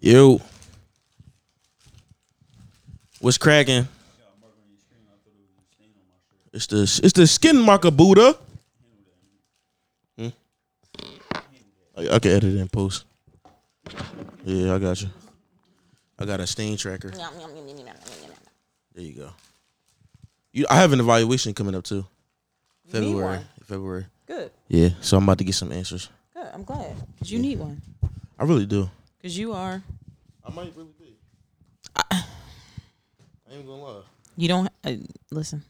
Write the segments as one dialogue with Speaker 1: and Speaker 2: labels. Speaker 1: Yo. What's cracking? It's the it's the skin marker Buddha. Hmm? Oh, I, I can edit it in post. Yeah, I got you. I got a stain tracker. There you go. You, I have an evaluation coming up too.
Speaker 2: You need
Speaker 1: February,
Speaker 2: one.
Speaker 1: February.
Speaker 2: Good,
Speaker 1: Yeah, so I'm about to get some answers.
Speaker 2: good. I'm glad. 'Cause You need one.
Speaker 1: I really do.
Speaker 2: Because you are,
Speaker 1: I might really be. I ain't gonna lie.
Speaker 2: you don't, uh, listen.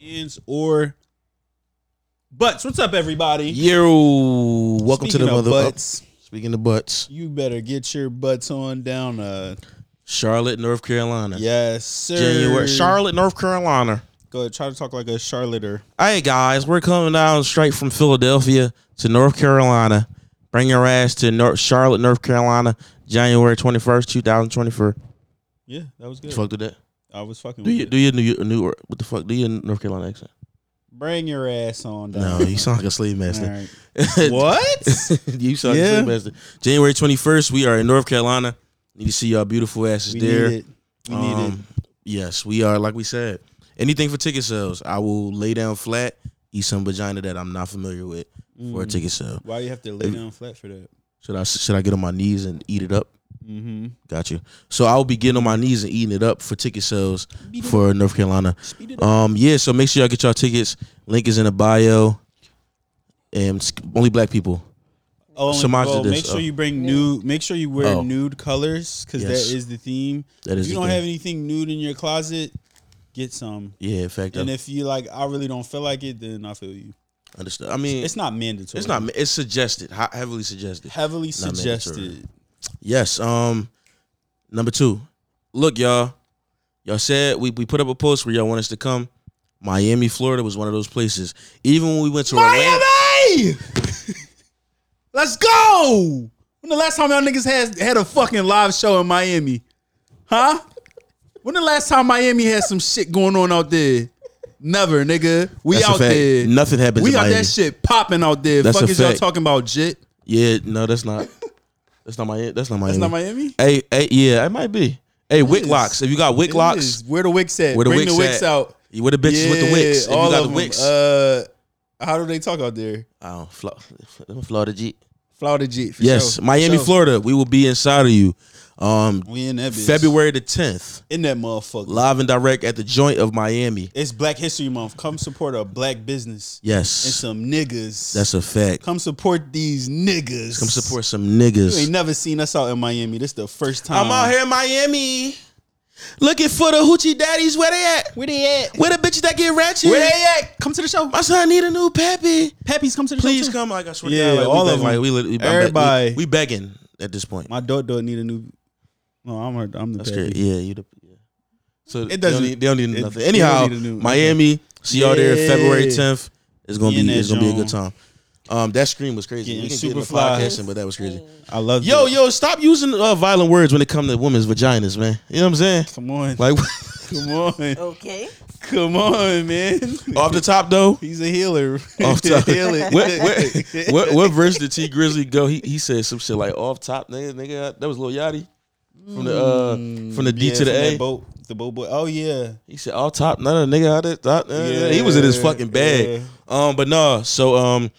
Speaker 3: Ends or butts. What's up, everybody?
Speaker 1: Yo, welcome
Speaker 3: Speaking
Speaker 1: to the
Speaker 3: of
Speaker 1: mother.
Speaker 3: butts.
Speaker 1: oh, speaking of butts,
Speaker 3: You better get your butts on down. Uh,
Speaker 1: Charlotte, North Carolina.
Speaker 3: yes, sir.
Speaker 1: January, Charlotte, North Carolina.
Speaker 3: Go ahead, try to talk like a charlater.
Speaker 1: Hey guys, we're coming down straight from Philadelphia to North Carolina. Bring your ass to North Charlotte, North Carolina, January twenty first, two thousand twenty four.
Speaker 3: Yeah, that was good.
Speaker 1: Fuck with that.
Speaker 3: I was fucking.
Speaker 1: Do
Speaker 3: with
Speaker 1: you
Speaker 3: it.
Speaker 1: do your New New what the fuck? Do your North Carolina accent?
Speaker 3: Bring your ass on
Speaker 1: No,
Speaker 3: down.
Speaker 1: you sound like a slave master.
Speaker 3: Alright. what?
Speaker 1: you sound like a
Speaker 3: Yeah.
Speaker 1: slave master. January twenty first, we are in North Carolina. Need to see y'all beautiful asses
Speaker 3: we
Speaker 1: there.
Speaker 3: need it. We need it.
Speaker 1: Um, Yes, we are. Like we said, anything for ticket sales, I will lay down flat, eat some vagina that I'm not familiar with for a ticket sale.
Speaker 3: Why you have to lay down flat for that?
Speaker 1: Should I should I get on my knees and eat it up?
Speaker 3: Mm-hmm.
Speaker 1: Got you. So I'll be getting on my knees and eating it up for ticket sales for North Carolina. Um, yeah. So make sure y'all get y'all tickets. Link is in the bio. And s- only black people.
Speaker 3: Oh, and-
Speaker 1: Samaj
Speaker 3: well,
Speaker 1: did this,
Speaker 3: make sure
Speaker 1: uh,
Speaker 3: you bring nude. Make sure you wear
Speaker 1: Oh.
Speaker 3: nude colors because
Speaker 1: Yes.
Speaker 3: that is the theme.
Speaker 1: That is
Speaker 3: If you
Speaker 1: the
Speaker 3: don't
Speaker 1: thing.
Speaker 3: have anything nude in your closet, get some.
Speaker 1: Yeah, in fact,
Speaker 3: And
Speaker 1: I
Speaker 3: if you like, I really don't feel like it, then I feel you.
Speaker 1: understand. I mean,
Speaker 3: It's not mandatory.
Speaker 1: it's not. It's suggested. hi- Heavily suggested.
Speaker 3: heavily
Speaker 1: Not mandatory.
Speaker 3: suggested.
Speaker 1: Yes. Um, number two. Look, y'all. Y'all said we, we put up a post where y'all want us to come. Miami, Florida was one of those places. Even when we went to Orlando,
Speaker 3: Miami, let's go. When the last time y'all niggas has had a fucking live show in Miami, huh? When the last time Miami had some shit going on out there? Never, nigga. We
Speaker 1: That's a
Speaker 3: out
Speaker 1: fact.
Speaker 3: there.
Speaker 1: Nothing happens
Speaker 3: We
Speaker 1: in
Speaker 3: got
Speaker 1: Miami.
Speaker 3: that shit popping out there.
Speaker 1: That's
Speaker 3: Fuck
Speaker 1: a
Speaker 3: is y'all
Speaker 1: fact.
Speaker 3: talking about jit?
Speaker 1: yeah, no, that's not. That's not my. That's not Miami.
Speaker 3: That's not Miami.
Speaker 1: Hey, hey, yeah, it might be. Hey, wick
Speaker 3: is.
Speaker 1: locks. If you got wick
Speaker 3: It
Speaker 1: locks,
Speaker 3: is. Where the wicks at?
Speaker 1: where the
Speaker 3: Bring
Speaker 1: wicks,
Speaker 3: the wicks
Speaker 1: at,
Speaker 3: out.
Speaker 1: You Where the bitches with the wicks? If you
Speaker 3: all
Speaker 1: got
Speaker 3: of
Speaker 1: the
Speaker 3: them.
Speaker 1: wicks,
Speaker 3: Uh, how do they talk out there?
Speaker 1: oh, Flo- Flo- Florida G.
Speaker 3: Florida jit. For
Speaker 1: Yes,
Speaker 3: sure.
Speaker 1: Miami,
Speaker 3: For sure.
Speaker 1: Florida. We will be inside of you. Um,
Speaker 3: We in that bitch.
Speaker 1: February the tenth,
Speaker 3: in that motherfucker.
Speaker 1: live and direct at the joint of Miami.
Speaker 3: It's Black History Month. Come support a black business and
Speaker 1: Yes,
Speaker 3: some niggas.
Speaker 1: that's a fact.
Speaker 3: come support these niggas.
Speaker 1: Come support some
Speaker 3: You ain't
Speaker 1: niggas.
Speaker 3: never seen us out in Miami. This the first time.
Speaker 1: I'm out here in Miami looking for the hoochie daddies. Where they at?
Speaker 3: Where they at?
Speaker 1: Where the bitches that get ratchet?
Speaker 3: Where they at? Come to the show.
Speaker 1: My son need a new pappy.
Speaker 3: Peppies, come to the
Speaker 1: Please
Speaker 3: show. too.
Speaker 1: come. Like I swear
Speaker 3: Yeah,
Speaker 1: to God, like,
Speaker 3: all
Speaker 1: we
Speaker 3: of
Speaker 1: begging,
Speaker 3: them.
Speaker 1: Like, we, lit- we, I'm be-
Speaker 3: Everybody.
Speaker 1: we, we begging at this point.
Speaker 3: My door door need a new. No, I'm her. I'm the.
Speaker 1: That's
Speaker 3: pappy.
Speaker 1: crazy. Yeah, you. The, yeah. So it They
Speaker 3: doesn't-
Speaker 1: don't need, they don't need
Speaker 3: it-
Speaker 1: nothing.
Speaker 3: they don't
Speaker 1: Anyhow,
Speaker 3: need a new-
Speaker 1: Miami. See y'all there
Speaker 3: Yeah.
Speaker 1: February 10th. It's gonna
Speaker 3: Get in
Speaker 1: be.
Speaker 3: that
Speaker 1: It's gonna be a good time.
Speaker 3: joint.
Speaker 1: Um, that scream was crazy.
Speaker 3: Getting
Speaker 1: we can get in the
Speaker 3: super fly.
Speaker 1: podcasting, but that was crazy.
Speaker 3: I love
Speaker 1: Yo,
Speaker 3: it.
Speaker 1: yo, stop using uh, violent words when it comes to women's vaginas, man. You know what I'm saying?
Speaker 3: Come on.
Speaker 1: Like,
Speaker 3: Come on.
Speaker 2: Okay.
Speaker 3: Come on, man.
Speaker 1: off the top though.
Speaker 3: He's a healer.
Speaker 1: Off
Speaker 3: He's a
Speaker 1: top.
Speaker 3: healer.
Speaker 1: Oh, What, what, what, what verse did T Grizzly go? He he said some shit like off top, nigga, nigga. That was Lil Yachty from the uh from the D
Speaker 3: Yeah,
Speaker 1: to
Speaker 3: from
Speaker 1: the
Speaker 3: that
Speaker 1: A.
Speaker 3: boat, the boat boy. Oh yeah.
Speaker 1: He said off top, no, no, nigga, I did, I, uh, he was in his
Speaker 3: Yeah,
Speaker 1: fucking bag.
Speaker 3: yeah.
Speaker 1: Um, but no, so um,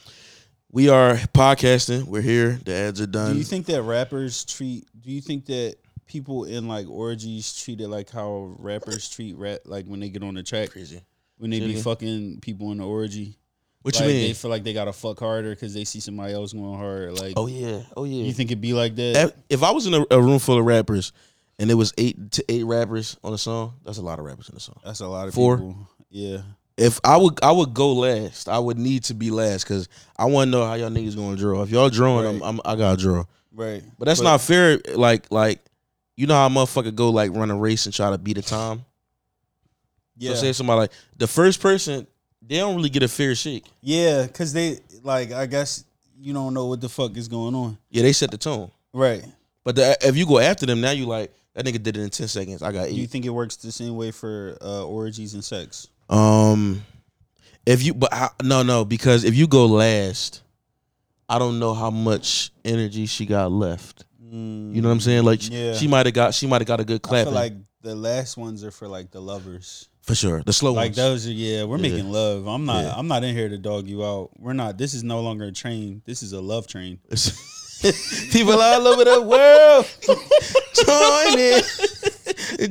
Speaker 1: we are podcasting. We're here. The ads are done.
Speaker 3: Do you think that rappers treat? Do you think that people in like orgies treat it like how rappers treat rap? Like when they get on the track,
Speaker 1: crazy?
Speaker 3: when they be
Speaker 1: Yeah.
Speaker 3: fucking people in the orgy.
Speaker 1: What
Speaker 3: like,
Speaker 1: you
Speaker 3: They
Speaker 1: mean?
Speaker 3: feel like they gotta fuck harder because they see somebody else going hard. Like,
Speaker 1: Oh yeah, oh yeah.
Speaker 3: you think it'd be like that?
Speaker 1: if if I was in a, a room full of rappers and it was eight to eight rappers on a song, that's a lot of rappers in a song.
Speaker 3: That's a lot of
Speaker 1: Four.
Speaker 3: people. Yeah.
Speaker 1: If I would, I would go last. I would need to be last because I want to know how y'all niggas going to draw. If y'all drawing, I'm, I'm, I gotta draw.
Speaker 3: Right.
Speaker 1: But that's not fair. Like, like you know how a motherfucker go like run a race and try to beat a time.
Speaker 3: Yeah.
Speaker 1: So say somebody like the first person, they don't really get a fair shake.
Speaker 3: yeah. Because they like, I guess you don't know what the fuck is going on.
Speaker 1: Yeah, they set the tone.
Speaker 3: Right.
Speaker 1: But the, if you go after them, now you like that nigga did it in ten seconds. I got
Speaker 3: Do you
Speaker 1: eight.
Speaker 3: think it works the same way for uh, orgies and sex?
Speaker 1: Um, if you but I, no no because if you go last, I don't know how much energy she got left. You know what I'm saying? Like sh-
Speaker 3: Yeah.
Speaker 1: she might have got she might have got a good
Speaker 3: Mm, I
Speaker 1: clap
Speaker 3: feel like the last ones are for like the lovers.
Speaker 1: for sure. The slow
Speaker 3: Like
Speaker 1: ones.
Speaker 3: those are yeah, we're
Speaker 1: Yeah.
Speaker 3: making love. I'm not
Speaker 1: Yeah.
Speaker 3: I'm not in here to dog you out. We're not this is no longer a train. This is a love train.
Speaker 1: People all over the world join it.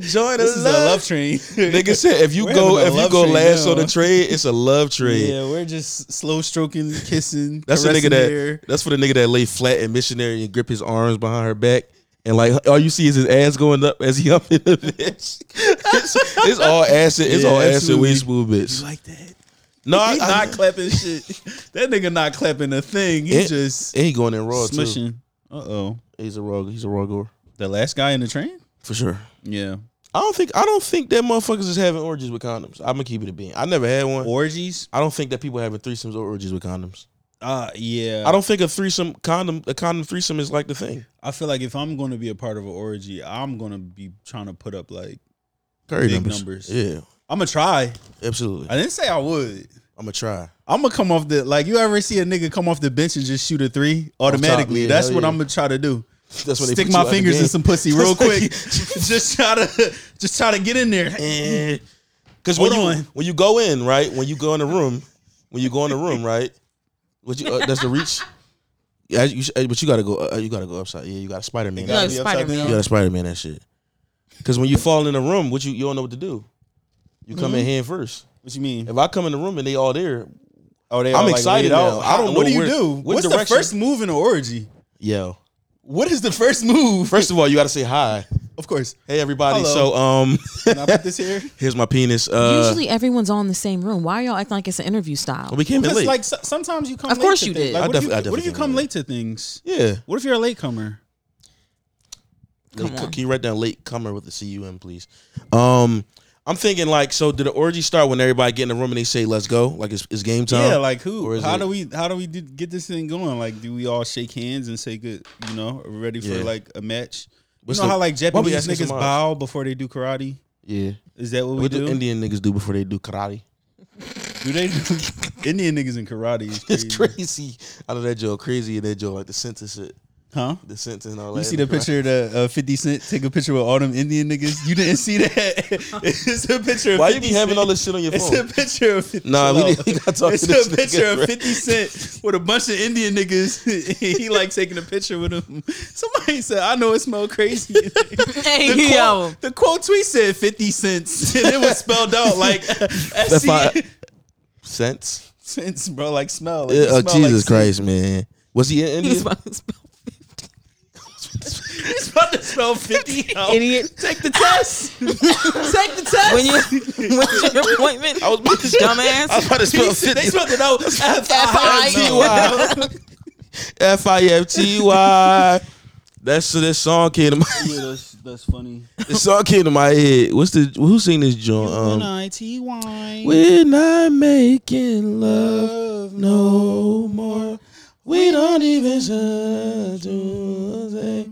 Speaker 1: Join
Speaker 3: This
Speaker 1: us.
Speaker 3: is a love train.
Speaker 1: Nigga said if you
Speaker 3: We're
Speaker 1: go
Speaker 3: having a
Speaker 1: if you
Speaker 3: love
Speaker 1: go
Speaker 3: trade
Speaker 1: last on
Speaker 3: now.
Speaker 1: the trade, it's a love trade.
Speaker 3: Yeah, we're just slow stroking, kissing.
Speaker 1: That's the nigga
Speaker 3: caressing
Speaker 1: that.
Speaker 3: hair.
Speaker 1: That's for the nigga that lay flat and missionary and grip his arms behind her back. And like all you see is his ass going up as he up in the bitch. It's, it's all acid. It's
Speaker 3: Yeah,
Speaker 1: all acid. We
Speaker 3: absolutely.
Speaker 1: smooth
Speaker 3: You
Speaker 1: bitch.
Speaker 3: like that?
Speaker 1: No, I,
Speaker 3: He's
Speaker 1: I,
Speaker 3: not clapping shit. That nigga not clapping a thing. He
Speaker 1: It-
Speaker 3: just
Speaker 1: and he going in raw too.
Speaker 3: smushing. Uh oh.
Speaker 1: He's a raw. He's a raw goer
Speaker 3: The last guy in the train?
Speaker 1: for sure.
Speaker 3: Yeah.
Speaker 1: I don't think. I don't think that motherfuckers is having orgies with condoms. I'm gonna keep it a bean. I never had one.
Speaker 3: Orgies?
Speaker 1: I don't think that people having threesomes or orgies with condoms.
Speaker 3: Uh yeah.
Speaker 1: I don't think a threesome condom a condom threesome is like the thing.
Speaker 3: I feel like if I'm going to be a part of an orgy, I'm going to be trying to put up like
Speaker 1: Curry
Speaker 3: Big numbers.
Speaker 1: Yeah,
Speaker 3: I'm gonna try.
Speaker 1: absolutely.
Speaker 3: I didn't say I would.
Speaker 1: I'm gonna try.
Speaker 3: I'm gonna come off the like you ever see a nigga come off the bench and just shoot a three automatically.
Speaker 1: yeah,
Speaker 3: That's
Speaker 1: hell
Speaker 3: what
Speaker 1: yeah.
Speaker 3: I'm gonna try to do.
Speaker 1: That's what they
Speaker 3: Stick
Speaker 1: put you out
Speaker 3: my
Speaker 1: the
Speaker 3: fingers in
Speaker 1: game.
Speaker 3: some pussy real
Speaker 1: That's like-
Speaker 3: quick. just try to just try to get in there.
Speaker 1: Because when
Speaker 3: Eh, Hold
Speaker 1: you
Speaker 3: on.
Speaker 1: when you go in right, when you go in the room, when you go in the room right, what you uh, that's the reach. Yeah, you should, uh, but you gotta go. Uh, you gotta go upside. Yeah, you got Spider Man.
Speaker 3: It
Speaker 1: You
Speaker 2: No,
Speaker 3: gotta
Speaker 1: gotta
Speaker 3: be
Speaker 2: Spider-Man.
Speaker 3: upside down.
Speaker 2: You
Speaker 1: Spider Man that shit. Because when you fall in the room, what you you don't know what to do. You come
Speaker 3: Mm-hmm.
Speaker 1: in hand first.
Speaker 3: What you mean?
Speaker 1: If I come in the room and they all there,
Speaker 3: Oh, they
Speaker 1: I'm
Speaker 3: all, like,
Speaker 1: excited
Speaker 3: laid out.
Speaker 1: now. I don't
Speaker 3: What
Speaker 1: know
Speaker 3: do you
Speaker 1: where-
Speaker 3: do?
Speaker 1: what
Speaker 3: What's
Speaker 1: direction-
Speaker 3: the first move in an orgy?
Speaker 1: yo.
Speaker 3: What is the first move?
Speaker 1: First of all, you gotta say hi.
Speaker 3: Of course.
Speaker 1: Hey everybody.
Speaker 3: Hello.
Speaker 1: So um,
Speaker 3: Can I put this here?
Speaker 1: here's my penis. Uh,
Speaker 2: Usually everyone's all in the same room. Why are y'all acting like it's an interview style?
Speaker 1: well, we came in
Speaker 3: Because
Speaker 1: late.
Speaker 3: like so- sometimes you come.
Speaker 2: Of
Speaker 3: late
Speaker 2: course
Speaker 3: to
Speaker 2: you
Speaker 3: things.
Speaker 2: did.
Speaker 3: Like,
Speaker 1: I
Speaker 3: what, if
Speaker 1: defi- I
Speaker 3: you, what if
Speaker 1: definitely
Speaker 3: you come
Speaker 1: came
Speaker 3: late to things?
Speaker 1: yeah.
Speaker 3: What if you're a latecomer?
Speaker 1: Late,
Speaker 2: on.
Speaker 1: can you write down late comer with the cum, please? Um, I'm thinking like, so did the orgy start when everybody get in the room and they say, "Let's go," like it's, it's game time?
Speaker 3: Yeah, like
Speaker 1: Or
Speaker 3: who?
Speaker 1: is
Speaker 3: How
Speaker 1: it-
Speaker 3: do we? How do we do, get this thing going? Like, do we all shake hands and say good? You know, are we ready for
Speaker 1: Yeah.
Speaker 3: like a match?
Speaker 1: What's
Speaker 3: you know
Speaker 1: the-
Speaker 3: how like
Speaker 1: why we
Speaker 3: Japanese
Speaker 1: asking so
Speaker 3: niggas
Speaker 1: much?
Speaker 3: bow before they do karate?
Speaker 1: yeah.
Speaker 3: Is that what we
Speaker 1: What do
Speaker 3: do?
Speaker 1: Indian niggas do before they do karate?
Speaker 3: do they do Indian niggas in karate? Is crazy.
Speaker 1: It's crazy. I know that joke crazy and that joke like the sentence, it,
Speaker 3: huh?
Speaker 1: the sentence and all
Speaker 3: You
Speaker 1: that.
Speaker 3: see the picture of the uh, Fifty Cent take a picture with all them Indian niggas. You didn't see that? it's a picture. Of
Speaker 1: Why you
Speaker 3: 50
Speaker 1: be having
Speaker 3: Cent.
Speaker 1: all this shit on your
Speaker 3: It's
Speaker 1: phone?
Speaker 3: a picture of 50
Speaker 1: Nah, we
Speaker 3: Chill
Speaker 1: didn't-
Speaker 3: out.
Speaker 1: we not talking
Speaker 3: It's
Speaker 1: to this
Speaker 3: a picture
Speaker 1: nigga,
Speaker 3: of
Speaker 1: bro.
Speaker 3: 50 Cent with a bunch of Indian niggas. he like taking a picture with him. Somebody said, I know it smell crazy. the,
Speaker 2: hey, yo.
Speaker 3: quote, the quote tweet said 50 cents. And it was spelled out like S
Speaker 1: That's my
Speaker 3: C
Speaker 1: sense.
Speaker 3: cents, bro. Like smell. Like,
Speaker 1: Yeah,
Speaker 3: it
Speaker 1: oh,
Speaker 3: smell like
Speaker 1: Jesus Christ, man. Was he in
Speaker 2: He's
Speaker 1: India?
Speaker 2: about to spell
Speaker 3: cent. It's about to spell 50 out.
Speaker 2: idiot.
Speaker 3: Take the test. Take the test.
Speaker 2: When you when's your appointment?
Speaker 1: I was about to I was
Speaker 2: dumbass.
Speaker 1: about to spell
Speaker 3: He said- they
Speaker 1: 50.
Speaker 3: spelled it out.
Speaker 1: F-I-F-T-Y. F-I-F-T-Y. That's this song came to my
Speaker 3: Yeah, that's, that's funny.
Speaker 1: this song came to my head. What's the who sing this joint? Um,
Speaker 3: N-I-T-Y.
Speaker 1: we're not making love no more. We don't even have to say-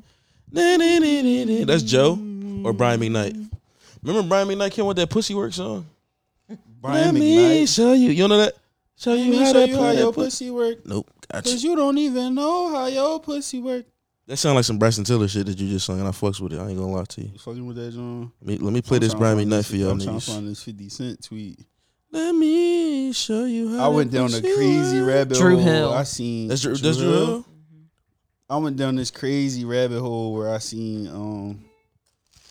Speaker 1: Na- na- na- na- na. That's Joe or Brian McKnight. Remember Brian McKnight came with that Pussy Work song?
Speaker 3: Brian
Speaker 1: Let me show you. You know that? Show you how to put that pussy.
Speaker 3: work.
Speaker 1: Nope. Gotcha.
Speaker 3: you don't even know how your pussy work.
Speaker 1: That sound like some Bryson Tiller shit that you just sung, and I fucks with it. I ain't gonna lie to you.
Speaker 3: You fucking with that, John?
Speaker 1: Let me, let me play this Brian McKnight for y'all
Speaker 3: I'm trying to
Speaker 1: niggas.
Speaker 3: find this 50 Cent tweet.
Speaker 1: Let me show you how.
Speaker 3: I went down a
Speaker 1: the
Speaker 3: crazy rabbit
Speaker 2: Drew
Speaker 3: hole.
Speaker 2: Hill.
Speaker 3: I seen.
Speaker 1: That's Drew. That's Drew. Hill?
Speaker 3: I went down this crazy rabbit hole where I seen. um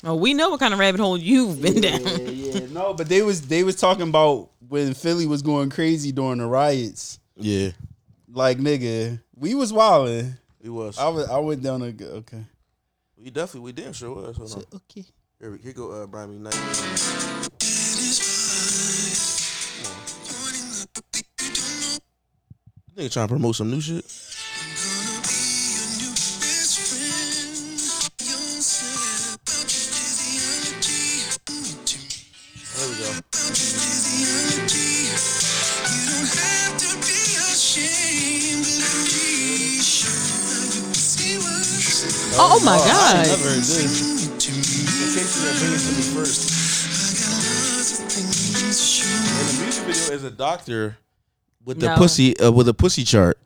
Speaker 2: Well, we know what kind of rabbit hole you've been
Speaker 3: Yeah,
Speaker 2: down.
Speaker 3: yeah. No, but they was they was talking about when Philly was going crazy during the riots.
Speaker 1: Yeah,
Speaker 3: Like nigga, we was wilding.
Speaker 1: he was.
Speaker 3: I was I went down a okay.
Speaker 1: we definitely, we damn sure was. Hold on.
Speaker 3: Okay.
Speaker 1: Here, we- here go uh, Brian McKnight. Nigga trying to promote some new shit. There we go.
Speaker 2: Oh my
Speaker 3: I
Speaker 2: god.
Speaker 3: never heard this.
Speaker 1: In case you didn't bring it to me first. In the music video is a doctor with the
Speaker 2: No.
Speaker 1: pussy uh, with a pussy chart.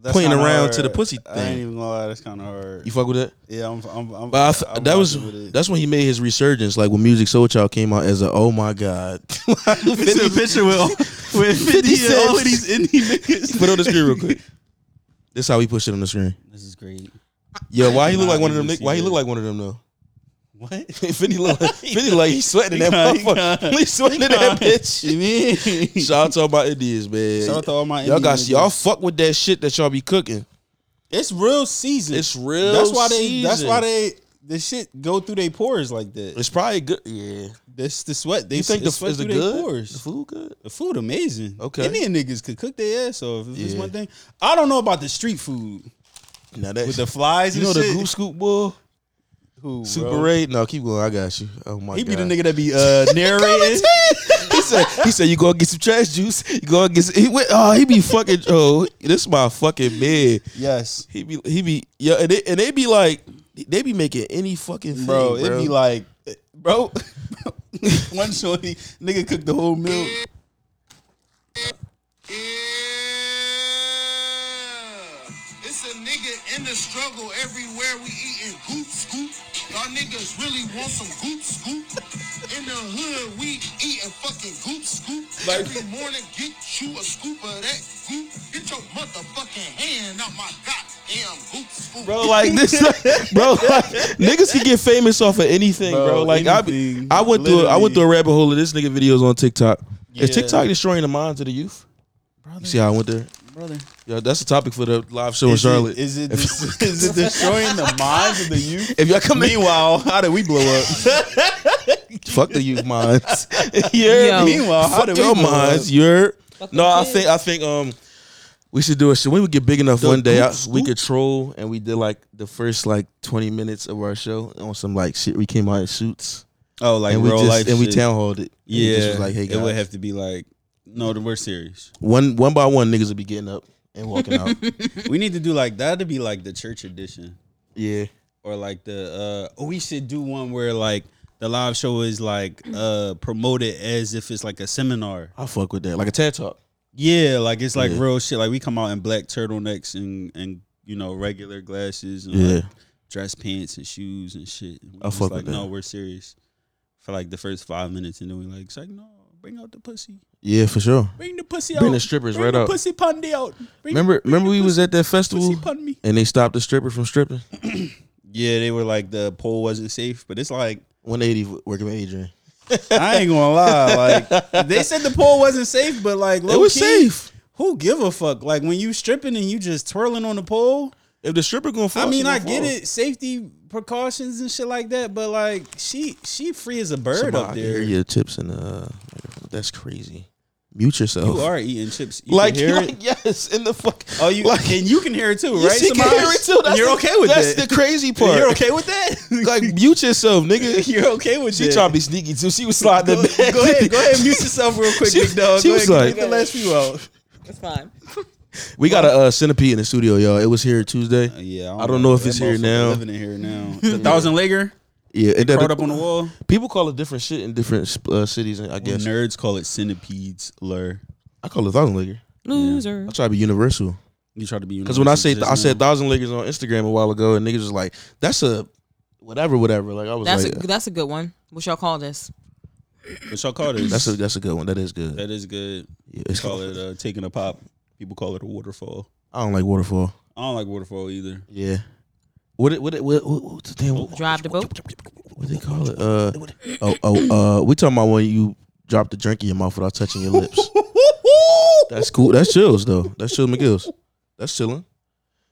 Speaker 3: That's
Speaker 1: playing
Speaker 3: kinda
Speaker 1: around to the
Speaker 3: hard.
Speaker 1: pussy
Speaker 3: I ain't
Speaker 1: thing.
Speaker 3: even gonna lie, that's kind of hard.
Speaker 1: You fuck with that?
Speaker 3: yeah, I'm. I'm, I'm
Speaker 1: But I f-
Speaker 3: I'm
Speaker 1: that was
Speaker 3: fucking with it.
Speaker 1: that's when he made his resurgence. Like when Music Soul Child came out as a oh my god.
Speaker 4: It's a picture with, with 50
Speaker 1: Fifty
Speaker 4: and all
Speaker 1: Cent.
Speaker 4: of these indie niggas.
Speaker 1: Put it on the screen real quick. This how he pushed it on the screen.
Speaker 3: This is great.
Speaker 1: Yeah, why he look
Speaker 3: Nah,
Speaker 1: like one of
Speaker 3: you
Speaker 1: them?
Speaker 3: can
Speaker 1: Nick,
Speaker 3: see
Speaker 1: why he
Speaker 3: that.
Speaker 1: look like one of them though?
Speaker 3: What?
Speaker 1: Finny look, like- Finny like he's sweating in that
Speaker 3: He can't, he
Speaker 1: motherfucker. He's sweating in that bitch.
Speaker 3: you mean?
Speaker 1: Shout out to all my Indians, man.
Speaker 3: Shout out to all my
Speaker 1: y'all got
Speaker 3: Indian
Speaker 1: y'all
Speaker 3: niggas.
Speaker 1: fuck with that shit that y'all be cooking.
Speaker 3: It's real season.
Speaker 1: It's real.
Speaker 3: That's why they. That's
Speaker 1: season.
Speaker 3: why they. The shit go through their pores like that.
Speaker 1: It's probably good. Yeah.
Speaker 3: This the sweat. They
Speaker 1: You think
Speaker 3: it
Speaker 1: the
Speaker 3: sweat
Speaker 1: is it
Speaker 3: through their
Speaker 1: good?
Speaker 3: pores.
Speaker 1: The food good?
Speaker 3: The food amazing.
Speaker 1: Okay.
Speaker 3: Indian niggas could cook their ass off. If it's
Speaker 1: Yeah.
Speaker 3: one thing, I don't know about the street food
Speaker 1: Now that
Speaker 3: with the flies
Speaker 1: you
Speaker 3: and
Speaker 1: know the
Speaker 3: shit.
Speaker 1: goose scoop boy,
Speaker 3: Who,
Speaker 1: Super
Speaker 3: bro? Oh
Speaker 1: Raid. No, keep going. I got you. Oh my
Speaker 3: He
Speaker 1: god.
Speaker 3: be the nigga that be uh, narrating.
Speaker 1: he said, he said, you go get some trash juice. You go get. Some, he went. Oh, he be fucking. Oh, this my fucking man.
Speaker 3: yes,
Speaker 1: He be. He be. Yeah, and they, and they be like, they be making any fucking thing,
Speaker 3: bro.
Speaker 1: bro.
Speaker 3: It be like, bro. one shorty nigga cooked the whole meal.
Speaker 5: Yeah. It's a nigga in the struggle everywhere we eating goop scoop. Y'all niggas really want some goop scoop. In the hood, we eating fucking goop scoop. Every morning, get you a scoop of that goop. Get your motherfucking hand out my goddamn goop scoop.
Speaker 1: Bro, like this, bro, like niggas can get famous off of anything, bro.
Speaker 3: Bro,
Speaker 1: Like
Speaker 3: anything,
Speaker 1: I, be- I went through, I went
Speaker 3: literally.
Speaker 1: through a rabbit hole of this nigga videos on TikTok. Is
Speaker 3: Yeah.
Speaker 1: TikTok destroying the minds of the youth? You see how I went there?
Speaker 3: Brother,
Speaker 1: Yeah, that's the topic for the live show in
Speaker 3: is
Speaker 1: Charlotte.
Speaker 3: it, is it dis- is it destroying the minds of the youth?
Speaker 1: if y'all come in,
Speaker 3: Meanwhile, how did we blow up?
Speaker 1: fuck the youth minds. yeah,
Speaker 2: Yo.
Speaker 3: Meanwhile, how
Speaker 1: fuck
Speaker 3: did we
Speaker 1: your
Speaker 3: blow up?
Speaker 1: minds. You're
Speaker 2: Fuck
Speaker 1: no,
Speaker 2: the
Speaker 1: I
Speaker 2: kids.
Speaker 1: think I think um we should do a show when we get big enough one day. I, we could troll and we did like the first like twenty minutes of our show on some like shit. We came out in suits.
Speaker 3: Oh, like
Speaker 1: and we
Speaker 3: real
Speaker 1: just
Speaker 3: life
Speaker 1: and we
Speaker 3: shit.
Speaker 1: town hauled it. And we
Speaker 3: Yeah,
Speaker 1: just was like, hey
Speaker 3: it would
Speaker 1: guys,
Speaker 3: have to be like no, we're serious.
Speaker 1: one one by one, niggas would be getting up and walking out.
Speaker 3: we need to do like that to be like the church edition.
Speaker 1: yeah,
Speaker 3: or like the uh we should do one where like the live show is like uh promoted as if it's like a seminar.
Speaker 1: I fuck with that, like a TED talk.
Speaker 3: Yeah, like it's like
Speaker 1: Yeah.
Speaker 3: real shit. Like we come out in black turtlenecks and and you know regular glasses and
Speaker 1: Yeah,
Speaker 3: like, dress pants and shoes and shit. And we
Speaker 1: I
Speaker 3: just
Speaker 1: fuck
Speaker 3: like
Speaker 1: with that.
Speaker 3: no, we're serious for like the first five minutes and then we like it's like no, bring out the pussy,
Speaker 1: yeah, for sure.
Speaker 3: bring the pussy
Speaker 1: Bring
Speaker 3: out,
Speaker 1: the strippers
Speaker 3: bring
Speaker 1: right
Speaker 3: the
Speaker 1: out.
Speaker 3: pussy pundi out. Bring
Speaker 1: Remember, remember we was at that festival
Speaker 3: pussy pun me.
Speaker 1: and they stopped the stripper from stripping.
Speaker 3: Yeah, they were like the pole wasn't safe, but it's like
Speaker 1: One eighty working with Adrian.
Speaker 3: I ain't gonna lie. Like they said the pole wasn't safe, but like
Speaker 1: it
Speaker 3: low
Speaker 1: was
Speaker 3: key,
Speaker 1: safe.
Speaker 3: Who give a fuck? Like when you stripping and you just twirling on the pole.
Speaker 1: If the stripper going,
Speaker 3: I mean, I get it, safety precautions and shit like that, but like she she free as a bird up there.
Speaker 1: Your tips and uh, that's crazy. Mute yourself.
Speaker 3: You are eating chips. You
Speaker 1: like,
Speaker 3: can hear
Speaker 1: like,
Speaker 3: it.
Speaker 1: yes, in the fuck.
Speaker 3: Oh, you
Speaker 1: like-
Speaker 3: and you can hear it too,
Speaker 1: You
Speaker 3: right?
Speaker 1: see, can
Speaker 3: Samaj?
Speaker 1: hear it too.
Speaker 3: And
Speaker 1: That's
Speaker 3: You're
Speaker 1: the-
Speaker 3: okay with
Speaker 1: That's
Speaker 3: that.
Speaker 1: the crazy part.
Speaker 3: You're okay with that.
Speaker 1: like mute yourself, nigga.
Speaker 3: you're okay with
Speaker 1: She
Speaker 3: that.
Speaker 1: trying to be sneaky too. She was sliding
Speaker 3: Go,
Speaker 1: the back.
Speaker 3: go ahead, go ahead, and mute yourself real quick,
Speaker 1: She-
Speaker 3: big dog.
Speaker 1: she
Speaker 3: Go
Speaker 1: was
Speaker 3: ahead,
Speaker 1: like-
Speaker 3: get the last few out.
Speaker 2: That's fine.
Speaker 1: We got a uh, centipede in the studio, y'all. It was here Tuesday.
Speaker 3: Uh, Yeah,
Speaker 1: I don't know if it's here now.
Speaker 3: Living in here now. The thousand legger
Speaker 1: Yeah, it,
Speaker 3: crawled up on the wall.
Speaker 1: people call it different shit in different uh, cities. I guess
Speaker 3: Nerds call it centipedes lure.
Speaker 1: I call it thousand ligger.
Speaker 2: Loser.
Speaker 1: I try to be universal
Speaker 3: You try to be
Speaker 1: because when I say I said thousand liggers on Instagram a while ago, and niggas was like, "That's a whatever, whatever." Like I was
Speaker 2: That's
Speaker 1: like,
Speaker 2: a that's a good one. What y'all call this?
Speaker 3: what y'all call this?
Speaker 1: "That's a that's a good one. That is good."
Speaker 3: that is good.
Speaker 1: Yeah,
Speaker 3: You
Speaker 1: it's-
Speaker 3: call it uh, taking a pop. People call it a waterfall.
Speaker 1: I don't like waterfall.
Speaker 3: I don't like waterfall either.
Speaker 1: Yeah. What it, what it, what, what, what's the damn what,
Speaker 2: Drive the boat.
Speaker 1: what they call it? Uh oh oh uh we talking about when you drop the drink in your mouth without touching your lips. That's cool. That's chills though. That's chill McGill's. That's chilling.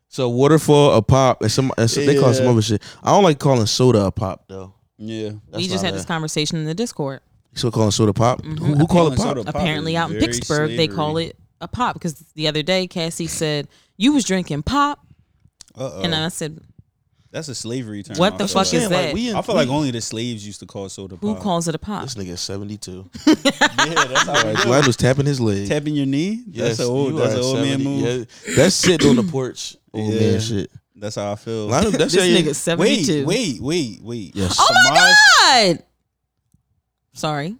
Speaker 1: So waterfall a pop and some and so they call it some
Speaker 3: Yeah.
Speaker 1: other shit. I don't like calling soda a pop though.
Speaker 3: Yeah,
Speaker 1: That's
Speaker 2: we just
Speaker 1: not
Speaker 2: had
Speaker 1: bad.
Speaker 2: this Mm-hmm. conversation in the Discord.
Speaker 1: You still calling soda pop? Who, who call it
Speaker 3: Calling
Speaker 1: pop?
Speaker 3: soda- A pop
Speaker 2: Apparently,
Speaker 3: is
Speaker 2: out in
Speaker 3: very
Speaker 2: Pittsburgh, they call
Speaker 3: slavery.
Speaker 2: it a pop because the other day Cassie said you was drinking pop,
Speaker 3: Uh-oh.
Speaker 2: and I said,
Speaker 3: that's a slavery term.
Speaker 2: "What
Speaker 3: I
Speaker 2: the
Speaker 3: feel
Speaker 2: fuck
Speaker 3: like.
Speaker 2: is that?
Speaker 1: we in,
Speaker 3: I feel like only the slaves used to call soda pop.
Speaker 2: Who calls it a pop?"
Speaker 1: this nigga seventy two.
Speaker 3: Yeah, that's how we do it.
Speaker 1: Glad was tapping his leg.
Speaker 3: tapping your knee.
Speaker 1: Yes,
Speaker 3: That's an old.
Speaker 1: you
Speaker 3: That's
Speaker 1: are
Speaker 3: an old man
Speaker 1: 70.
Speaker 3: move.
Speaker 1: Yeah, that's sitting on the porch. Old
Speaker 3: Yeah.
Speaker 1: man shit.
Speaker 3: That's how I feel.
Speaker 1: Lionel, that's
Speaker 2: This
Speaker 1: how you-
Speaker 2: nigga seventy two.
Speaker 3: Wait, wait, wait, wait.
Speaker 1: Yes.
Speaker 2: Oh my
Speaker 3: Samaj-
Speaker 2: god! Sorry,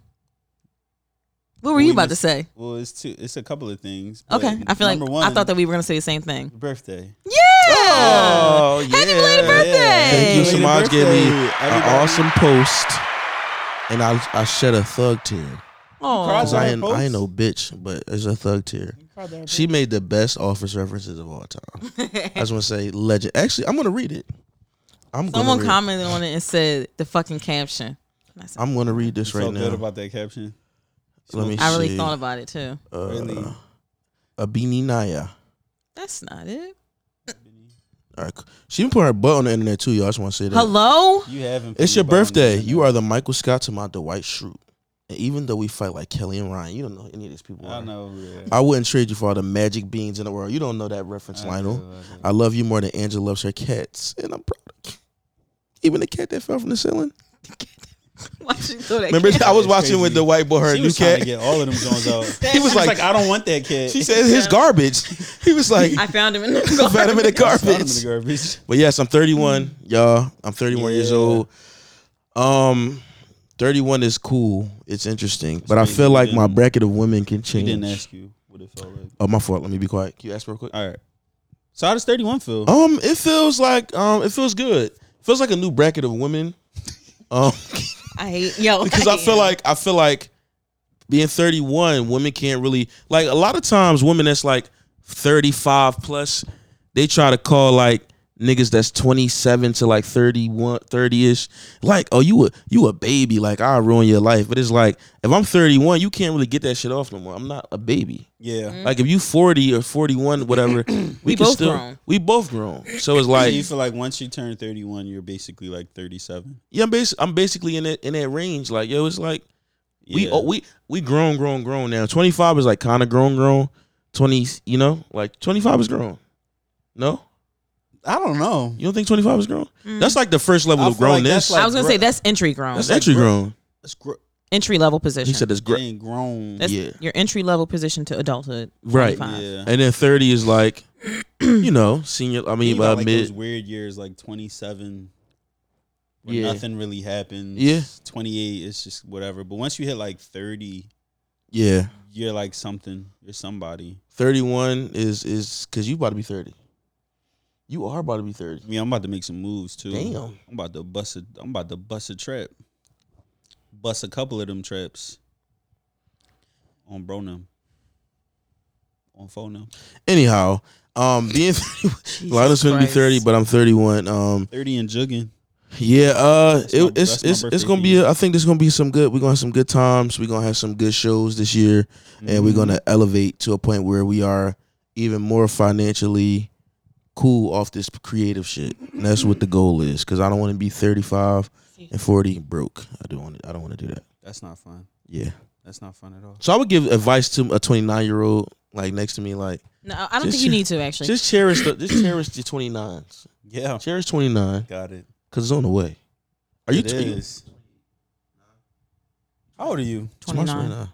Speaker 2: What were you about to say?
Speaker 3: Well, it's two. It's a couple of things. but
Speaker 2: Okay, I feel like
Speaker 3: number one,
Speaker 2: I thought that we were gonna say the same thing.
Speaker 3: birthday.
Speaker 2: Yeah. Happy belated birthday.
Speaker 1: Oh, Thank you,
Speaker 3: Happy
Speaker 1: Samaj gave me
Speaker 3: birthday,
Speaker 1: an
Speaker 3: everybody.
Speaker 1: awesome post, and I I shed a thug tear.
Speaker 2: Oh,
Speaker 1: Cause I
Speaker 3: Her
Speaker 1: ain't I
Speaker 3: post?
Speaker 1: ain't no bitch, but it's a thug tier. She made the best office references of all time. I just want to say legend. Actually, I'm gonna read it. I'm
Speaker 2: someone
Speaker 1: gonna read,
Speaker 2: commented on it and said the fucking caption. And I, said,
Speaker 1: I'm gonna read this
Speaker 3: Felt
Speaker 1: right
Speaker 3: good
Speaker 1: now.
Speaker 3: about that caption.
Speaker 1: Let me
Speaker 2: I really
Speaker 1: see.
Speaker 2: thought about it too.
Speaker 3: really,
Speaker 1: a beanie Naya.
Speaker 2: That's not it.
Speaker 1: All right. She even put her butt on the internet too, y'all. I just want to say that.
Speaker 2: Hello.
Speaker 3: you haven't.
Speaker 1: It's
Speaker 3: put
Speaker 1: your
Speaker 3: button on
Speaker 1: birthday.
Speaker 3: yet.
Speaker 1: You are the Michael Scott to my Dwight Schrute. And even though we fight like Kelly and Ryan, you don't know who any of these people.
Speaker 3: I
Speaker 1: Are.
Speaker 3: know. yeah.
Speaker 1: I wouldn't trade you for all the magic beans in the world. You don't know that reference, Lionel. I love you more than Angela loves her cats, and I'm proud of you. Even the cat that fell from the ceiling.
Speaker 2: Why she throw that?
Speaker 1: Remember,
Speaker 2: caption?
Speaker 1: I was
Speaker 3: That's
Speaker 1: watching with
Speaker 3: crazy.
Speaker 1: the white boy her
Speaker 3: she
Speaker 1: new
Speaker 3: was trying to
Speaker 1: cat.
Speaker 3: get all of them Jones
Speaker 1: He
Speaker 3: out.
Speaker 1: was
Speaker 3: She was
Speaker 1: like,
Speaker 3: like, I don't want that kid.
Speaker 1: she said his garbage. He was like,
Speaker 2: I found him in the
Speaker 1: found him in the
Speaker 2: garden.
Speaker 3: Throw them
Speaker 1: garbage.
Speaker 3: in the garbage.
Speaker 1: But yes, I'm 31, y'all. I'm 31 years
Speaker 3: Yeah.
Speaker 1: old. Um, 31 is cool. It's interesting, but I
Speaker 3: crazy.
Speaker 1: feel
Speaker 3: You
Speaker 1: like my
Speaker 3: didn't-
Speaker 1: bracket of women can
Speaker 3: She didn't
Speaker 1: change.
Speaker 3: ask you what it felt like.
Speaker 1: Oh, my fault. Let me be quiet. Can you ask real quick?
Speaker 3: All right. So how does 31 feel?
Speaker 1: Um, it feels like um, it feels good. feels like a new bracket of women. Um,
Speaker 2: I hate yo
Speaker 1: because I feel
Speaker 2: am.
Speaker 1: like I feel like being 31, women can't really like a lot of times women that's like 35 plus, they try to call like niggas that's 27 to like 31 30ish like oh you a you a baby like i'll ruin your life but it's like if i'm 31 you can't really get that shit off no more i'm not a baby
Speaker 3: Yeah.
Speaker 1: like if you 40 or 41 whatever we, can
Speaker 2: Mm. both
Speaker 1: still
Speaker 2: grown.
Speaker 1: we both grown so it's
Speaker 3: So
Speaker 1: like
Speaker 3: you feel like once you turn 31, you're basically like 37.
Speaker 1: yeah i'm, basi- I'm basically in that in that range like yo it's like We
Speaker 3: Yeah.
Speaker 1: oh, we we grown, grown, grown now. Twenty five is like kind of grown, grown. Twenty, you know, like twenty five is grown. No,
Speaker 6: I don't know.
Speaker 1: you don't think twenty five is grown? That's like the first level
Speaker 3: Mm-hmm. I
Speaker 1: of
Speaker 3: feel like
Speaker 1: grownness.
Speaker 3: that's
Speaker 1: That's,
Speaker 3: like-
Speaker 2: Mm. I was gonna say that's entry grown,
Speaker 1: that's entry
Speaker 3: like
Speaker 1: grown.
Speaker 3: That's gr-
Speaker 2: entry level position.
Speaker 1: He said it's
Speaker 3: you
Speaker 1: great,
Speaker 3: ain't grown.
Speaker 2: that's
Speaker 1: yeah.
Speaker 2: your entry level position to adulthood.
Speaker 1: right?
Speaker 2: 25.
Speaker 3: yeah.
Speaker 1: And then thirty is like, you know, senior. I mean,
Speaker 3: Think
Speaker 1: uh,
Speaker 3: about, like
Speaker 1: mid.
Speaker 3: those weird years, like 27, where
Speaker 1: Yeah.
Speaker 3: nothing really happens.
Speaker 1: Yeah.
Speaker 3: 28, it's just whatever. But once you hit like 30,
Speaker 1: yeah,
Speaker 3: you're like something. You're somebody.
Speaker 1: thirty one is is because you about to be thirty. You are about to be thirty.
Speaker 3: I mean, I'm about to make some moves too.
Speaker 1: Damn.
Speaker 3: I'm about to bust a. I'm about to bust a trap. Bust a couple of them traps. On bro them. On phone them.
Speaker 1: Anyhow, um, being Lionel's gonna be
Speaker 2: Christ.
Speaker 1: thirty, but I'm thirty one. Um,
Speaker 3: Thirty and jugging.
Speaker 1: Yeah, uh,
Speaker 3: my-
Speaker 1: it, it's
Speaker 3: that's my
Speaker 1: it's
Speaker 3: birthday
Speaker 1: it's gonna be.
Speaker 3: season.
Speaker 1: A, I think there's gonna be some good. We're gonna have some good times. We're gonna have some good shows this year, and we're gonna
Speaker 3: Mm-hmm.
Speaker 1: elevate to a point where we are even more financially cool off this creative shit. And that's what the goal is. Because I don't want to be 35 and 40 broke. I don't want. I don't want to do that.
Speaker 3: Mm-hmm. That's not fun.
Speaker 1: Yeah.
Speaker 3: That's not fun at all.
Speaker 1: So I would give advice to a 29 year old like next to me, like
Speaker 2: No, I don't
Speaker 1: Just
Speaker 2: think you
Speaker 1: your-
Speaker 2: need to actually.
Speaker 1: just cherish the just cherish the 29s.
Speaker 3: Yeah.
Speaker 1: Cherish 29
Speaker 3: Got it.
Speaker 1: because it's on the way. Are you?
Speaker 3: It
Speaker 1: are you-
Speaker 3: is. How old are you?
Speaker 1: Twenty
Speaker 2: 29.
Speaker 1: nine. uh,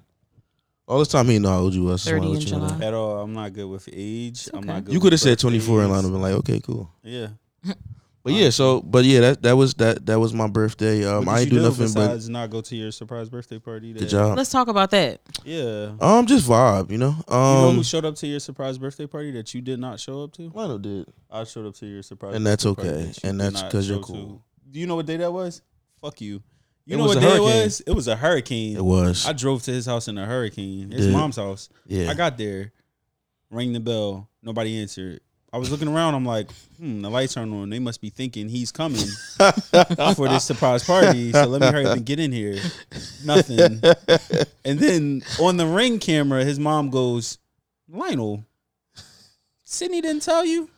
Speaker 1: All this time he didn't know how old you was.
Speaker 2: 30 in
Speaker 1: You, know
Speaker 2: July.
Speaker 1: that.
Speaker 3: At all. I'm not good with age. I'm
Speaker 2: okay.
Speaker 3: not good
Speaker 1: you
Speaker 3: with
Speaker 1: could have said twenty four and line have
Speaker 3: birthdays.
Speaker 1: been like, okay, cool.
Speaker 3: Yeah.
Speaker 1: But yeah, so but yeah, that that was that that was my birthday. Um,
Speaker 3: What
Speaker 1: I
Speaker 3: did
Speaker 1: ain't
Speaker 3: you
Speaker 1: do nothing
Speaker 3: besides not go to your surprise birthday party.
Speaker 1: but
Speaker 3: that-
Speaker 1: good job.
Speaker 2: Let's talk about that.
Speaker 3: Yeah.
Speaker 1: Um, just vibe, you know.
Speaker 3: You know
Speaker 1: Um,
Speaker 3: who showed up to your surprise birthday party that you did not show up to?
Speaker 1: Lionel did.
Speaker 3: I showed up to your surprise,
Speaker 1: And that's
Speaker 3: birthday party
Speaker 1: okay.
Speaker 3: you
Speaker 1: And
Speaker 3: did
Speaker 1: that's
Speaker 3: not
Speaker 1: 'cause you're
Speaker 3: show
Speaker 1: cool.
Speaker 3: to. Do you know what day that was? Fuck you. You
Speaker 1: It
Speaker 3: know
Speaker 1: was
Speaker 3: what
Speaker 1: a
Speaker 3: day
Speaker 1: hurricane.
Speaker 3: it was? It was a hurricane.
Speaker 1: It was.
Speaker 3: I drove to his house in a hurricane. His
Speaker 1: Dude.
Speaker 3: mom's house.
Speaker 1: yeah.
Speaker 3: I got there, rang the bell. Nobody answered. I was looking around. I'm like, hmm, the lights aren't on. They must be thinking he's coming for this surprise party. So let me hurry up and get in here. Nothing. And then on the ring camera, his mom goes, Lionel, Sydney didn't tell you.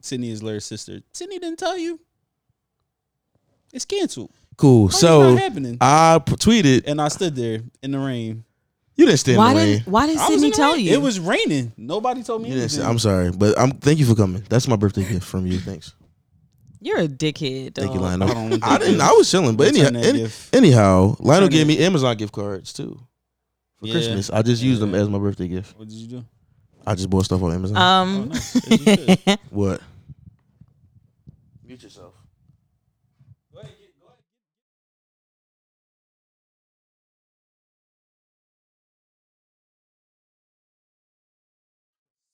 Speaker 3: Sydney is Larry's sister. Sydney didn't tell you. It's canceled.
Speaker 1: cool.
Speaker 3: Party's
Speaker 1: So
Speaker 3: not happening.
Speaker 1: I p- tweeted.
Speaker 3: and I stood there in the rain.
Speaker 1: You didn't stand
Speaker 2: Why
Speaker 1: in the rain.
Speaker 2: didn't Why did
Speaker 3: I was
Speaker 2: Sydney
Speaker 3: in the
Speaker 2: tell
Speaker 3: rain.
Speaker 2: you?
Speaker 3: It was raining. Nobody told me.
Speaker 1: You didn't
Speaker 3: anything.
Speaker 1: say, I'm sorry, but I'm thank you for coming. That's my birthday gift from you. Thanks.
Speaker 2: You're a dickhead. Dog.
Speaker 1: Thank you,
Speaker 3: I don't
Speaker 1: Lionel.
Speaker 3: think
Speaker 1: Uh, I didn't.
Speaker 3: you-
Speaker 1: I was chilling, but
Speaker 3: Return
Speaker 1: anyhow,
Speaker 3: that
Speaker 1: any,
Speaker 3: gift.
Speaker 1: anyhow, Lionel
Speaker 3: Return
Speaker 1: gave
Speaker 3: it.
Speaker 1: me Amazon gift cards too for
Speaker 3: Yeah.
Speaker 1: Christmas. I just used them
Speaker 3: Yeah.
Speaker 1: as my birthday gift.
Speaker 3: What did you do?
Speaker 1: I just bought stuff on Amazon.
Speaker 3: Oh,
Speaker 2: Um,
Speaker 3: nice. As you should.
Speaker 1: what?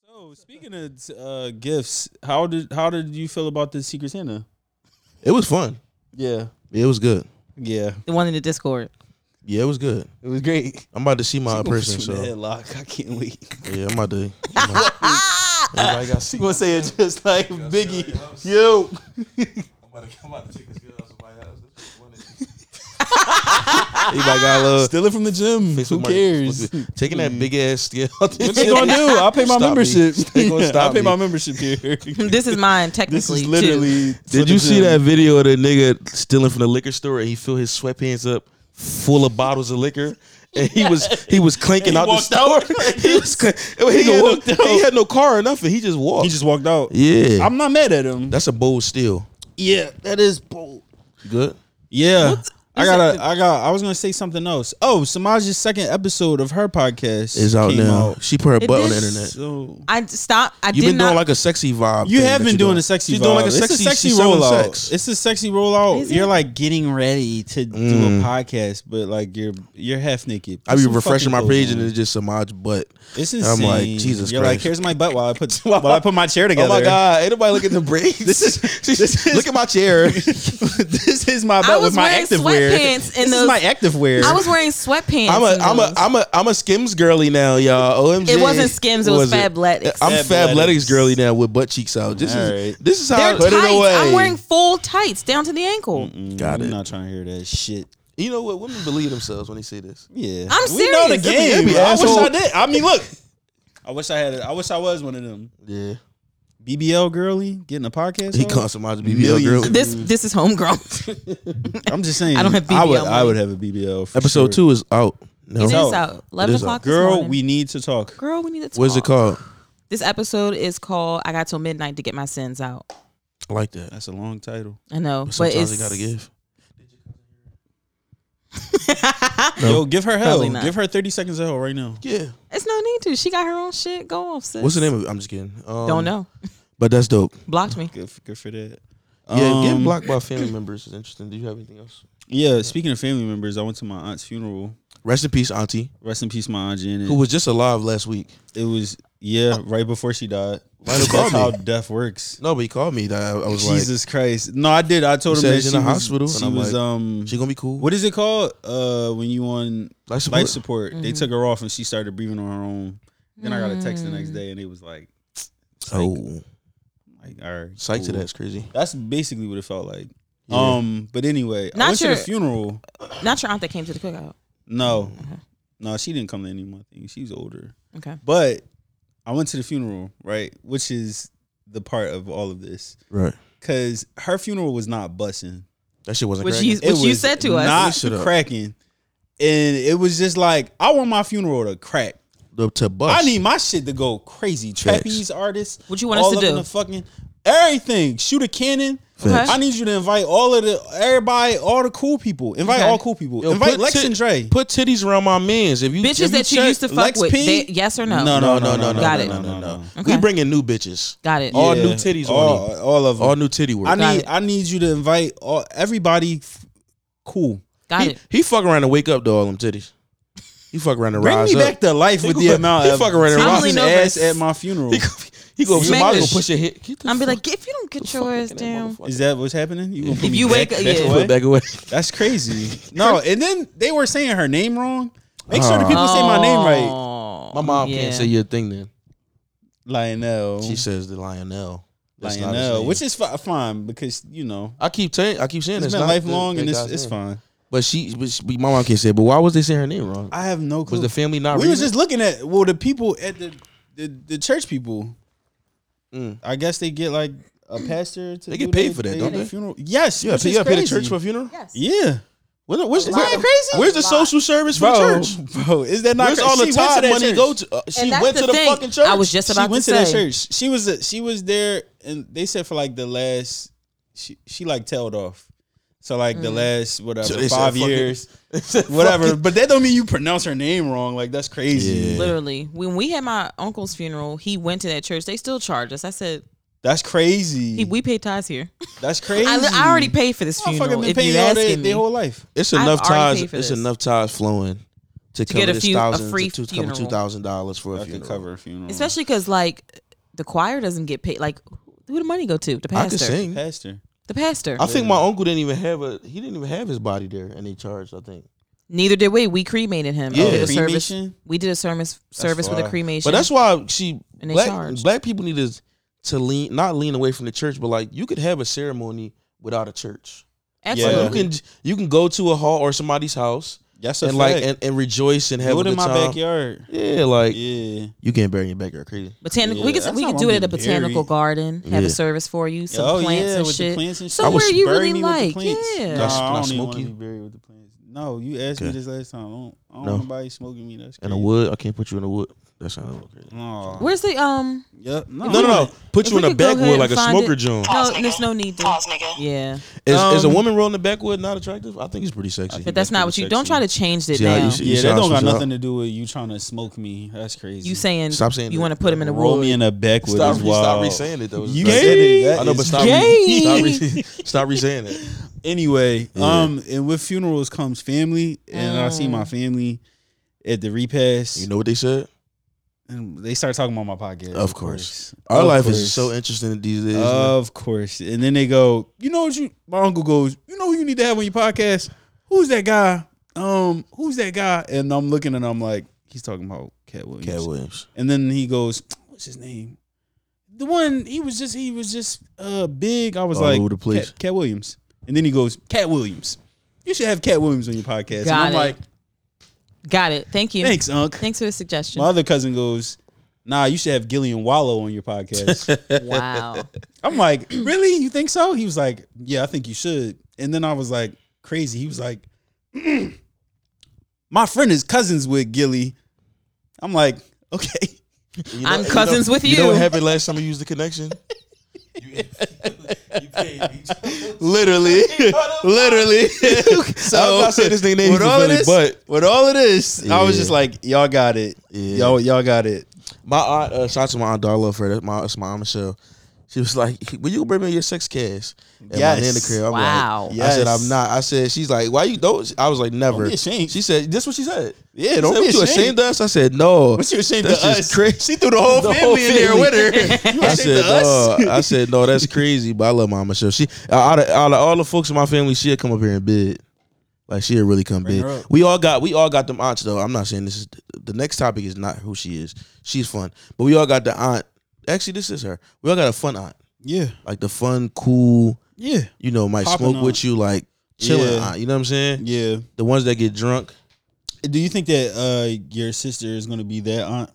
Speaker 3: Oh, speaking of uh, gifts, how did how did you feel about the Secret Santa?
Speaker 1: It was fun.
Speaker 3: Yeah,
Speaker 1: It was good.
Speaker 3: yeah,
Speaker 2: The one in the Discord.
Speaker 1: Yeah, it was good.
Speaker 3: it was great.
Speaker 1: I'm about to see my person, so
Speaker 3: headlock. I can't wait.
Speaker 1: yeah, I'm about to. I'm about- Everybody got see.
Speaker 3: gonna say it just like Biggie. Yo,
Speaker 1: I'm about to take this girl out somebody else.
Speaker 3: everybody got love.
Speaker 1: Stealing from the gym.
Speaker 3: Who cares?
Speaker 1: Taking that big ass scale. Hmm. What
Speaker 3: What they gonna do? I pay my
Speaker 1: Stop me.
Speaker 3: membership.
Speaker 1: They gonna
Speaker 3: I
Speaker 1: stop
Speaker 3: pay
Speaker 1: me.
Speaker 3: my membership here.
Speaker 2: This is mine technically.
Speaker 3: this is
Speaker 2: too.
Speaker 3: literally. for
Speaker 1: Did
Speaker 3: the
Speaker 1: you see
Speaker 3: gym.
Speaker 1: that video of the nigga stealing from the liquor store? And he filled his sweatpants up full of bottles of liquor, and he was he was clinking out the
Speaker 3: walked
Speaker 1: store. he was clink- he,
Speaker 3: He
Speaker 1: could walk-
Speaker 3: looked out.
Speaker 1: he had no car or nothing. He just walked.
Speaker 3: He just walked out.
Speaker 1: yeah,
Speaker 3: I'm not mad at him.
Speaker 1: that's a bold steal.
Speaker 3: Yeah, that is bold.
Speaker 1: Good.
Speaker 3: Yeah. I got I got I was going to say something else. Oh, Samaja's second episode of her podcast
Speaker 1: Is out
Speaker 3: came
Speaker 1: now.
Speaker 3: out.
Speaker 1: She put her
Speaker 2: It
Speaker 1: butt on the
Speaker 2: is-
Speaker 1: internet.
Speaker 3: So
Speaker 2: I d- stopped. I
Speaker 1: You've
Speaker 2: did
Speaker 1: been
Speaker 2: not.
Speaker 1: doing like a sexy vibe.
Speaker 3: you
Speaker 1: thing
Speaker 3: have
Speaker 1: that
Speaker 3: been
Speaker 1: you're
Speaker 3: doing a sexy
Speaker 1: She's
Speaker 3: vibe.
Speaker 1: doing like a
Speaker 3: It's
Speaker 1: sexy,
Speaker 3: a sexy
Speaker 1: she's selling
Speaker 3: rollout.
Speaker 1: sex.
Speaker 3: It's a sexy rollout.
Speaker 2: Is it?
Speaker 3: You're like getting ready to do a podcast but like you're you're half naked.
Speaker 1: Mm. I
Speaker 3: Put
Speaker 1: be
Speaker 3: some
Speaker 1: refreshing my
Speaker 3: fucking
Speaker 1: page
Speaker 3: clothes
Speaker 1: and
Speaker 3: on.
Speaker 1: it's just Samaj butt.
Speaker 3: it's
Speaker 1: I'm
Speaker 3: insane.
Speaker 1: like, Jesus
Speaker 3: You're like
Speaker 1: Christ. Oh
Speaker 3: here's my butt while I put while I put my chair together.
Speaker 1: god! Anybody look at the braids? this is
Speaker 3: this is-
Speaker 1: look at my chair.
Speaker 3: this is my
Speaker 2: I
Speaker 3: butt
Speaker 2: was
Speaker 3: with my
Speaker 2: wearing
Speaker 3: active wear.
Speaker 2: sweatpants in
Speaker 3: This is
Speaker 2: those-
Speaker 3: my active wear.
Speaker 2: I was wearing sweatpants.
Speaker 1: I'm a
Speaker 2: in
Speaker 1: I'm a
Speaker 2: those.
Speaker 1: I'm a I'm a Skims girly now, y'all. OMG.
Speaker 2: It wasn't Skims. It was, Fabletics.
Speaker 1: I'm
Speaker 3: Fabletics.
Speaker 1: Fabletics girly now with butt cheeks out. This is
Speaker 3: Alright.
Speaker 1: this is how
Speaker 2: They're
Speaker 1: I put
Speaker 2: tights.
Speaker 1: it away. Mm.
Speaker 2: I'm wearing full tights down to the ankle.
Speaker 1: Got
Speaker 3: Mm, I'm
Speaker 1: it.
Speaker 3: not trying to hear that shit.
Speaker 1: You know what? Women believe themselves when they see this.
Speaker 3: Yeah,
Speaker 2: I'm
Speaker 3: We know
Speaker 2: serious.
Speaker 3: the game.
Speaker 1: It'd be
Speaker 3: I wish
Speaker 1: asshole.
Speaker 3: I did. I mean, look, I wish I had. It. I wish I was one of them.
Speaker 1: Yeah,
Speaker 3: BBL girly getting a podcast.
Speaker 1: he
Speaker 3: on?
Speaker 1: calls Samaj BBL
Speaker 3: Millions.
Speaker 1: girl.
Speaker 2: This this is homegrown.
Speaker 3: I'm just saying.
Speaker 2: I don't have
Speaker 3: I would.
Speaker 2: BBL
Speaker 3: I would
Speaker 2: money.
Speaker 3: have a BBL. For
Speaker 1: Episode
Speaker 3: sure.
Speaker 1: two is out. No.
Speaker 2: It is
Speaker 3: out.
Speaker 2: out. Eleven
Speaker 1: is out.
Speaker 2: o'clock. this
Speaker 3: Girl,
Speaker 2: morning.
Speaker 3: we need to talk.
Speaker 2: Girl, we need to talk.
Speaker 1: What is it called?
Speaker 2: This episode is called "I Got Till Midnight to Get My Sins Out."
Speaker 1: I like that.
Speaker 3: That's a long title.
Speaker 2: I know, but,
Speaker 1: Sometimes
Speaker 2: it's
Speaker 1: you gotta give.
Speaker 3: Yo, give her hell.
Speaker 2: Probably not.
Speaker 3: Give her 30 seconds of hell right now.
Speaker 1: Yeah.
Speaker 2: it's no need to. She got her own shit. Go off, sis.
Speaker 1: What's the name of it? I'm just kidding. Um,
Speaker 2: Don't know.
Speaker 1: But that's dope.
Speaker 2: Blocked me.
Speaker 3: Good, for, good for that.
Speaker 1: Yeah, getting
Speaker 3: Um,
Speaker 1: blocked by family members is interesting. Do you have anything else?
Speaker 3: Yeah. Speaking of family members, I went to my aunt's funeral.
Speaker 1: Rest in peace, Auntie,
Speaker 3: Rest in peace, my aunt Janet.
Speaker 1: who was just alive last week.
Speaker 3: it was yeah, right before she died.
Speaker 1: Why don't call
Speaker 3: That's how
Speaker 1: me?
Speaker 3: death works.
Speaker 1: No, but he called me. That I, I was
Speaker 3: Jesus Christ. No, I did. I told
Speaker 1: You
Speaker 3: him
Speaker 1: said
Speaker 3: that
Speaker 1: she's
Speaker 3: she
Speaker 1: in the
Speaker 3: was,
Speaker 1: hospital, and
Speaker 3: She
Speaker 1: I'm
Speaker 3: was
Speaker 1: like,
Speaker 3: um
Speaker 1: like, she gonna be cool.
Speaker 3: What is it called? Uh, when you on
Speaker 1: Life support?
Speaker 3: life support, they
Speaker 2: Mm-hmm.
Speaker 3: took her off and she started breathing on her own. Then I got a text the
Speaker 2: Mm.
Speaker 3: next day and it was like,
Speaker 1: Oh,
Speaker 3: like all right,
Speaker 1: psych to
Speaker 3: cool.
Speaker 1: that's crazy.
Speaker 3: That's basically what it felt like.
Speaker 1: Yeah.
Speaker 3: Um, but anyway, I
Speaker 2: Not
Speaker 3: went
Speaker 2: your-
Speaker 3: to the funeral.
Speaker 2: Not your aunt that came to the cookout.
Speaker 3: No,
Speaker 2: Uh-huh.
Speaker 3: no, she didn't come to any of my things. She was older.
Speaker 2: Okay.
Speaker 3: But I went to the funeral, right? Which is the part of all of this
Speaker 1: Right.
Speaker 3: because her funeral was not bussing.
Speaker 1: That shit wasn't.
Speaker 2: Which
Speaker 1: cracking.
Speaker 2: you which you said to us.
Speaker 3: not
Speaker 1: Shut up.
Speaker 3: cracking, and it was just like I want my funeral to crack.
Speaker 1: The- to bust.
Speaker 3: I need my shit to go crazy.
Speaker 1: Oh, Facts.
Speaker 3: Trapeze artists,
Speaker 2: What you want us
Speaker 3: all
Speaker 2: to
Speaker 3: up in
Speaker 2: do?
Speaker 3: The fucking everything. Shoot a cannon.
Speaker 1: Facts.
Speaker 3: I need you to invite all of the everybody, all the cool people. Invite
Speaker 2: Okay.
Speaker 3: all cool people.
Speaker 1: Yo,
Speaker 3: invite
Speaker 1: put
Speaker 3: Lex
Speaker 1: tit-
Speaker 3: and Dre.
Speaker 1: Put titties around my man's. If you if
Speaker 2: Bitches that you
Speaker 1: check-
Speaker 2: used to fuck
Speaker 3: Lex
Speaker 2: with.
Speaker 3: P?
Speaker 2: they- yes or no?
Speaker 3: No,
Speaker 1: No, no, no, no.
Speaker 2: Got
Speaker 1: no,
Speaker 2: it.
Speaker 1: No, no, no.
Speaker 2: Okay.
Speaker 1: We bringing new bitches.
Speaker 2: Got it.
Speaker 1: All
Speaker 3: Yeah.
Speaker 1: new titties on
Speaker 3: all,
Speaker 1: it.
Speaker 3: all of them.
Speaker 1: All new titty
Speaker 3: I
Speaker 1: work.
Speaker 2: Got
Speaker 3: need
Speaker 2: it.
Speaker 3: I need you to invite all everybody. f- Cool.
Speaker 2: Got
Speaker 1: he,
Speaker 2: it.
Speaker 1: he fuck around and wake up to all them titties. He fuck around and
Speaker 3: Bring
Speaker 1: rise
Speaker 3: me
Speaker 1: up.
Speaker 3: back to life with
Speaker 1: He
Speaker 3: the amount
Speaker 1: fuck
Speaker 3: of
Speaker 1: around and
Speaker 3: titties
Speaker 1: rock.
Speaker 2: I'm leaning over.
Speaker 3: ass at my funeral.
Speaker 1: He go, he go
Speaker 2: Smack
Speaker 1: somebody
Speaker 2: the
Speaker 1: gonna
Speaker 2: sh-
Speaker 1: push your hit. Get the
Speaker 2: I'm be
Speaker 1: fuck-
Speaker 2: like, if you don't
Speaker 1: the
Speaker 2: get
Speaker 1: fuck
Speaker 2: your ass
Speaker 1: in that
Speaker 2: down,
Speaker 1: motherfucker.
Speaker 3: Is that what's happening? You gonna put
Speaker 2: If
Speaker 3: me
Speaker 2: you
Speaker 3: back,
Speaker 2: wake up-
Speaker 3: back
Speaker 2: yeah.
Speaker 3: away?
Speaker 1: Put back away.
Speaker 3: That's crazy. No, and then they were saying her name wrong. Make sure the
Speaker 1: Oh.
Speaker 3: people say my name right.
Speaker 1: My mom
Speaker 2: Oh, yeah.
Speaker 1: can't say your thing then.
Speaker 3: Lionel.
Speaker 1: She says the Lionel. That's not his
Speaker 3: Lionel,
Speaker 1: name.
Speaker 3: which is fi- fine because you know
Speaker 1: I keep saying, I keep saying
Speaker 3: it's
Speaker 1: it's
Speaker 3: been
Speaker 1: not
Speaker 3: lifelong
Speaker 1: the-
Speaker 3: and
Speaker 1: that
Speaker 3: it's
Speaker 1: guy's
Speaker 3: it's
Speaker 1: name.
Speaker 3: fine.
Speaker 1: But she, but she, my mom can't say. But why was they saying her name wrong?
Speaker 3: I have no clue.
Speaker 1: was the family not?
Speaker 3: we was
Speaker 1: reading
Speaker 3: just looking at well the people at the the, the church people.
Speaker 1: Mm.
Speaker 3: I guess they get like a pastor to
Speaker 1: They
Speaker 3: do
Speaker 1: get paid
Speaker 3: their-
Speaker 1: for that,
Speaker 3: their
Speaker 1: don't they?
Speaker 3: Funeral. Yes,
Speaker 1: it? Yeah,
Speaker 3: which
Speaker 1: so you
Speaker 3: is
Speaker 1: gotta pay the
Speaker 3: crazy.
Speaker 1: church for a funeral.
Speaker 2: Yes.
Speaker 3: Yeah,
Speaker 1: Where the- where's,
Speaker 2: Is
Speaker 1: where-
Speaker 2: that crazy?
Speaker 1: Where's the
Speaker 2: Lot.
Speaker 1: social service for
Speaker 3: bro,
Speaker 1: church?
Speaker 3: bro, is that not?
Speaker 1: Where's
Speaker 3: crazy?
Speaker 1: all the
Speaker 3: She went to
Speaker 1: tide
Speaker 3: that
Speaker 1: money
Speaker 3: church.
Speaker 1: go to? Uh, she
Speaker 2: that's
Speaker 1: went
Speaker 2: the
Speaker 1: to the
Speaker 2: thing.
Speaker 1: fucking church.
Speaker 2: I was just about
Speaker 3: she went
Speaker 2: to
Speaker 3: to, that
Speaker 2: say.
Speaker 3: church. She was uh, she was there, and they said for like the last she she like tailed off. So like
Speaker 2: Mm.
Speaker 3: the last whatever
Speaker 1: So they said
Speaker 3: five
Speaker 1: fuck it.
Speaker 3: years, whatever. But that don't mean you pronounce her name wrong. Like that's crazy.
Speaker 1: Yeah.
Speaker 2: Literally, when we had my uncle's funeral, he went to that church. They still charged us. I said,
Speaker 3: That's crazy.
Speaker 2: he, "We pay tithes here.
Speaker 3: that's crazy.
Speaker 2: I, li- I already paid for this
Speaker 3: Motherfucker
Speaker 2: funeral.
Speaker 3: been
Speaker 2: If you
Speaker 3: paying all their,
Speaker 2: asking me,
Speaker 3: their whole life.
Speaker 1: It's
Speaker 2: I've
Speaker 1: enough
Speaker 2: already
Speaker 1: ties.
Speaker 2: paid for
Speaker 1: It's
Speaker 2: this.
Speaker 1: enough ties flowing to cover
Speaker 2: get a
Speaker 1: this
Speaker 2: few- a
Speaker 1: thousand
Speaker 2: free
Speaker 1: to two,
Speaker 2: funeral.
Speaker 1: thousand dollars for a
Speaker 3: I could
Speaker 1: funeral.
Speaker 3: cover a funeral.
Speaker 2: especially because like the choir doesn't get paid. Like, who the money go to? The
Speaker 1: I can
Speaker 2: pastor.
Speaker 1: sing.
Speaker 3: Pastor.
Speaker 2: The pastor.
Speaker 1: I think my uncle didn't even have a. He didn't even have his body there, and they charged. I think.
Speaker 2: Neither did we. We cremated him.
Speaker 1: Yeah.
Speaker 2: We did a service.
Speaker 3: Cremation?
Speaker 2: We did a service service with a
Speaker 3: wild.
Speaker 2: cremation.
Speaker 1: But that's why she
Speaker 2: And they
Speaker 1: black,
Speaker 2: charged.
Speaker 1: black people need to to lean not lean away from the church, but like you could have a ceremony without a church. Like,
Speaker 2: absolutely.
Speaker 1: you can you can go to a hall or somebody's house
Speaker 3: That's a
Speaker 1: and
Speaker 3: fact.
Speaker 1: like and, and rejoice and have
Speaker 3: Do
Speaker 1: a
Speaker 3: it
Speaker 1: good
Speaker 3: in my
Speaker 1: time.
Speaker 3: backyard.
Speaker 1: Yeah, like
Speaker 3: Yeah.
Speaker 1: you can't bury in your backyard, crazy.
Speaker 2: Botanical.
Speaker 3: Yeah,
Speaker 2: we could
Speaker 3: that's
Speaker 2: we
Speaker 3: how
Speaker 2: could
Speaker 3: I'm
Speaker 2: do it at a
Speaker 3: getting
Speaker 2: botanical
Speaker 3: buried.
Speaker 2: garden. Have
Speaker 1: Yeah.
Speaker 2: a service for you, some
Speaker 3: Oh,
Speaker 2: plants
Speaker 3: yeah,
Speaker 2: and
Speaker 3: with the
Speaker 2: shit.
Speaker 3: plants and shit. I
Speaker 2: Somewhere
Speaker 1: was
Speaker 2: you
Speaker 3: Bury
Speaker 2: really
Speaker 3: me with the
Speaker 2: like.
Speaker 3: plants.
Speaker 2: Yeah.
Speaker 3: Nah,
Speaker 1: That's- that's
Speaker 3: I don't even want to
Speaker 1: smoky.
Speaker 3: be buried with the plants. No, you asked me
Speaker 1: Okay.
Speaker 3: this last time. I don't, I don't
Speaker 1: No.
Speaker 3: want nobody smoking me. That's
Speaker 1: In
Speaker 3: crazy.
Speaker 1: the wood, I can't put you in the wood. That's not crazy.
Speaker 3: No.
Speaker 2: Where's the um?
Speaker 3: Yep. No,
Speaker 1: No, no, no. Put
Speaker 2: If
Speaker 1: you in
Speaker 2: we
Speaker 1: a
Speaker 2: could go ahead
Speaker 1: backwood
Speaker 2: and
Speaker 1: like a
Speaker 2: find
Speaker 1: smoker
Speaker 2: it-
Speaker 1: joint.
Speaker 2: No, there's no need to. Yeah,
Speaker 1: Is, is a
Speaker 3: Um,
Speaker 1: woman rolling the backwood not attractive? I think it's pretty sexy.
Speaker 2: but that's not what you. Don't try to change it
Speaker 1: See how you
Speaker 2: now.
Speaker 1: see-
Speaker 3: Yeah, that
Speaker 1: sound
Speaker 3: don't got
Speaker 1: switch it
Speaker 3: nothing to do with you trying to smoke me. That's crazy.
Speaker 2: You saying
Speaker 1: Stop saying
Speaker 2: you
Speaker 1: that.
Speaker 2: want to put him in a
Speaker 3: roll me
Speaker 2: wood?
Speaker 3: in a backwood
Speaker 1: Stop,
Speaker 3: as
Speaker 1: re-
Speaker 3: well.
Speaker 1: stop re-saying it though.
Speaker 3: You
Speaker 1: Like,
Speaker 3: said it. That
Speaker 1: I know, but
Speaker 3: is
Speaker 1: stop, re-
Speaker 2: gay.
Speaker 1: stop, re- stop re-saying it.
Speaker 3: Anyway,
Speaker 1: Yeah.
Speaker 3: um, and with funerals comes family, and I
Speaker 2: Oh.
Speaker 3: see my family at the repast,
Speaker 1: You know what they said?
Speaker 3: and they start talking about my podcast.
Speaker 1: Of course. Our
Speaker 3: Of
Speaker 1: life
Speaker 3: course.
Speaker 1: is so interesting these days. man.
Speaker 3: Of course. And then they go, you know what you my uncle goes, you know who you need to have on your podcast? Who's that guy? Um, who's that guy? And I'm looking and I'm like, he's talking about Cat Williams.
Speaker 1: Cat Williams.
Speaker 3: And then he goes, what's his name? The one he was just he was just uh big. I was
Speaker 1: All
Speaker 3: like
Speaker 1: over the place.
Speaker 3: Cat, Cat Williams. And then he goes, Cat Williams. You should have Cat Williams on your podcast. and
Speaker 2: Got
Speaker 3: I'm
Speaker 2: it.
Speaker 3: like,
Speaker 2: Got it. Thank you.
Speaker 3: thanks, Unc.
Speaker 2: Thanks for the suggestion.
Speaker 3: My other cousin goes, Nah, you should have Gillian Wallow on your podcast.
Speaker 2: Wow.
Speaker 3: I'm like, really? You think so? He was like, yeah, I think you should. And then I was like, crazy. He was like, "Mm, my friend is cousins with Gilly. I'm like, okay.
Speaker 1: You
Speaker 2: I'm cousins
Speaker 1: know,
Speaker 2: with
Speaker 1: know what
Speaker 2: you.
Speaker 1: happened last time we used the connection? literally, literally.
Speaker 3: So
Speaker 1: I was about to say this nigga name
Speaker 3: with
Speaker 1: is
Speaker 3: all of
Speaker 1: really
Speaker 3: this,
Speaker 1: butt.
Speaker 3: with all of this, I was
Speaker 1: Yeah.
Speaker 3: just like, y'all got it.
Speaker 1: Yeah.
Speaker 3: Y'all, y'all got it.
Speaker 1: My aunt, uh, shout out to my aunt, I love her. That's my, that's my aunt Michelle. She was like, "Will you bring me your sex cast?" And
Speaker 3: Yes.
Speaker 1: my nana crib. I'm
Speaker 2: Wow.
Speaker 1: Like, I said,
Speaker 3: Yes.
Speaker 1: "I'm not." I said, "She's like, why you don't?" I was like, "Never."
Speaker 3: be ashamed.
Speaker 1: She said, "This what she said."
Speaker 3: Yeah,
Speaker 1: She
Speaker 3: don't
Speaker 1: said,
Speaker 3: be
Speaker 1: "What you
Speaker 3: ashamed.
Speaker 1: ashamed of us. I said, "No."
Speaker 3: What you ashamed
Speaker 1: That's
Speaker 3: of
Speaker 1: just
Speaker 3: us?
Speaker 1: crazy.
Speaker 3: She threw the whole
Speaker 1: The whole
Speaker 3: family in there with her. You
Speaker 1: I
Speaker 3: ashamed
Speaker 1: said,
Speaker 3: of us?
Speaker 1: no, I said, no, that's crazy, but I love my Michelle. She, out of, out of all the folks in my family, she'd come up here and bid. Like, she'd really come bid.
Speaker 3: her up.
Speaker 1: We all got, we all got them aunts, though. I'm not saying this is, the next topic is not who she is. She's fun. But we all got the aunt. Actually, this is her. We all got a fun aunt.
Speaker 3: Yeah,
Speaker 1: Like, the fun, cool,
Speaker 3: yeah,
Speaker 1: you know, might
Speaker 3: Popping
Speaker 1: smoke
Speaker 3: aunt.
Speaker 1: with you, like, chilling
Speaker 3: Yeah.
Speaker 1: aunt. You know what I'm saying?
Speaker 3: yeah.
Speaker 1: The ones that get drunk.
Speaker 3: Do you think that uh, your sister is gonna be that aunt?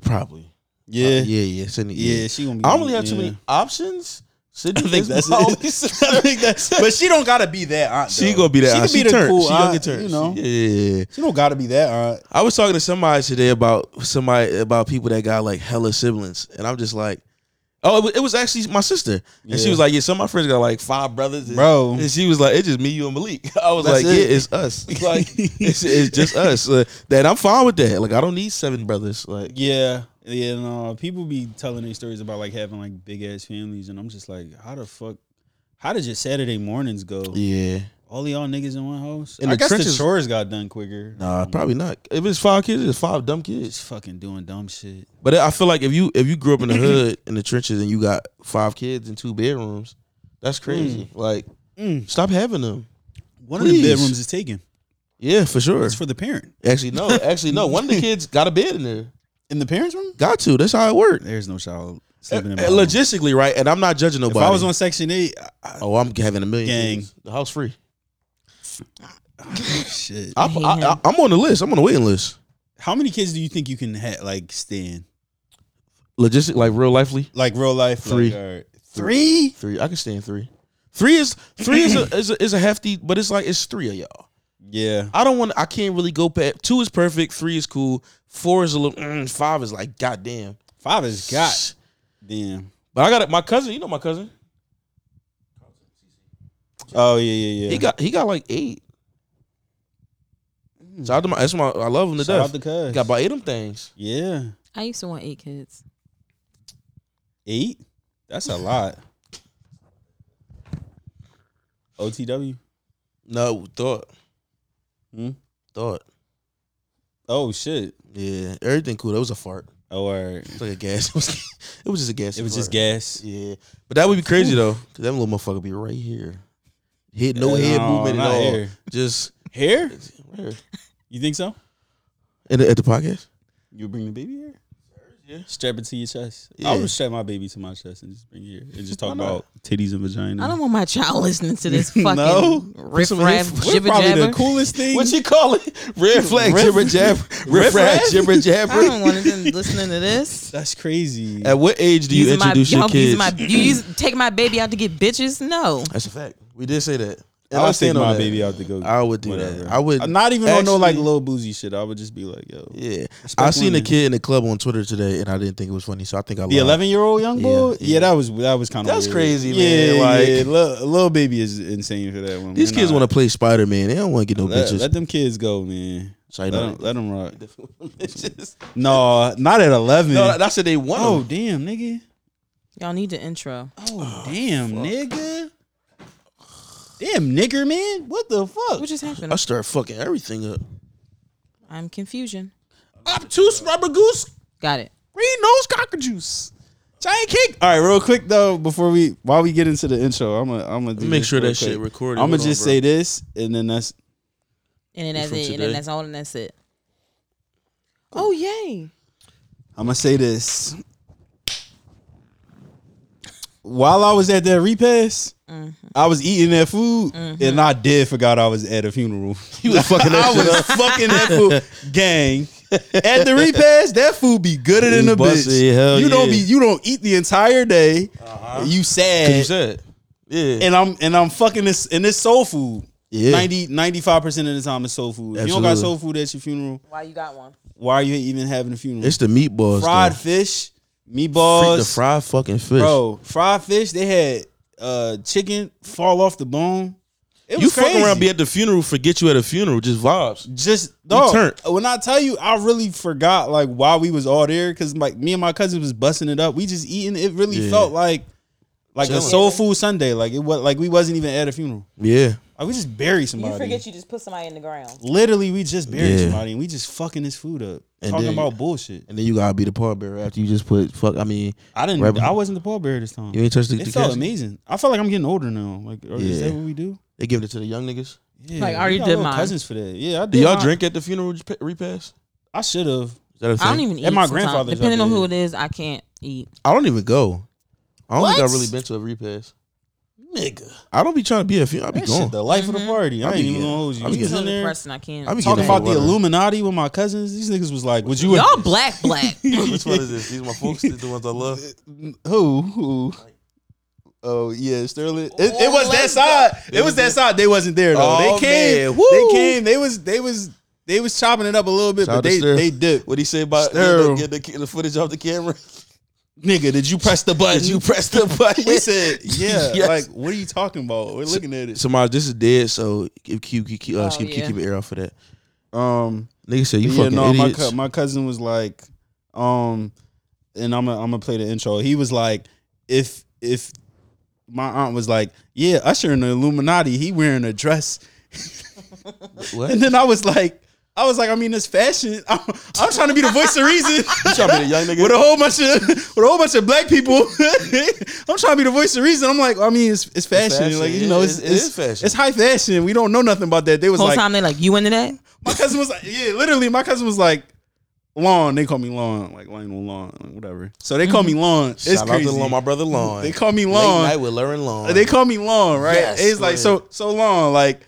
Speaker 1: Probably.
Speaker 3: Yeah,
Speaker 1: Yeah,
Speaker 3: yeah,
Speaker 1: Uh, yeah. Sydney, yeah.
Speaker 3: She gonna. Be
Speaker 1: I don't really have too
Speaker 3: yeah.
Speaker 1: many options. Sydney
Speaker 3: I think
Speaker 1: is
Speaker 3: that's
Speaker 1: my only
Speaker 3: it. I think that's, but she don't gotta be that aunt.
Speaker 1: She
Speaker 3: though.
Speaker 1: gonna be that.
Speaker 3: She
Speaker 1: aunt.
Speaker 3: can be
Speaker 1: she
Speaker 3: the
Speaker 1: turned.
Speaker 3: cool
Speaker 1: she gonna
Speaker 3: aunt,
Speaker 1: get turned.
Speaker 3: you know?
Speaker 1: She- yeah, yeah, yeah.
Speaker 3: She don't gotta be that aunt.
Speaker 1: I was talking to somebody today about somebody about people that got like hella siblings, and I'm just like, oh, it was, it was actually my sister, and she
Speaker 3: Yeah.
Speaker 1: was like, yeah, some of my friends got like five brothers, and,
Speaker 3: Bro.
Speaker 1: and she was like, it's just me, you, and Malik. I was
Speaker 3: That's
Speaker 1: like,
Speaker 3: it.
Speaker 1: yeah, it's us. It's like it's, it's just us. Uh, that I'm fine with that. Like I don't need seven brothers. Like
Speaker 3: Yeah, yeah. No, people be telling their stories about like having like big ass families, and I'm just like, how the fuck? How did your Saturday mornings go?
Speaker 1: yeah,
Speaker 3: All y'all niggas in one house.
Speaker 1: And
Speaker 3: I
Speaker 1: the
Speaker 3: guess
Speaker 1: trenches-
Speaker 3: the chores got done quicker.
Speaker 1: nah, probably not. If it's five kids, it's five dumb
Speaker 3: Just
Speaker 1: kids.
Speaker 3: fucking doing dumb shit.
Speaker 1: But I feel like if you if you grew up in the
Speaker 3: Mm-hmm.
Speaker 1: hood in the trenches and you got five kids in two bedrooms, that's crazy. Like
Speaker 3: Mm.
Speaker 1: stop having them.
Speaker 3: One of
Speaker 1: Please.
Speaker 3: the bedrooms is taken.
Speaker 1: Yeah, for sure.
Speaker 3: It's for the parent.
Speaker 1: Actually, no. Actually, no. One of the kids got a bed in there.
Speaker 3: In the parents' room,
Speaker 1: Got to. That's how it worked.
Speaker 3: there's no child
Speaker 1: Uh,
Speaker 3: sleeping in my
Speaker 1: uh,
Speaker 3: room.
Speaker 1: Logistically, right? And I'm not judging
Speaker 3: If
Speaker 1: nobody.
Speaker 3: I was on Section Eight, I,
Speaker 1: oh, I'm having a million.
Speaker 3: Gang.
Speaker 1: kids. the house free.
Speaker 3: I, shit.
Speaker 1: I,
Speaker 2: hate
Speaker 1: I,
Speaker 2: him.
Speaker 1: I, am on the list. I'm on the waiting list.
Speaker 3: How many kids do you think you can ha- like stand?
Speaker 1: Logistic, like real lifely,
Speaker 3: Like real life? like,
Speaker 1: Three.
Speaker 3: all right. Three?
Speaker 1: three. I can stand three. Three is three is a, is a is a hefty, but it's like it's three of y'all.
Speaker 3: Yeah.
Speaker 1: I don't want. I can't really go past two is perfect. Three is cool. Four is a little. mm, five is like goddamn.
Speaker 3: Five is God. Damn.
Speaker 1: But I got it. My cousin. You know my cousin.
Speaker 3: Oh yeah, yeah, yeah.
Speaker 1: He got he got like eight. Shout out to my, that's my I love him to
Speaker 3: Mm. Shout
Speaker 1: death.
Speaker 3: out to Cuz.
Speaker 1: got about eight of them things.
Speaker 3: Yeah.
Speaker 2: I used to want eight kids.
Speaker 3: Eight? That's a lot. OTW.
Speaker 1: No thought.
Speaker 3: Hmm?
Speaker 1: Thought.
Speaker 3: Oh shit. Oh,
Speaker 1: Yeah, everything cool. That was a fart.
Speaker 3: or
Speaker 1: It's like a gas. It was, it was just a gas.
Speaker 3: Oh, it was just
Speaker 1: fire.
Speaker 3: gas.
Speaker 1: Yeah, but that would be crazy though, because that little motherfucker be right here, hit no
Speaker 3: Yeah,
Speaker 1: head
Speaker 3: no,
Speaker 1: movement at
Speaker 3: not
Speaker 1: all,
Speaker 3: here.
Speaker 1: just
Speaker 3: Hair?
Speaker 1: right here.
Speaker 3: You think so?
Speaker 1: At, the, at the podcast.
Speaker 3: You bring the baby here? Strap it to your chest. I
Speaker 1: Yeah.
Speaker 3: would strap my baby to my chest and just bring it here and just talk about titties and vagina.
Speaker 2: I don't want my child listening to this fucking
Speaker 3: Mm. No.
Speaker 2: riff
Speaker 1: some
Speaker 2: raff
Speaker 1: hip-
Speaker 2: jibber
Speaker 3: Probably the
Speaker 2: jabber.
Speaker 3: coolest thing.
Speaker 1: What you call it? Red flag jibber jabber, riff raff jibber
Speaker 2: I don't
Speaker 1: jabber.
Speaker 2: want them listening to this.
Speaker 3: That's crazy.
Speaker 1: At what age do you
Speaker 2: Using my-
Speaker 1: introduce
Speaker 2: y'all
Speaker 1: your kids?
Speaker 2: using My, you use, take my baby out to get bitches? No.
Speaker 1: That's a fact. We did say that. And
Speaker 3: I
Speaker 1: I
Speaker 3: would take
Speaker 1: stand on
Speaker 3: my
Speaker 1: that.
Speaker 3: baby out to go.
Speaker 1: I would do that. I would
Speaker 3: I'm not even on no like
Speaker 1: actually-
Speaker 3: little boozy shit. I would just be like, yo,
Speaker 1: Yeah,
Speaker 3: Respect
Speaker 1: I seen a
Speaker 3: women.
Speaker 1: kid in the club on Twitter today, and I didn't think it was funny, so I think I lied.
Speaker 3: The eleven year old young boy.
Speaker 1: Yeah,
Speaker 3: Yeah,
Speaker 1: yeah.
Speaker 3: that was that was kind of
Speaker 1: That's crazy, man,
Speaker 3: Yeah,
Speaker 1: like-
Speaker 3: yeah. Little, little baby is insane for that one.
Speaker 1: These kids want to play Spider Man. They don't want to get no
Speaker 3: let,
Speaker 1: bitches.
Speaker 3: let them kids go, man.
Speaker 1: so I
Speaker 3: Let
Speaker 1: know.
Speaker 3: them, let them rock.
Speaker 1: bitches.
Speaker 3: No, not at eleven.
Speaker 1: No, that's what they want.
Speaker 3: oh damn, nigga.
Speaker 2: Y'all need the intro.
Speaker 3: Oh damn, nigga. Damn, nigger man. What the fuck?
Speaker 2: What just happened?
Speaker 1: Oh, I start fucking everything up.
Speaker 2: I'm confusion.
Speaker 3: obtuse rubber goose
Speaker 2: Got it.
Speaker 3: green nose cocker juice. Giant cake. All right, real quick though, before we while we get into the intro, I'm gonna I'm gonna
Speaker 1: Make sure that shit recorded.
Speaker 3: I'm gonna
Speaker 1: Hold on,
Speaker 3: just
Speaker 1: bro.
Speaker 3: say this, and then that's
Speaker 2: And then that's
Speaker 1: from
Speaker 2: it. And then
Speaker 1: today?
Speaker 2: that's all. And that's it. Oh yay!
Speaker 3: I'm gonna say this. While I was at that repass, I was eating that food, and I did forgot I was at a funeral.
Speaker 1: You was fucking
Speaker 3: I
Speaker 1: that shit
Speaker 3: was
Speaker 1: up.
Speaker 3: fucking that food, gang. At the repass, that food be gooder than
Speaker 1: You
Speaker 3: a
Speaker 1: busted,
Speaker 3: bitch.
Speaker 1: hell
Speaker 3: you don't be,
Speaker 1: yeah. Uh-huh.
Speaker 3: you don't eat the entire day. You sad.
Speaker 1: You said, yeah.
Speaker 3: and I'm and I'm fucking this and this soul food.
Speaker 1: Yeah.
Speaker 3: 95 percent of the time is soul food. If you don't got
Speaker 1: Absolutely.
Speaker 3: soul food at your funeral,
Speaker 2: Why you got one?
Speaker 3: why are you even having a funeral?
Speaker 1: It's the meatballs.
Speaker 3: fried
Speaker 1: though.
Speaker 3: fish,
Speaker 1: Freak
Speaker 3: meatballs,
Speaker 1: the fried fucking fish.
Speaker 3: bro. Fried fish. They had uh chicken fall off the bone. It was
Speaker 1: you
Speaker 3: crazy.
Speaker 1: fuck around, be at the funeral, forget you at a funeral. Just vibes.
Speaker 3: just dog,
Speaker 1: turned.
Speaker 3: When I tell you, I really forgot like why we was all there because like me and my cousin was busting it up. We just eating. It really
Speaker 1: Yeah.
Speaker 3: felt like like a
Speaker 1: Chilling.
Speaker 3: soul food Sunday. Like it was like we wasn't even at a funeral.
Speaker 1: Yeah,
Speaker 3: Like we just buried somebody.
Speaker 2: you just put somebody in the ground.
Speaker 3: Literally, we just buried
Speaker 1: Yeah.
Speaker 3: somebody and we just fucking this food up,
Speaker 1: And
Speaker 3: talking
Speaker 1: then-
Speaker 3: about bullshit.
Speaker 1: and then you gotta be the pallbearer after you just put fuck. I mean,
Speaker 3: I didn't.
Speaker 1: Right.
Speaker 3: I wasn't the pallbearer this time.
Speaker 1: you ain't touched the,
Speaker 3: it
Speaker 1: the
Speaker 3: felt
Speaker 1: casket.
Speaker 3: amazing. I felt like I'm getting older now. Like, or is
Speaker 1: Yeah.
Speaker 3: that what we do?
Speaker 1: They giving it to the young niggas.
Speaker 3: Yeah,
Speaker 2: Like, I
Speaker 3: we
Speaker 2: already
Speaker 3: got
Speaker 2: did
Speaker 3: little
Speaker 2: mine.
Speaker 3: Cousins for that. Yeah, I did.
Speaker 1: Do y'all
Speaker 3: mine.
Speaker 1: drink at the funeral rep- repass?
Speaker 3: I should have.
Speaker 1: Is that a thing?
Speaker 2: I don't even eat.
Speaker 3: And my
Speaker 2: sometimes.
Speaker 3: grandfather's up
Speaker 2: depending on who
Speaker 3: there.
Speaker 2: it is, I can't eat.
Speaker 1: I don't even go. I don't think
Speaker 3: What?
Speaker 1: I've really been to a repass.
Speaker 3: Nigga,
Speaker 1: I don't be trying to be at a funeral. I be
Speaker 3: that
Speaker 1: gone.
Speaker 3: shit the life
Speaker 2: Mm-hmm.
Speaker 3: of the party. I,
Speaker 1: I be
Speaker 3: ain't even
Speaker 1: getting-
Speaker 3: gonna hold you.
Speaker 1: I be
Speaker 3: We was
Speaker 1: getting-
Speaker 3: in
Speaker 2: Another
Speaker 3: there
Speaker 2: person I can't.
Speaker 1: I be
Speaker 3: talking
Speaker 1: getting
Speaker 3: about the
Speaker 1: water.
Speaker 3: Illuminati with my cousins. These niggas was like, "Would you?"
Speaker 2: Y'all black black.
Speaker 1: Which one is this? These are my folks. These the ones I love.
Speaker 3: Who? Who? Oh yeah, Sterling. It, it was that
Speaker 2: let's
Speaker 3: side. It was that side. They wasn't there
Speaker 1: Oh,
Speaker 3: though. they came.
Speaker 1: man. Woo.
Speaker 3: They came. They was. They was. They was chopping it up a little bit,
Speaker 1: Shout out
Speaker 3: but
Speaker 1: to
Speaker 3: they
Speaker 1: Ster-
Speaker 3: they dipped.
Speaker 1: What he say about
Speaker 3: Sterile.
Speaker 1: get the, get the, the footage off the camera?
Speaker 3: Nigga, did you press the button?
Speaker 1: You press the button.
Speaker 3: we said, yeah.
Speaker 1: Yes.
Speaker 3: Like, what are you talking about? We're looking at it.
Speaker 1: Samaj, this is dead. So keep keep keep, uh,
Speaker 2: Oh,
Speaker 1: keep, keep
Speaker 2: yeah.
Speaker 1: keep your ear out for that.
Speaker 3: Um,
Speaker 1: Nigga said you
Speaker 3: yeah,
Speaker 1: fucking
Speaker 3: no, my,
Speaker 1: idiots.
Speaker 3: cou- my cousin was like, um, and I'm gonna I'm gonna play the intro. He was like, if if my aunt was like, yeah, Usher in the Illuminati, he wearing a dress.
Speaker 1: what?
Speaker 3: And then I was like, I was like, I mean, it's fashion. I'm, I'm trying to be the voice of reason.
Speaker 1: trying to be the young nigga?
Speaker 3: with a whole bunch of with a whole bunch of black people. I'm trying to be the voice of reason. I'm like, I mean, it's it's fashion.
Speaker 1: fashion.
Speaker 3: Like
Speaker 1: It
Speaker 3: you know,
Speaker 1: is-
Speaker 3: it's,
Speaker 1: it
Speaker 3: it's,
Speaker 1: is fashion.
Speaker 3: It's high fashion. We don't know nothing about that. They was
Speaker 2: Whole
Speaker 3: like,
Speaker 2: time they like you into that.
Speaker 3: my cousin was like, yeah, literally, my cousin was like. Lawn, they call me Lawn, like Lionel Lawn, like, whatever. So they call me Lawn. It's
Speaker 1: Mm-hmm. Shout
Speaker 3: crazy.
Speaker 1: out to Lon, my brother Lon.
Speaker 3: They call me
Speaker 1: Late
Speaker 3: Lon.
Speaker 1: night with Lauren Lon.
Speaker 3: They call me Long, right?
Speaker 1: Yes,
Speaker 3: it's like
Speaker 1: man.
Speaker 3: so so long. Like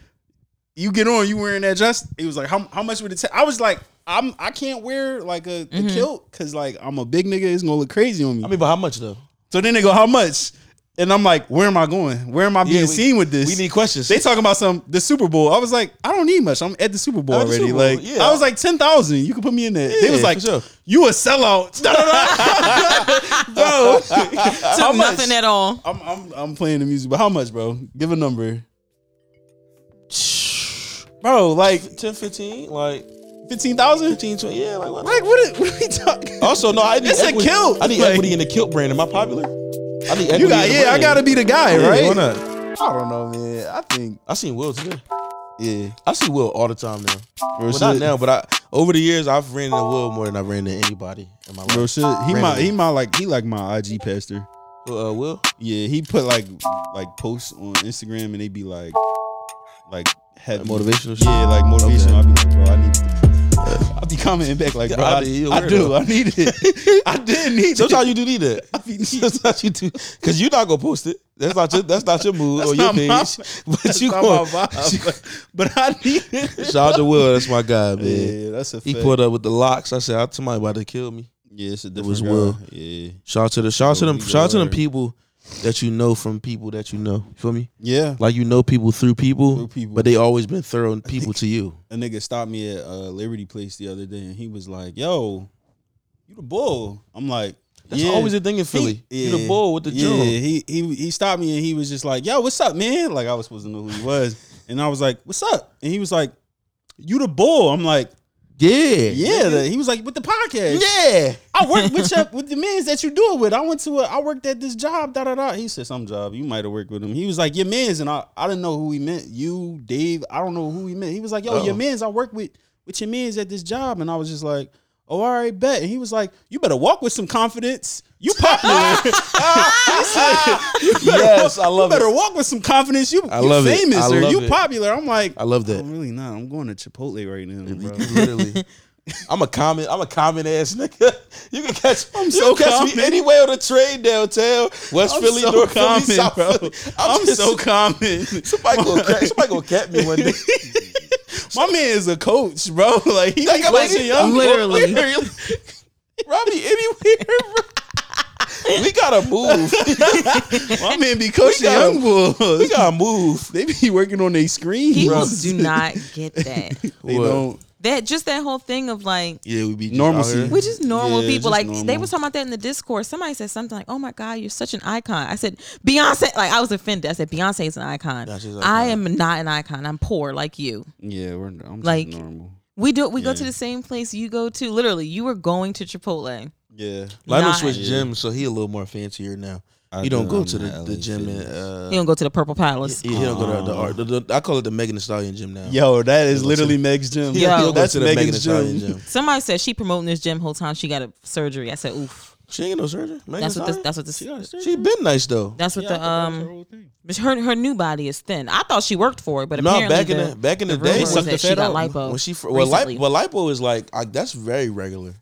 Speaker 3: you get on, you wearing that dress. It was like how how much would it take? I was like, I'm I can't wear like a, a kilt because like I'm a big nigga. It's gonna look crazy on me.
Speaker 1: I mean, but how much though?
Speaker 3: so then they go, how much? And I'm like, where am I going? Where am I being
Speaker 1: we-
Speaker 3: seen with this?
Speaker 1: We need questions.
Speaker 3: they talking about some the Super Bowl. I was like, I don't need much. I'm at the Super Bowl
Speaker 1: I'm at the
Speaker 3: already.
Speaker 1: Super Bowl,
Speaker 3: Like
Speaker 1: yeah.
Speaker 3: I was like ten thousand. You can put me in there. they was
Speaker 1: Yeah,
Speaker 3: like,
Speaker 1: for sure.
Speaker 3: you a sellout, bro.
Speaker 2: Took nothing at all.
Speaker 3: I'm, I'm I'm playing the music, but how much, bro? Give a number. Bro, like
Speaker 1: 10, 15, like
Speaker 3: 15,000?
Speaker 1: 15, 20. Yeah, like what?
Speaker 3: Like, what are, what are we talking
Speaker 1: Also, no, I need
Speaker 3: It's a
Speaker 1: equity.
Speaker 3: kilt.
Speaker 1: I need
Speaker 3: Like-
Speaker 1: equity in the kilt brand. Am I popular? I need equity.
Speaker 3: You got,
Speaker 1: in the
Speaker 3: yeah, I
Speaker 1: brand.
Speaker 3: gotta be the guy,
Speaker 1: Yeah,
Speaker 3: right?
Speaker 1: Why not?
Speaker 3: I don't know, man. I think,
Speaker 1: I seen Will today. Yeah, I see Will all the time now.
Speaker 3: Real
Speaker 1: well, not
Speaker 3: shit.
Speaker 1: now, but I over the years I've ran into Will more than I've ran into anybody in my life.
Speaker 3: Real shit. He
Speaker 1: Randomly.
Speaker 3: my he my like he like my IG pastor.
Speaker 1: Uh, Will,
Speaker 3: Yeah, he put like like posts on Instagram and they be like like heavy
Speaker 1: Like motivational shit?
Speaker 3: Yeah, like motivational.
Speaker 1: Okay.
Speaker 3: I'll be like, bro, I need. I'll be commenting back like,
Speaker 1: Yeah,
Speaker 3: bro,
Speaker 1: I
Speaker 3: I,
Speaker 1: mean, you're
Speaker 3: I
Speaker 1: weird,
Speaker 3: do.
Speaker 1: though.
Speaker 3: I need it. I did need
Speaker 1: sometimes
Speaker 3: it.
Speaker 1: you do need that. sometimes you do because you're not gonna post it. That's not your that's not your mood or your
Speaker 3: not my-
Speaker 1: page. But you
Speaker 3: Not my
Speaker 1: going
Speaker 3: vibe, but, but I need it.
Speaker 1: shout out to Will. That's my guy, man.
Speaker 3: Yeah, that's a
Speaker 1: He
Speaker 3: fact.
Speaker 1: put up with the locks. I said, "I- somebody about to kill me.
Speaker 3: yeah, it's a different
Speaker 1: was
Speaker 3: guy.
Speaker 1: Will.
Speaker 3: Yeah,
Speaker 1: Shout out to the shout out to
Speaker 3: So
Speaker 1: them
Speaker 3: we
Speaker 1: shout out to
Speaker 3: go
Speaker 1: them
Speaker 3: there.
Speaker 1: people that you know from people that you know. You feel me?
Speaker 3: yeah.
Speaker 1: Like you know people through people,
Speaker 3: Through people.
Speaker 1: but they always been thorough people to you.
Speaker 3: a nigga stopped me at uh, Liberty Place the other day, and he was like, "Yo, you the bull?" I'm like,
Speaker 1: That's
Speaker 3: yeah.
Speaker 1: always the thing in Philly. You the bull with the
Speaker 3: yeah,
Speaker 1: jewel.
Speaker 3: He he he stopped me and he was just like, "Yo, what's up, man?" Like I was supposed to know who he was, and I was like, "What's up?" And he was like, "You the bull?" I'm like,
Speaker 1: Yeah.
Speaker 3: "Yeah." the- he was like, "With the podcast,
Speaker 1: Yeah.
Speaker 3: I work with your, with the men's that you do it with. I went to a, I worked at this job, da da da." He said, "Some job you might have worked with him." He was like, "Your men's," and I I didn't know who he meant. You, Dave, I don't know who he meant. He was like, "Yo,
Speaker 1: Uh-oh.
Speaker 3: your men's. I work with with your men's at this job," and I was just like. Oh, all right, bet. And he was like, "You better walk with some confidence. You popular." He said, "You better
Speaker 1: Yes, I love
Speaker 3: you better
Speaker 1: it.
Speaker 3: walk with some confidence. You,
Speaker 1: I
Speaker 3: you
Speaker 1: love it.
Speaker 3: famous
Speaker 1: I
Speaker 3: or
Speaker 1: love
Speaker 3: you
Speaker 1: it.
Speaker 3: popular. I'm like,
Speaker 1: I love that.
Speaker 3: I'm really not. I'm going to Chipotle right now, bro.
Speaker 1: Literally. I'm a common, I'm a common ass nigga. You can catch, you
Speaker 3: so
Speaker 1: can catch
Speaker 3: common.
Speaker 1: me anywhere on the train downtown, West
Speaker 3: I'm
Speaker 1: Philly,
Speaker 3: so
Speaker 1: North
Speaker 3: common,
Speaker 1: Philly, South
Speaker 3: bro.
Speaker 1: Philly.
Speaker 3: I'm,
Speaker 1: just-
Speaker 3: so common.
Speaker 1: somebody gonna catch, somebody gonna catch me one day.
Speaker 3: My man is a coach, bro. Like he be
Speaker 1: Like, I'm like,
Speaker 3: coaching young.
Speaker 2: literally.
Speaker 3: literally.
Speaker 1: Robbie, anywhere. bro. we gotta move.
Speaker 3: My man be coaching
Speaker 1: gotta-
Speaker 3: young boys.
Speaker 1: We gotta move.
Speaker 3: They be working on their screen.
Speaker 2: People do not get that.
Speaker 3: They
Speaker 1: What?
Speaker 3: don't.
Speaker 2: that just that whole thing of like
Speaker 1: Yeah, we be just
Speaker 3: Normalcy.
Speaker 1: out here.
Speaker 2: Which is normal
Speaker 3: Yeah,
Speaker 2: people. Like
Speaker 3: just
Speaker 2: they
Speaker 3: normal.
Speaker 2: were talking about that in the discourse. Somebody said something like, "Oh my God, you're such an icon." I said, "Beyonce." Like I was offended. I said, "Beyonce is an icon.
Speaker 1: Yeah, she's an
Speaker 2: I
Speaker 1: icon.
Speaker 2: am not an icon. I'm poor like you.
Speaker 3: Yeah, we're I'm
Speaker 2: Like-
Speaker 3: like normal.
Speaker 2: We do. We go to
Speaker 3: Yeah.
Speaker 2: the same place you go to. Literally, you were going to Chipotle.
Speaker 3: Yeah,
Speaker 1: Lionel
Speaker 2: Nah.
Speaker 1: switched gyms, so he a little more fancier now.
Speaker 3: I
Speaker 1: He don't
Speaker 3: do.
Speaker 1: go
Speaker 3: I'm
Speaker 1: to
Speaker 3: not
Speaker 1: the, the
Speaker 3: LA
Speaker 1: gym and
Speaker 3: Fitness.
Speaker 1: uh, Oh.
Speaker 2: You don't go to the Purple Palace.
Speaker 1: he, he don't go to the art. The, the- I call it the Megan Thee Stallion gym now.
Speaker 3: Yo, that is
Speaker 1: Go to-
Speaker 3: literally Meg's gym.
Speaker 1: He don't- he
Speaker 2: Yo.
Speaker 1: don't go
Speaker 3: that's
Speaker 1: to the Megan Thee
Speaker 3: Meg's
Speaker 1: Stallion
Speaker 3: gym.
Speaker 1: gym.
Speaker 2: Somebody said she promoting this gym whole time. She got a surgery. I said, "Oof."
Speaker 1: She ain't get no surgery. Megan
Speaker 2: That's
Speaker 1: Thee
Speaker 2: what. The,
Speaker 1: Stallion?
Speaker 2: that's what. The,
Speaker 1: She been nice though.
Speaker 2: that's what
Speaker 3: Yeah, I
Speaker 2: the
Speaker 3: thought that was her
Speaker 2: um.
Speaker 3: whole thing.
Speaker 2: But her her new body is thin. I thought she worked for it, but
Speaker 1: No,
Speaker 2: apparently
Speaker 1: back in
Speaker 2: the,
Speaker 1: the back in the,
Speaker 2: the
Speaker 1: day,
Speaker 2: rumor was
Speaker 1: suck
Speaker 2: that
Speaker 1: the
Speaker 2: she
Speaker 1: fat
Speaker 2: got
Speaker 1: up.
Speaker 2: lipo
Speaker 1: When she fr- well,
Speaker 2: recently.
Speaker 1: lipo, well, lipo is like I, that's very regular.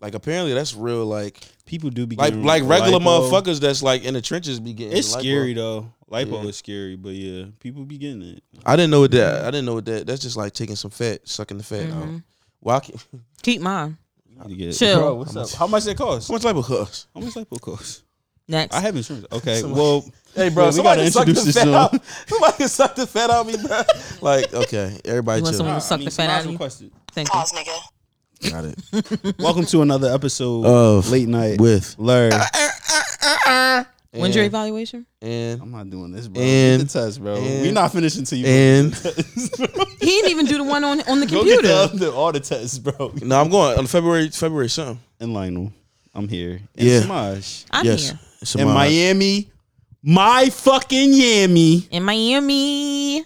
Speaker 1: Like apparently that's real. Like
Speaker 3: People do be
Speaker 1: like
Speaker 3: getting
Speaker 1: like regular
Speaker 3: lipo.
Speaker 1: motherfuckers that's like in the trenches be getting.
Speaker 3: It's
Speaker 1: lipo.
Speaker 3: scary though. Lipo
Speaker 1: Yeah.
Speaker 3: is scary, but yeah, people be getting it.
Speaker 1: I didn't know what that. I didn't know what that. That's just like taking some fat, sucking the fat
Speaker 2: Mm-hmm.
Speaker 1: out. Why? can't-
Speaker 2: keep mine.
Speaker 3: You get it.
Speaker 2: Chill.
Speaker 3: Bro, what's up? How much that cost?
Speaker 1: How much lipo costs?
Speaker 3: How much lipo cost?
Speaker 2: Next,
Speaker 3: I have insurance. Okay, well,
Speaker 1: Hey, bro,
Speaker 3: Yeah, we
Speaker 1: somebody
Speaker 3: gotta
Speaker 1: suck the
Speaker 3: introduce this
Speaker 1: fat
Speaker 3: to him.
Speaker 1: out. Somebody can suck the fat out of me, bro. Like, okay, everybody
Speaker 2: You want
Speaker 1: chill.
Speaker 2: someone- Suck the fat
Speaker 3: somebody's
Speaker 2: out of you.
Speaker 3: requested.
Speaker 2: thank you.
Speaker 1: Got it.
Speaker 3: Welcome to another episode
Speaker 1: Of
Speaker 3: of Late Night
Speaker 1: with-
Speaker 3: Larry.
Speaker 2: When's your evaluation?
Speaker 1: And
Speaker 3: I'm not doing this, bro.
Speaker 1: And-
Speaker 3: Get the test, bro.
Speaker 1: and-
Speaker 3: We're not finishing till you
Speaker 1: and
Speaker 2: He didn't even do the one on on the
Speaker 3: go get
Speaker 2: computer.
Speaker 3: the, the, all the tests, bro.
Speaker 1: no, I'm going on February February something.
Speaker 3: And Lionel, I'm here. And
Speaker 1: Yeah.
Speaker 3: Smash.
Speaker 2: I'm
Speaker 1: yes,
Speaker 2: here
Speaker 1: It's
Speaker 3: And
Speaker 1: Samaj.
Speaker 3: Miami, my fucking yammy.
Speaker 2: in Miami.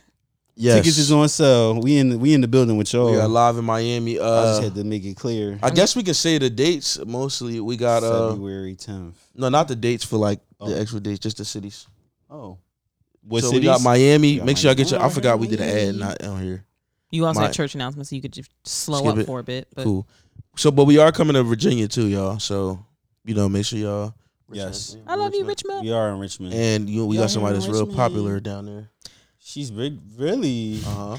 Speaker 1: Yes.
Speaker 3: Tickets is on sale. We in we in the building with y'all.
Speaker 1: We are live in Miami.
Speaker 3: I
Speaker 1: Uh,
Speaker 3: just had to make it clear.
Speaker 1: I guess we can say the dates mostly. We got uh
Speaker 3: February 10th.
Speaker 1: no, not the dates for like the
Speaker 3: Oh.
Speaker 1: actual dates, just the cities.
Speaker 3: Oh, what
Speaker 1: so
Speaker 3: cities?
Speaker 1: we got Miami.
Speaker 3: got
Speaker 1: Make sure I get your.
Speaker 3: Miami.
Speaker 1: I forgot we did an ad not on here.
Speaker 2: You also
Speaker 1: My-
Speaker 2: had church announcements, so you could just slow
Speaker 1: Skip
Speaker 2: up
Speaker 1: it.
Speaker 2: for a bit. But
Speaker 1: Cool. So, but we are coming to Virginia too, y'all. So you know, make sure y'all.
Speaker 3: Yes.
Speaker 2: I love you, Richmond.
Speaker 3: we are in Richmond.
Speaker 1: And you, we
Speaker 3: Y'all
Speaker 1: got somebody
Speaker 3: here
Speaker 1: that's
Speaker 3: in
Speaker 1: real
Speaker 3: Richmond.
Speaker 1: popular down there.
Speaker 3: She's re- really
Speaker 1: Uh huh.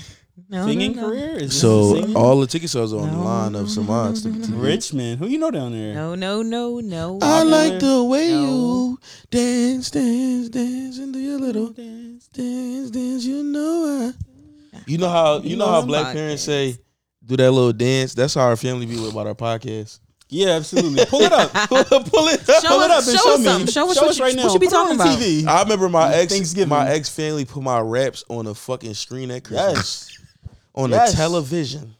Speaker 2: No,
Speaker 3: singing
Speaker 2: no, no.
Speaker 3: career. Is this a
Speaker 1: So
Speaker 3: singing?
Speaker 1: all the ticket sales are on
Speaker 2: No,
Speaker 1: the line
Speaker 2: no,
Speaker 1: of
Speaker 2: no,
Speaker 1: some
Speaker 2: no,
Speaker 1: odds.
Speaker 2: no, no, no.
Speaker 3: Richmond. Who you know down there?
Speaker 2: No, no, no, no.
Speaker 1: I
Speaker 3: Popular.
Speaker 1: like the way
Speaker 2: No.
Speaker 1: you dance, dance, dance into your little dance, dance, dance. You know I. You know how you know how
Speaker 2: know
Speaker 1: black
Speaker 2: my
Speaker 1: parents
Speaker 2: dance.
Speaker 1: say do that little dance. That's how our family be with about our podcast.
Speaker 3: Yeah, absolutely. Pull it up. Pull, pull it up.
Speaker 2: Show
Speaker 3: pull it up
Speaker 2: us-
Speaker 3: and
Speaker 2: show
Speaker 3: show
Speaker 2: us
Speaker 3: me.
Speaker 2: something. Show us what you-
Speaker 3: right
Speaker 2: what
Speaker 3: now.
Speaker 2: you be
Speaker 3: Put it
Speaker 2: talking
Speaker 3: on the
Speaker 2: about.
Speaker 3: TV.
Speaker 1: I remember my ex
Speaker 3: Thanksgiving.
Speaker 1: my ex family put my raps on a fucking screen at Christmas
Speaker 3: Yes.
Speaker 1: on
Speaker 3: Yes.
Speaker 1: the television.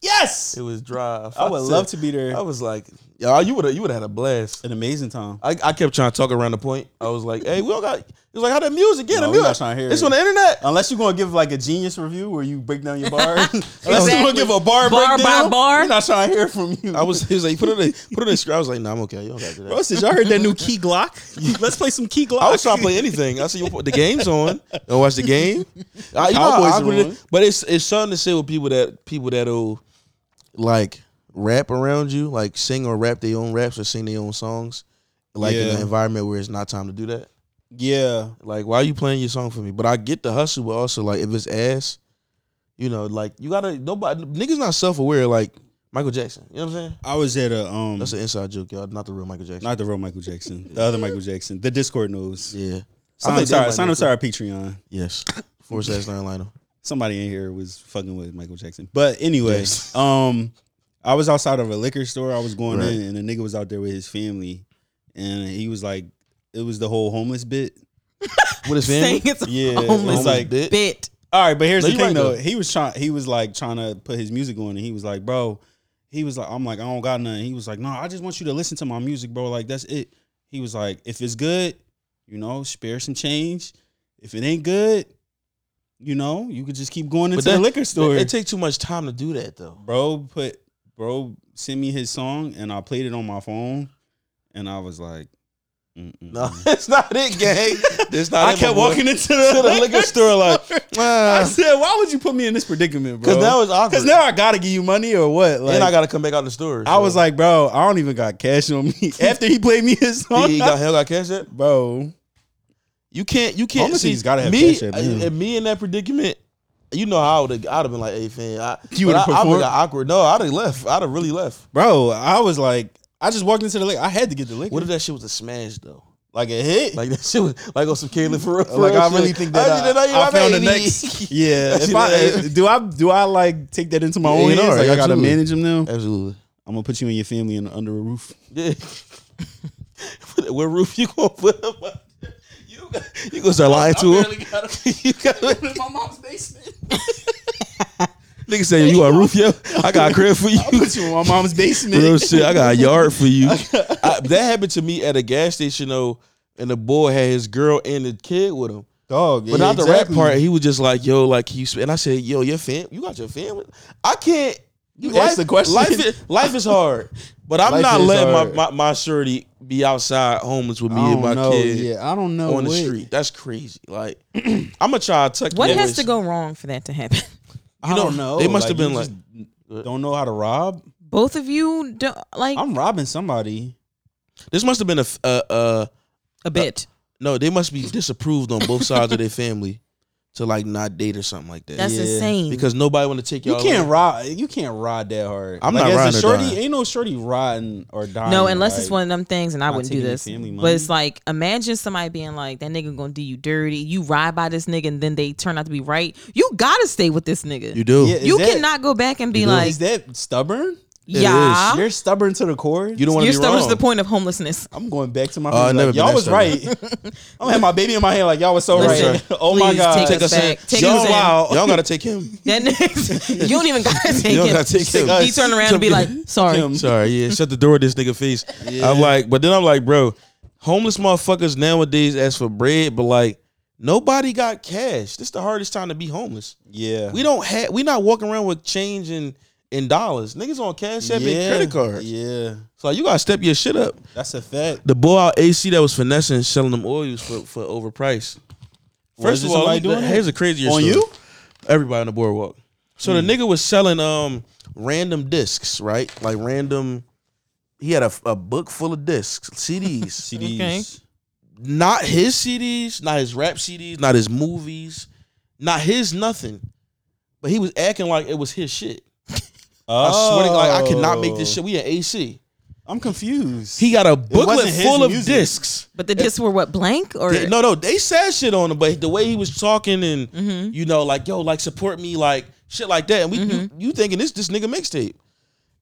Speaker 3: Yes.
Speaker 1: It was drive.
Speaker 3: I would love to be there.
Speaker 1: I was like, Yeah, you would have you would have had a blast.
Speaker 3: An amazing time.
Speaker 1: I, I kept trying to talk around the point. I was like, "Hey, we all got." He was like, "How the music? Yeah,
Speaker 3: No,
Speaker 1: the
Speaker 3: we
Speaker 1: music.
Speaker 3: not trying to hear
Speaker 1: it's
Speaker 3: it. Um,
Speaker 1: on the internet."
Speaker 3: Unless you're gonna give like a genius review where you break down your bar. Unless
Speaker 2: Exactly.
Speaker 3: you gonna give a
Speaker 2: Bar
Speaker 3: bar,
Speaker 2: by
Speaker 3: breakdown,
Speaker 2: bar.
Speaker 3: We're not trying to hear from you.
Speaker 1: I was. He was like, "Put it in, put it in." script." I was like, "No, nah, I'm okay. You don't got to do that."
Speaker 3: y'all heard that new Key Glock? Let's play some Key Glock.
Speaker 1: I was trying to play anything. I said, "You put the game's on. Don't watch the game." I, you know,
Speaker 3: Cowboys
Speaker 1: I
Speaker 3: are
Speaker 1: would-
Speaker 3: on.
Speaker 1: but it's it's something to say with people that people that'll like rap around you, like sing or rap their own raps or sing their own songs, like in
Speaker 3: Yeah.
Speaker 1: an environment where it's not time to do that.
Speaker 3: Yeah.
Speaker 1: Like, why are you playing your song for me? But I get the hustle, but also like if it's ass, you know, like you gotta nobody niggas not self aware like Michael Jackson. You know what I'm saying?
Speaker 3: I was at a um
Speaker 1: That's an inside joke, y'all. Not the real Michael Jackson.
Speaker 3: not the real Michael Jackson, the other Michael Jackson, the Discord knows.
Speaker 1: yeah. I
Speaker 3: Sign up
Speaker 1: think
Speaker 3: to
Speaker 1: that
Speaker 3: our,
Speaker 1: might
Speaker 3: sign
Speaker 1: be
Speaker 3: up to our Patreon.
Speaker 1: Yes. Four Sass Nine Lionel.
Speaker 3: Somebody in here was fucking with Michael Jackson. But anyway, um, I was outside of a liquor store. I was going
Speaker 1: Right.
Speaker 3: in, and a nigga was out there with his family, and he was like, it was the whole homeless bit.
Speaker 1: What is
Speaker 2: saying
Speaker 1: family?
Speaker 2: it's a
Speaker 3: Yeah,
Speaker 2: homeless
Speaker 3: it's like
Speaker 1: bit.
Speaker 2: bit.
Speaker 3: All right, but here's
Speaker 1: No,
Speaker 3: the
Speaker 1: you
Speaker 3: thing
Speaker 1: right,
Speaker 3: though.
Speaker 1: though.
Speaker 3: He was trying. He was like trying to put his music on, and he was like, "Bro," he was like, "I'm like, I don't got nothing." He was like, "No, I just want you to listen to my music, bro. Like that's it." He was like, "If it's good, you know, spare some change. If it ain't good, you know, you could just keep going into the
Speaker 1: that-
Speaker 3: liquor store,
Speaker 1: It takes too much time to do that though.
Speaker 3: bro." Put bro sent me his song, and I played it on my phone, and I was like, mm-mm.
Speaker 1: No, it's not it, gang. It's not.
Speaker 3: I
Speaker 1: it, my
Speaker 3: kept
Speaker 1: boy.
Speaker 3: walking into
Speaker 1: to
Speaker 3: the,
Speaker 1: the liquor store like,
Speaker 3: I
Speaker 1: because
Speaker 3: said, why would you put me in this predicament, bro?
Speaker 1: that was awkward.
Speaker 3: Because now I gotta give you money or what? Like,
Speaker 1: and I
Speaker 3: I,
Speaker 1: got to come back out in the store.
Speaker 3: was like, bro, I don't even got cash on me. After he played me his
Speaker 1: so.
Speaker 3: song,
Speaker 1: he got hell got cash yet?
Speaker 3: bro.
Speaker 1: You can't. You can't.
Speaker 3: Homeless
Speaker 1: See,
Speaker 3: niggas gotta have
Speaker 1: me
Speaker 3: cash at
Speaker 1: uh,
Speaker 3: minimum.
Speaker 1: and me in that predicament. You know how I would have. I'd have been like, "Hey, fan, I, but
Speaker 3: You would've
Speaker 1: I- I would've
Speaker 3: performed?
Speaker 1: got awkward. No, I'd have left. I'd have really left.
Speaker 3: Bro, I was like, I just walked into the liquor. I had to get the liquor.
Speaker 1: What if that shit was a smash though?
Speaker 3: like a hit?
Speaker 1: Like that shit was like on some Caleb for real. for
Speaker 3: Like,
Speaker 1: real
Speaker 3: I
Speaker 1: shit.
Speaker 3: really think that I-
Speaker 1: didn't know you
Speaker 3: I
Speaker 1: my
Speaker 3: found the
Speaker 1: baby.
Speaker 3: next- yeah.
Speaker 1: That
Speaker 3: If
Speaker 1: shit
Speaker 3: I,
Speaker 1: is-
Speaker 3: do I do I like take that into my
Speaker 1: Yeah,
Speaker 3: own
Speaker 1: you
Speaker 3: hands?
Speaker 1: know,
Speaker 3: like, I gotta
Speaker 1: absolutely.
Speaker 3: manage them now.
Speaker 1: Absolutely.
Speaker 3: I'm gonna put you and your family in, under a roof.
Speaker 1: Yeah. what roof you gonna put them? up? You got- you gonna start lying to him? you got in my mom's basement. Nigga say you want a roof, yo. I got a crib for you.
Speaker 3: Put you in my mom's basement.
Speaker 1: Real shit. I got a yard for you. I, that happened to me at a gas station though, and the boy had his girl and the kid with him.
Speaker 3: Dog.
Speaker 1: But
Speaker 3: yeah,
Speaker 1: not the
Speaker 3: exactly.
Speaker 1: rap part. He was just like, "Yo, like can you." sp-" And I said, "Yo, your fam, you got your family. I can't." You
Speaker 3: asked the question.
Speaker 1: Life is, life is hard, but I'm
Speaker 3: Life
Speaker 1: not
Speaker 3: is
Speaker 1: letting my,
Speaker 3: hard.
Speaker 1: my my surety be outside homeless with me
Speaker 3: I
Speaker 1: and my
Speaker 3: don't know.
Speaker 1: kid
Speaker 3: Yeah, I don't know
Speaker 1: on the
Speaker 3: what-
Speaker 1: street. That's crazy. Like, I'm gonna try to tuck.
Speaker 2: What
Speaker 1: your
Speaker 2: has
Speaker 1: waist.
Speaker 2: to go wrong for that to happen?
Speaker 3: I don't know.
Speaker 1: They must have been
Speaker 3: you
Speaker 1: like,
Speaker 3: just don't know how to rob.
Speaker 2: Both of you don't like
Speaker 3: I'm robbing somebody.
Speaker 1: this must have been a f- uh, uh
Speaker 2: a bit.
Speaker 1: no. They must be disapproved on both sides of their family to like not date or something like that.
Speaker 2: That's
Speaker 3: Yeah,
Speaker 2: insane.
Speaker 1: because nobody want to take
Speaker 3: You
Speaker 1: y'all.
Speaker 3: can't
Speaker 1: away.
Speaker 3: ride. You can't ride that hard.
Speaker 1: I'm
Speaker 3: like,
Speaker 1: not
Speaker 3: as a
Speaker 1: riding or
Speaker 3: shorty.
Speaker 1: dying.
Speaker 3: Ain't no shorty riding or dying.
Speaker 2: no, unless
Speaker 3: like,
Speaker 2: it's one of them things, and I
Speaker 3: not
Speaker 2: wouldn't do
Speaker 3: taking your
Speaker 2: this.
Speaker 3: family
Speaker 2: But
Speaker 3: money.
Speaker 2: it's like, imagine somebody being like, "That nigga gonna do you dirty." You ride by this nigga, and then they turn out to be right. You gotta stay with this nigga.
Speaker 1: You do.
Speaker 3: Yeah, is
Speaker 2: You
Speaker 3: that-
Speaker 2: cannot go back and be
Speaker 1: do.
Speaker 2: like,
Speaker 3: Is that stubborn?
Speaker 2: "Yeah,
Speaker 3: You're stubborn to the core.
Speaker 1: You don't want to
Speaker 2: you're
Speaker 1: be
Speaker 2: stubborn
Speaker 1: wrong.
Speaker 2: to the point of homelessness."
Speaker 3: I'm going back to my.
Speaker 1: Oh, I've
Speaker 3: friends,
Speaker 1: never
Speaker 3: like,
Speaker 1: been
Speaker 3: y'all
Speaker 1: that
Speaker 3: was right. I'm gonna have my baby in my hand. Like y'all was so
Speaker 2: Listen,
Speaker 3: right. oh my
Speaker 2: please
Speaker 3: god.
Speaker 2: take us back. Take
Speaker 3: Y'all
Speaker 2: us in.
Speaker 3: wild.
Speaker 1: Y'all gotta take him.
Speaker 2: That nigga, you don't even gotta take
Speaker 1: You don't
Speaker 2: him.
Speaker 1: gotta take him.
Speaker 2: He turned around and be like, "Sorry."
Speaker 3: Kim.
Speaker 1: Sorry, yeah. Shut the door at this nigga face. I'm like, but then I'm like, bro, homeless motherfuckers nowadays ask for bread, but like nobody got cash. This the hardest time to be homeless.
Speaker 3: Yeah.
Speaker 1: We don't have we not walking around with change in in dollars. Niggas on cash app and credit cards.
Speaker 3: Yeah.
Speaker 1: So you gotta step your shit up.
Speaker 3: That's a fact.
Speaker 1: The boy out AC that was finessing selling them oils for for overpriced. First
Speaker 3: it
Speaker 1: of all,
Speaker 3: somebody doing it?
Speaker 1: here's a crazier
Speaker 3: On
Speaker 1: story.
Speaker 3: you? Hmm.
Speaker 1: Everybody on the boardwalk. So the nigga was selling um random discs, right? Like random. He had a, a book full of discs, CDs.
Speaker 3: CDs.
Speaker 2: Okay.
Speaker 1: not his CDs, not his rap CDs, not his movies, not his nothing. But he was acting like it was his shit. I swear to God, like, I cannot make this shit. We at AC.
Speaker 3: Oh. I'm confused.
Speaker 1: He got a booklet
Speaker 3: wasn't his
Speaker 1: full of
Speaker 3: music.
Speaker 1: discs.
Speaker 2: But the discs were what blank or
Speaker 1: They- no, no, they said shit on him, but the way he was talking and you know, like yo, like support me, like shit like that. And we, you, you thinking this this nigga mixtape?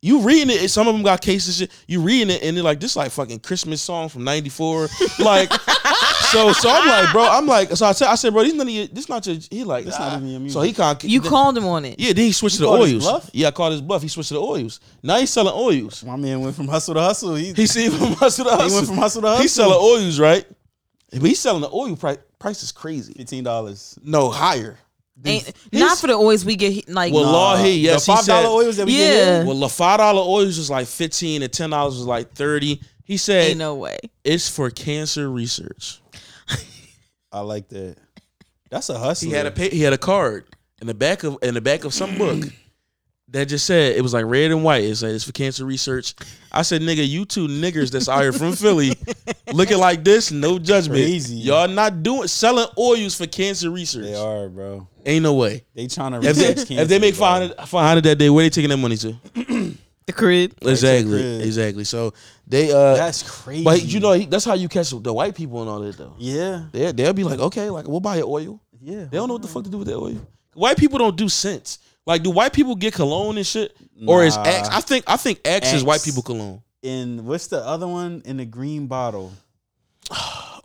Speaker 1: You reading it? and Some of them got cases. Shit. You reading it, and they're like, this like fucking Christmas song from '94, like So so I'm like, bro, I'm like, so I, said, I said, bro, these none of your, this not your. He like,
Speaker 3: This
Speaker 1: nah.
Speaker 3: not even your music.
Speaker 1: So he can't.
Speaker 2: You called him on it.
Speaker 1: Yeah, then he switched to the
Speaker 3: called his
Speaker 1: oils.
Speaker 3: bluff?
Speaker 1: Yeah, I called his bluff. He switched to the oils. Now he's selling oils.
Speaker 3: My man went from hustle to hustle. He,
Speaker 1: He see from hustle to hustle.
Speaker 3: went from hustle to hustle.
Speaker 1: He's selling oils, right? But he's selling the oil price. Price is crazy.
Speaker 3: fifteen dollars.
Speaker 1: No higher.
Speaker 2: Ain't, not for the oils we get. Like
Speaker 1: Well, law he
Speaker 3: the
Speaker 1: yes, he
Speaker 3: five
Speaker 1: said.
Speaker 3: dollar oils that we get
Speaker 2: Yeah.
Speaker 3: here,
Speaker 1: Well, the five dollar oils was like fifteen, and ten dollars was like thirty. He said
Speaker 2: ain't no way.
Speaker 1: it's for cancer research.
Speaker 3: I like that. That's a hustle.
Speaker 1: He had a pa- he had a card in the back of in the back of some book that just said it was like red and white. It said it's for cancer research. I said, nigga, you two niggers that's out here from Philly looking like this, no judgment.
Speaker 3: Crazy.
Speaker 1: Y'all not doing selling oils for cancer research.
Speaker 3: They are, bro.
Speaker 1: Ain't no way.
Speaker 3: They trying to
Speaker 1: If they,
Speaker 3: research cancer.
Speaker 1: if they make
Speaker 3: bro.
Speaker 1: 500, 500 that day, where they taking that money to?
Speaker 2: The crib.
Speaker 1: Exactly,
Speaker 3: crib.
Speaker 1: exactly. So they, uh,
Speaker 3: that's crazy.
Speaker 1: but you know, he, that's how you catch the white people and all that though.
Speaker 3: yeah,
Speaker 1: They they'll be like, okay, like we'll buy your oil.
Speaker 3: yeah.
Speaker 1: They don't know what the fuck to do with that oil. White people don't do scents. Like, do white people get cologne and shit, or is
Speaker 3: Nah.
Speaker 1: Axe? I think I think Axe, is
Speaker 3: Axe.
Speaker 1: white people cologne.
Speaker 3: And what's the other one in the green bottle?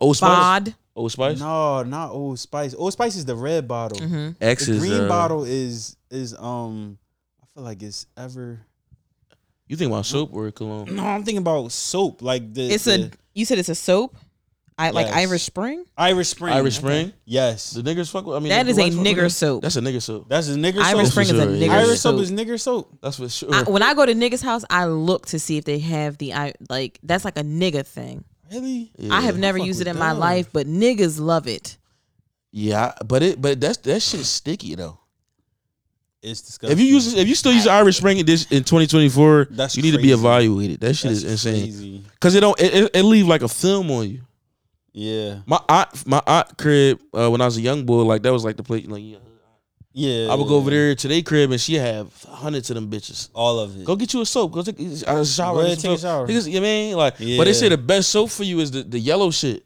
Speaker 1: Old Oh, Spice.
Speaker 2: Bod.
Speaker 1: Old Spice.
Speaker 3: No, not Old Spice. Old Spice is the red bottle.
Speaker 2: hmm
Speaker 1: Axe
Speaker 3: The
Speaker 1: is
Speaker 3: green
Speaker 1: uh,
Speaker 3: bottle is is um. I feel like it's ever.
Speaker 1: You think about soap or cologne?
Speaker 3: No, I'm thinking about soap. Like the
Speaker 2: It's
Speaker 3: the
Speaker 2: a. You said it's a soap. I like
Speaker 3: Yes.
Speaker 2: Irish Spring.
Speaker 3: Irish Spring.
Speaker 1: Irish Spring.
Speaker 3: Yes,
Speaker 1: The niggers fuck with. I mean,
Speaker 2: That
Speaker 1: the
Speaker 2: is a
Speaker 1: whites fuck with
Speaker 2: nigger
Speaker 1: it?
Speaker 2: soap.
Speaker 1: That's a nigger soap.
Speaker 3: that's a nigger
Speaker 2: Irish
Speaker 3: soap.
Speaker 2: Spring is a
Speaker 1: Missouri.
Speaker 2: nigger soap.
Speaker 3: Irish soap is nigger soap.
Speaker 1: That's for sure.
Speaker 2: I, when I go to niggas house, I look to see if they have the I like. That's like a nigga thing.
Speaker 3: Really?
Speaker 2: I have
Speaker 1: Yeah.
Speaker 2: never
Speaker 3: fuck
Speaker 2: used it
Speaker 3: with
Speaker 2: in my
Speaker 3: them.
Speaker 2: life, but niggas love it.
Speaker 1: Yeah, but it but that's that shit's sticky though.
Speaker 3: It's disgusting.
Speaker 1: If you use if you still use Irish Spring in this in 2024,
Speaker 3: That's
Speaker 1: you need to be
Speaker 3: crazy.
Speaker 1: evaluated. That shit
Speaker 3: That's
Speaker 1: is insane
Speaker 3: crazy.
Speaker 1: because it don't it, it, it leave like a film on you.
Speaker 3: Yeah,
Speaker 1: My aunt, my aunt crib uh, when I was a young boy, like that was like the place. Like yeah.
Speaker 3: yeah.
Speaker 1: I would go over there to their crib and she have hundreds of them bitches.
Speaker 3: All of it.
Speaker 1: Go get you a soap. Go take a shower.
Speaker 3: Go ahead,
Speaker 1: get some
Speaker 3: take
Speaker 1: soap.
Speaker 3: a shower.
Speaker 1: Niggas, you know what I mean? Like, but they
Speaker 3: Yeah.
Speaker 1: say the best soap for you is the, the yellow shit.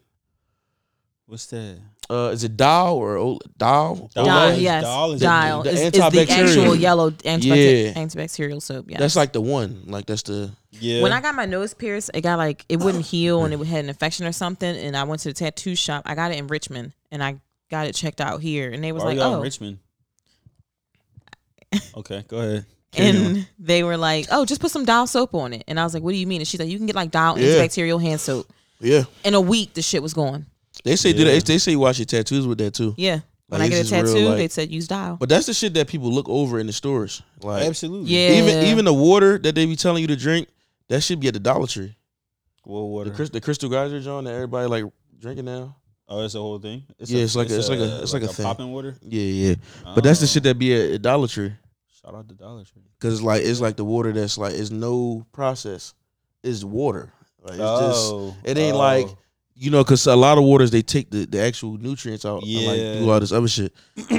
Speaker 3: What's that?
Speaker 1: Uh, is it Dow or Ol- Dow?
Speaker 3: Dow,
Speaker 2: Dial,
Speaker 1: Olay?
Speaker 2: yes,
Speaker 3: Dial is-
Speaker 2: dial
Speaker 1: the
Speaker 2: is, is the
Speaker 1: antibacterial.
Speaker 2: actual yellow antibacterial,
Speaker 1: Yeah.
Speaker 2: antibacterial soap. Yeah,
Speaker 1: That's like the one. Like that's the
Speaker 3: Yeah.
Speaker 2: When I got my nose pierced, it got like it wouldn't heal and it had an infection or something. And I went to the tattoo shop. I got it in Richmond and I got it checked out here. And they was
Speaker 3: Why
Speaker 2: like,
Speaker 3: we out
Speaker 2: oh,
Speaker 3: in Richmond. okay, go ahead.
Speaker 2: and they were like, oh, just put some dial soap on it. And I was like, what do you mean? And she's like, you can get like dial
Speaker 1: Yeah.
Speaker 2: antibacterial hand soap.
Speaker 1: yeah.
Speaker 2: In a week, the shit was gone.
Speaker 1: They say do that. They say wash your tattoos with that too.
Speaker 2: Yeah. When
Speaker 1: Like,
Speaker 2: I get
Speaker 1: it's
Speaker 2: a
Speaker 1: just real,
Speaker 2: tattoo,
Speaker 1: like-
Speaker 2: they said use dial.
Speaker 1: But that's the shit that people look over in the stores. Like
Speaker 3: Absolutely.
Speaker 2: Yeah.
Speaker 1: even even the water that they be telling you to drink, that should be at the Dollar Tree.
Speaker 3: Well,
Speaker 1: The,
Speaker 3: water.
Speaker 1: Chris, the Crystal Geyser John that everybody like drinking now.
Speaker 3: oh, it's a whole thing.
Speaker 1: Yeah, it's like a- it's like a- it's like a thing.
Speaker 3: popping water.
Speaker 1: Yeah, yeah. But that's the
Speaker 3: Oh.
Speaker 1: shit that be at, at Dollar Tree.
Speaker 3: Shout out to Dollar Tree.
Speaker 1: Cause it's like it's like the water that's like it's no process. It's water. Like it's
Speaker 3: oh,
Speaker 1: just it ain't
Speaker 3: oh.
Speaker 1: like you know, cause a lot of waters they take the, the actual nutrients out and
Speaker 3: Yeah.
Speaker 1: like do all this other shit.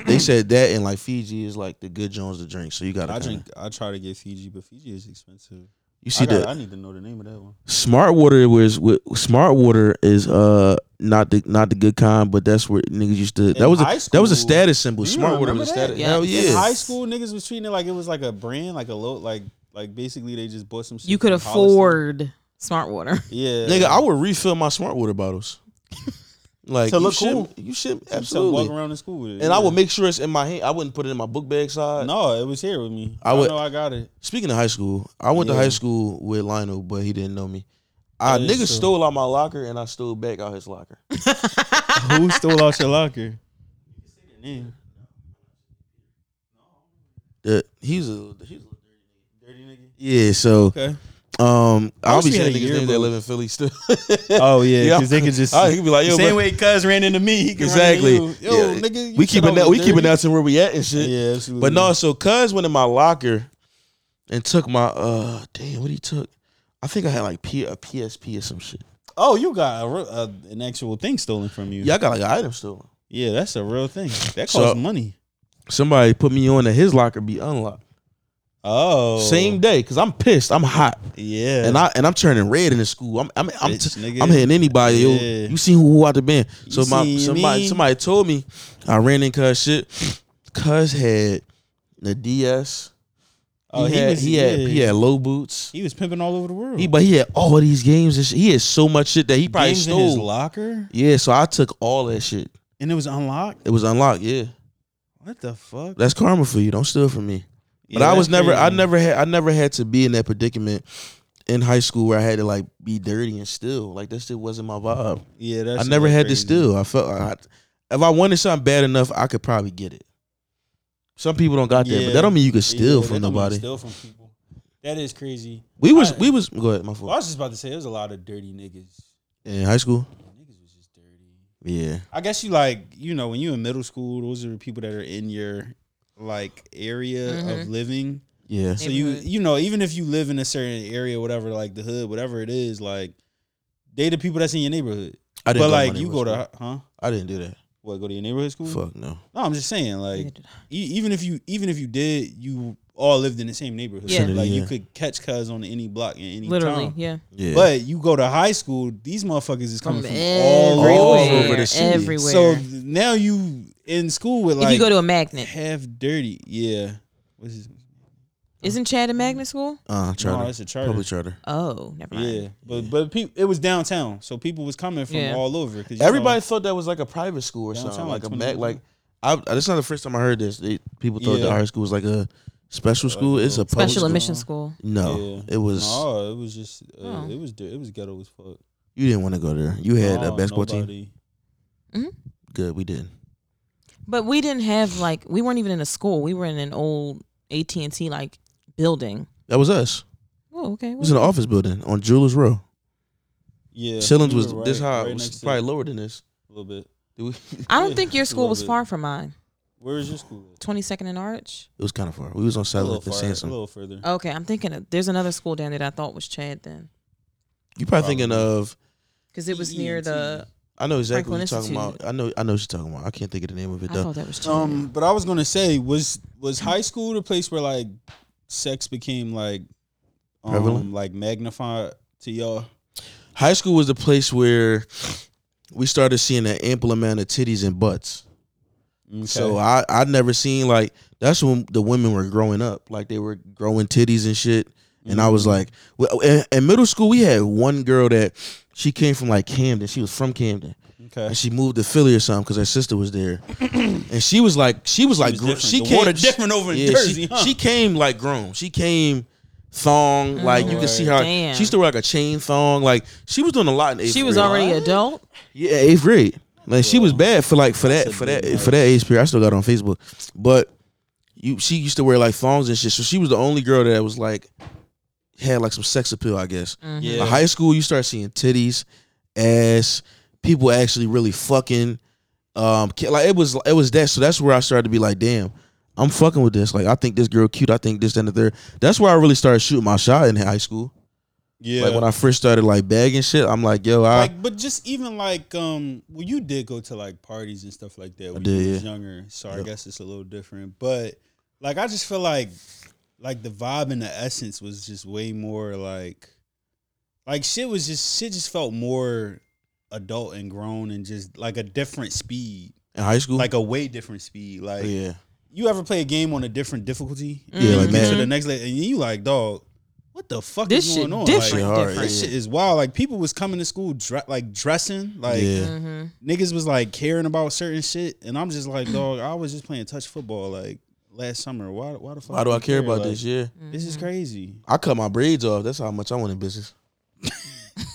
Speaker 1: they said that and like Fiji is like the good Jones to drink. So you gotta
Speaker 3: I
Speaker 1: kinda-
Speaker 3: drink. I try to get Fiji, but Fiji is expensive.
Speaker 1: you
Speaker 3: I,
Speaker 1: see
Speaker 3: got-
Speaker 1: that
Speaker 3: I need to know the name of that one.
Speaker 1: Smart water was with smart water is uh not the not the good kind, but that's where niggas used to. That
Speaker 3: In
Speaker 1: was a
Speaker 3: high
Speaker 1: that was a
Speaker 3: school,
Speaker 1: status symbol.
Speaker 3: do you
Speaker 1: Smart water
Speaker 3: remember
Speaker 1: was a
Speaker 3: that?
Speaker 1: status.
Speaker 2: Yeah.
Speaker 1: Hell
Speaker 2: In
Speaker 1: yeah.
Speaker 3: In high school, niggas was treating it like it was like a brand, like a low, like like basically they just bought some. Shit
Speaker 2: You could
Speaker 3: from Hollister.
Speaker 2: afford smart water.
Speaker 3: Yeah,
Speaker 1: nigga, I would refill my smart water bottles. Like
Speaker 3: To
Speaker 1: you
Speaker 3: look
Speaker 1: should,
Speaker 3: cool.
Speaker 1: you should
Speaker 3: Absolutely. Walk
Speaker 1: absolutely.
Speaker 3: around in school with it.
Speaker 1: And I
Speaker 3: yeah. Uh,
Speaker 1: would make sure it's in my hand. I wouldn't put it in my book bag side.
Speaker 3: No, it was here with me.
Speaker 1: I
Speaker 3: I,
Speaker 1: would-
Speaker 3: know I got it.
Speaker 1: Speaking of high school, I went to
Speaker 3: Yeah.
Speaker 1: high school with Lionel, but he didn't know me. I
Speaker 3: That is
Speaker 1: nigga
Speaker 3: true.
Speaker 1: stole out my locker and I stole back out his locker.
Speaker 3: Who stole out your locker? Name.
Speaker 1: The, he was a he was a,
Speaker 3: Dirty nigga.
Speaker 1: yeah. So
Speaker 3: Okay.
Speaker 1: um, I'll
Speaker 3: wish
Speaker 1: be
Speaker 3: we had
Speaker 1: saying
Speaker 3: a
Speaker 1: niggas names that
Speaker 3: yearbook.
Speaker 1: live in Philly still.
Speaker 3: Oh yeah,
Speaker 1: Yeah.
Speaker 3: because they could just
Speaker 1: I could be like, yo,
Speaker 3: same
Speaker 1: bro.
Speaker 3: way Cuz ran into me. He could
Speaker 1: exactly.
Speaker 3: Run into you. Yo,
Speaker 1: Yeah.
Speaker 3: nigga, you
Speaker 1: we
Speaker 3: said
Speaker 1: keep
Speaker 3: I
Speaker 1: it
Speaker 3: was
Speaker 1: we keep
Speaker 3: dirty.
Speaker 1: announcing where we at and shit.
Speaker 3: Yeah, absolutely.
Speaker 1: But no, so Cuz went in my locker and took my uh damn what he took. I think I had like P, a PSP or some shit.
Speaker 3: Oh, you got a, real- uh, an actual thing stolen from you.
Speaker 1: Yeah, I got like an item stolen.
Speaker 3: Yeah, that's a real thing. That costs
Speaker 1: So-
Speaker 3: money.
Speaker 1: Somebody put me on that his locker be unlocked.
Speaker 3: Oh,
Speaker 1: Same day, cause I'm pissed. I'm hot.
Speaker 3: Yeah,
Speaker 1: and I and I'm turning red in the school. I'm I'm I'm,
Speaker 3: Bitch,
Speaker 1: t-
Speaker 3: nigga.
Speaker 1: I'm hitting anybody. yo.
Speaker 3: Yeah.
Speaker 1: you seen who out the band?
Speaker 3: You
Speaker 1: So my
Speaker 3: seen
Speaker 1: somebody
Speaker 3: me?
Speaker 1: somebody told me I ran in cuz shit. Cuz had the DS,
Speaker 3: Oh,
Speaker 1: he,
Speaker 3: he
Speaker 1: had,
Speaker 3: was-
Speaker 1: he had
Speaker 3: yeah.
Speaker 1: he had low boots.
Speaker 3: He was pimping all over the world.
Speaker 1: He but he had all these games. And shit. He had so much shit that he probably
Speaker 3: Games in his
Speaker 1: stole.
Speaker 3: locker,
Speaker 1: yeah, so I took all that shit.
Speaker 3: and it was unlocked.
Speaker 1: It was unlocked. Yeah,
Speaker 3: What the fuck?
Speaker 1: that's karma for you. Don't steal from me. But
Speaker 3: Yeah,
Speaker 1: I was
Speaker 3: that's
Speaker 1: never, I
Speaker 3: crazy.
Speaker 1: never had, I never had to be in that predicament in high school where I had to like be dirty and steal. Like that shit wasn't my vibe.
Speaker 3: Yeah, that's
Speaker 1: I never had to
Speaker 3: crazy.
Speaker 1: steal. I felt I, if I wanted something bad enough, I could probably get it. Some people don't got that, but
Speaker 3: Yeah.
Speaker 1: that don't mean you can
Speaker 3: Yeah,
Speaker 1: steal
Speaker 3: that
Speaker 1: from
Speaker 3: don't mean
Speaker 1: nobody.
Speaker 3: Steal from people. That is crazy.
Speaker 1: We was,
Speaker 3: I-
Speaker 1: we was. Go ahead, my fault.
Speaker 3: Well, I was just about to say, there's a lot of dirty niggas.
Speaker 1: In high school,
Speaker 3: Niggas was just dirty.
Speaker 1: yeah,
Speaker 3: I guess you like, you know, when you in middle school, those are the people that are in your like area of living.
Speaker 1: yeah,
Speaker 3: So you
Speaker 2: Mm-hmm. Neighborhood.
Speaker 3: you know, even if you live in a certain area, whatever, like the hood, whatever it is, like they the people that's in your neighborhood.
Speaker 1: I didn't.
Speaker 3: But
Speaker 1: go
Speaker 3: like
Speaker 1: my
Speaker 3: you go
Speaker 1: neighbor's
Speaker 3: to huh?
Speaker 1: school. I didn't do that.
Speaker 3: What, go to your neighborhood school?
Speaker 1: Fuck no.
Speaker 3: No, I'm just saying, like
Speaker 2: Yeah.
Speaker 3: e- even if you even if you did, you all lived in the same neighborhood.
Speaker 2: Yeah.
Speaker 3: Like you
Speaker 1: Yeah.
Speaker 3: could catch cuz on any block in any
Speaker 2: Literally,
Speaker 3: town.
Speaker 2: yeah.
Speaker 1: Yeah,
Speaker 3: But you go to high school, these motherfuckers is coming
Speaker 2: From
Speaker 3: from, all
Speaker 2: everywhere,
Speaker 3: over the
Speaker 1: city.
Speaker 2: everywhere.
Speaker 3: So now you in school with
Speaker 2: if
Speaker 3: like
Speaker 2: you go to a magnet,
Speaker 3: half dirty. Yeah. What's his,
Speaker 2: isn't Chad a magnet school?
Speaker 1: uh,
Speaker 3: no,
Speaker 1: charter,
Speaker 3: that's a charter.
Speaker 1: public charter.
Speaker 2: Oh, never mind.
Speaker 3: Yeah, but but peop it was downtown, so people was coming from
Speaker 2: Yeah.
Speaker 3: all over. 'cause you
Speaker 1: Everybody
Speaker 3: know,
Speaker 1: thought that was like a private school or
Speaker 3: Downtown,
Speaker 1: something,
Speaker 3: like
Speaker 1: like a
Speaker 3: 20
Speaker 1: mag. Like, I that's not the first time I heard this. They, people thought
Speaker 3: Yeah.
Speaker 1: that high school was like a special school. It's a public
Speaker 2: Special
Speaker 1: school.
Speaker 2: admission school.
Speaker 1: No,
Speaker 3: Yeah.
Speaker 1: it was
Speaker 3: No, it was just uh,
Speaker 2: Oh.
Speaker 3: it was di- it was ghetto as fuck.
Speaker 1: you didn't want to go there. You had
Speaker 3: No,
Speaker 1: a basketball team.
Speaker 3: nobody.
Speaker 1: Good, we didn't.
Speaker 2: But we didn't have like we weren't even in a school. We were in an old AT and T like building.
Speaker 1: That was us.
Speaker 2: Oh, okay.
Speaker 1: It was in an office building on Jewelers Row.
Speaker 3: Yeah,
Speaker 1: Ceilings
Speaker 3: we
Speaker 1: was
Speaker 3: were
Speaker 1: this
Speaker 3: right-
Speaker 1: high.
Speaker 3: right
Speaker 1: It was
Speaker 3: next to
Speaker 1: probably
Speaker 3: it
Speaker 1: lower than this.
Speaker 3: a little bit.
Speaker 1: It was,
Speaker 2: I don't think your
Speaker 3: Just a
Speaker 2: school
Speaker 3: little
Speaker 2: was
Speaker 3: bit.
Speaker 2: far from mine.
Speaker 3: Where is your school? At?
Speaker 2: Twenty second and Arch.
Speaker 1: kind of far. We was on
Speaker 3: A
Speaker 1: South
Speaker 3: little,
Speaker 1: and
Speaker 3: far, a
Speaker 1: Sansom.
Speaker 3: little further.
Speaker 2: Okay, I'm thinking of, there's another school down there that I thought was Chad then,
Speaker 1: You probably thinking of.
Speaker 2: because it was
Speaker 3: E
Speaker 1: E
Speaker 2: near the.
Speaker 1: I know exactly
Speaker 2: Franklin
Speaker 1: what you're talking
Speaker 2: Institute.
Speaker 1: about. I know. I know what you're talking about. I can't think of the name of it
Speaker 2: I
Speaker 1: though.
Speaker 2: thought that was Chad.
Speaker 3: Um, but I was gonna say, was was high school the place where like sex became like um
Speaker 1: Prevalent?
Speaker 3: like magnified to y'all?
Speaker 1: High school was the place where we started seeing an ample amount of titties and butts.
Speaker 3: Okay.
Speaker 1: So I I never seen like that's when the women were growing up. Like they were growing titties and shit. And I
Speaker 3: Mm-hmm.
Speaker 1: was like, well, in, in middle school we had one girl that she came from like Camden. She was from Camden.
Speaker 3: okay.
Speaker 1: and she moved to Philly or something because her sister was there, and she was like, she was like,
Speaker 3: was
Speaker 1: gr-
Speaker 3: different.
Speaker 1: she
Speaker 3: The
Speaker 1: came
Speaker 3: water different over in Jersey,
Speaker 1: She,
Speaker 3: huh?
Speaker 1: she came like grown. She came thong,
Speaker 3: Oh,
Speaker 1: like you can see her.
Speaker 2: Damn.
Speaker 1: She used to wear like a chain thong. Like she was doing a lot in eighth.
Speaker 2: she was
Speaker 1: grade.
Speaker 2: already adult.
Speaker 1: yeah eighth grade. Like she was bad for like for that for that for that age period. I still got her on Facebook, but you she used to wear like thongs and shit. So she was the only girl that was like had like some sex appeal, I guess.
Speaker 3: yeah.
Speaker 1: But high school, you start seeing titties, ass, people actually really fucking. Um, ki- like it was, it was that. So that's where I started to be like, damn, I'm fucking with this. Like I think this girl cute. I think this and the third. That's where I really started shooting my shot in high school.
Speaker 3: yeah.
Speaker 1: Like when I first started like bagging shit, I'm like, yo, I
Speaker 3: like, but just even like, um, well, you did go to like parties and stuff like that when
Speaker 1: did,
Speaker 3: you was
Speaker 1: yeah.
Speaker 3: younger, so I
Speaker 1: Yep.
Speaker 3: guess it's a little different. But like, I just feel like, like the vibe and the essence was just way more like, like shit was just shit just felt more adult and grown and just like a different speed,
Speaker 1: in high school, Oh,
Speaker 3: like a way different speed. Like,
Speaker 1: yeah,
Speaker 3: you ever play a game on a different difficulty?
Speaker 1: yeah, like
Speaker 3: You get to
Speaker 1: man,
Speaker 3: the next level, and you like, dog, what the fuck
Speaker 2: This
Speaker 3: is
Speaker 2: shit
Speaker 3: going on?
Speaker 2: different,
Speaker 1: Shit
Speaker 3: Like,
Speaker 1: hard,
Speaker 3: this
Speaker 1: yeah.
Speaker 3: shit is wild. Like people was coming to school dre- like dressing, like
Speaker 1: yeah,
Speaker 2: Mm-hmm.
Speaker 3: niggas was like caring about certain shit, and I'm just like, dog, I was just playing touch football like last summer. Why? Why the fuck?
Speaker 1: why do
Speaker 3: you
Speaker 1: I care about
Speaker 3: Like,
Speaker 1: this? Yeah,
Speaker 3: This
Speaker 2: Mm-hmm.
Speaker 3: is crazy.
Speaker 1: I cut my braids off. That's how much I want in business.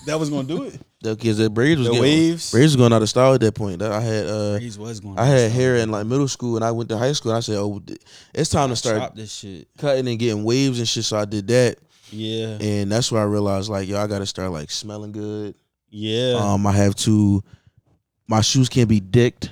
Speaker 3: That was gonna do it.
Speaker 1: Because that braids was
Speaker 3: The
Speaker 1: getting,
Speaker 3: waves.
Speaker 1: braids was going out of style at that point. That I had, uh,
Speaker 3: Braids was going.
Speaker 1: I had hair in like middle school, and I went to high school. and I said, oh, th- it's time to start
Speaker 3: Stop this shit.
Speaker 1: cutting and getting waves and shit. So I did that,
Speaker 3: Yeah.
Speaker 1: and that's where I realized like, yo, I gotta start like smelling good.
Speaker 3: Yeah.
Speaker 1: Um, I have to, my shoes can't be dicked.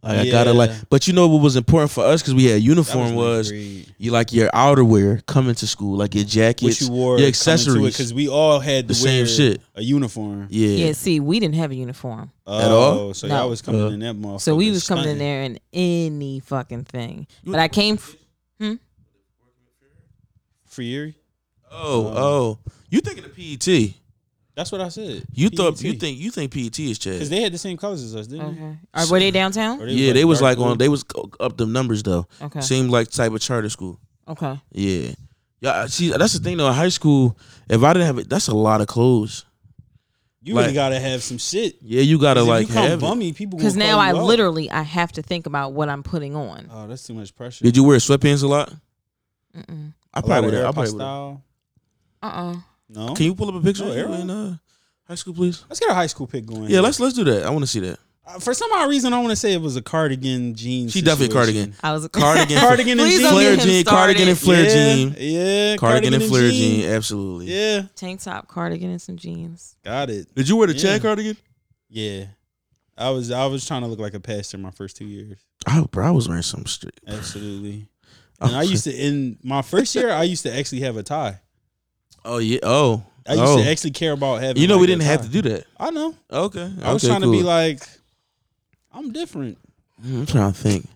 Speaker 1: Like, I gotta
Speaker 3: Yeah.
Speaker 1: like, but you know what was important for us because we had
Speaker 3: That
Speaker 1: uniform was,
Speaker 3: was ninth grade.
Speaker 1: you like your outerwear coming to school, like your
Speaker 3: what
Speaker 1: jackets,
Speaker 3: you wore,
Speaker 1: your accessories,
Speaker 3: because we all had to
Speaker 1: the same
Speaker 3: wear
Speaker 1: shit.
Speaker 3: a uniform. Oh,
Speaker 1: Yeah,
Speaker 2: Yeah. See, we didn't have a uniform,
Speaker 1: At all?
Speaker 3: So
Speaker 2: No.
Speaker 3: y'all was coming
Speaker 1: Uh,
Speaker 3: in that motherfucker.
Speaker 2: so we was coming in
Speaker 3: stunting.
Speaker 2: there in any fucking thing. But I came. f-
Speaker 3: for you.
Speaker 1: Oh, oh, you thinking of PET?
Speaker 3: That's what I said.
Speaker 1: You thought you think you think PET is
Speaker 3: because
Speaker 1: Chad?
Speaker 3: E they had the same colors as us, didn't they?
Speaker 2: Okay. Are, were they downtown?
Speaker 3: Or
Speaker 1: yeah, they was
Speaker 3: dark
Speaker 1: like on.
Speaker 3: blue?
Speaker 1: They was up them numbers though.
Speaker 2: Okay.
Speaker 1: Seemed like type of charter school.
Speaker 2: Okay.
Speaker 1: Yeah. Yeah, see, that's the thing though. In high school, if I didn't have it, that's a lot of clothes.
Speaker 3: You
Speaker 1: Like-
Speaker 3: really gotta have some shit.
Speaker 1: Yeah, you gotta
Speaker 3: 'Cause if
Speaker 1: like
Speaker 3: you come
Speaker 1: have. it.
Speaker 3: bummy, people.
Speaker 2: Because
Speaker 3: gonna
Speaker 2: now
Speaker 3: call
Speaker 2: I
Speaker 3: you out.
Speaker 2: literally I have to think about what I'm putting on.
Speaker 3: Oh, that's too much pressure.
Speaker 1: Did you wear sweatpants a lot?
Speaker 2: Mm-mm.
Speaker 1: I
Speaker 3: A lot of
Speaker 1: probably would. I
Speaker 3: Air
Speaker 1: probably would.
Speaker 3: Postal.
Speaker 2: Uh-uh.
Speaker 3: No.
Speaker 1: Can you pull up a picture
Speaker 3: No, Air
Speaker 1: of you in uh, high school, please?
Speaker 3: Let's get a high school pick going.
Speaker 1: Yeah, let's let's do that. I want to see that
Speaker 3: Uh, For some odd reason, I want to say it was a cardigan jeans.
Speaker 1: She definitely
Speaker 3: situation.
Speaker 2: I was
Speaker 1: cardigan,
Speaker 3: Cardigan and
Speaker 2: Please
Speaker 3: jeans.
Speaker 2: don't
Speaker 1: flare
Speaker 2: get him
Speaker 1: jean, cardigan and
Speaker 2: started.
Speaker 1: flare
Speaker 3: yeah,
Speaker 1: jean,
Speaker 3: Yeah.
Speaker 1: cardigan and flare
Speaker 3: jeans.
Speaker 1: jean. Absolutely.
Speaker 3: Yeah.
Speaker 2: tank top, cardigan, and some jeans.
Speaker 3: Got it.
Speaker 1: Did you wear the
Speaker 3: Yeah.
Speaker 1: Chad cardigan?
Speaker 3: Yeah. I was I was trying to look like a pastor my first two years.
Speaker 1: Oh, bro, I was wearing some straight.
Speaker 3: Absolutely. And I used to in my first year I used to actually have a tie.
Speaker 1: Oh yeah. Oh.
Speaker 3: I used
Speaker 1: oh.
Speaker 3: to actually care about having.
Speaker 1: you know
Speaker 3: like,
Speaker 1: we
Speaker 3: a
Speaker 1: didn't have
Speaker 3: tie.
Speaker 1: to do that.
Speaker 3: I know.
Speaker 1: Okay.
Speaker 3: I was
Speaker 1: okay,
Speaker 3: trying to be
Speaker 1: cool.
Speaker 3: like, I'm different.
Speaker 1: Mm, I'm trying to think.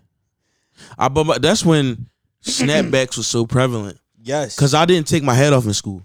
Speaker 1: I but my- that's when snapbacks was so prevalent
Speaker 3: Yes.
Speaker 1: because I didn't take my hat off in school.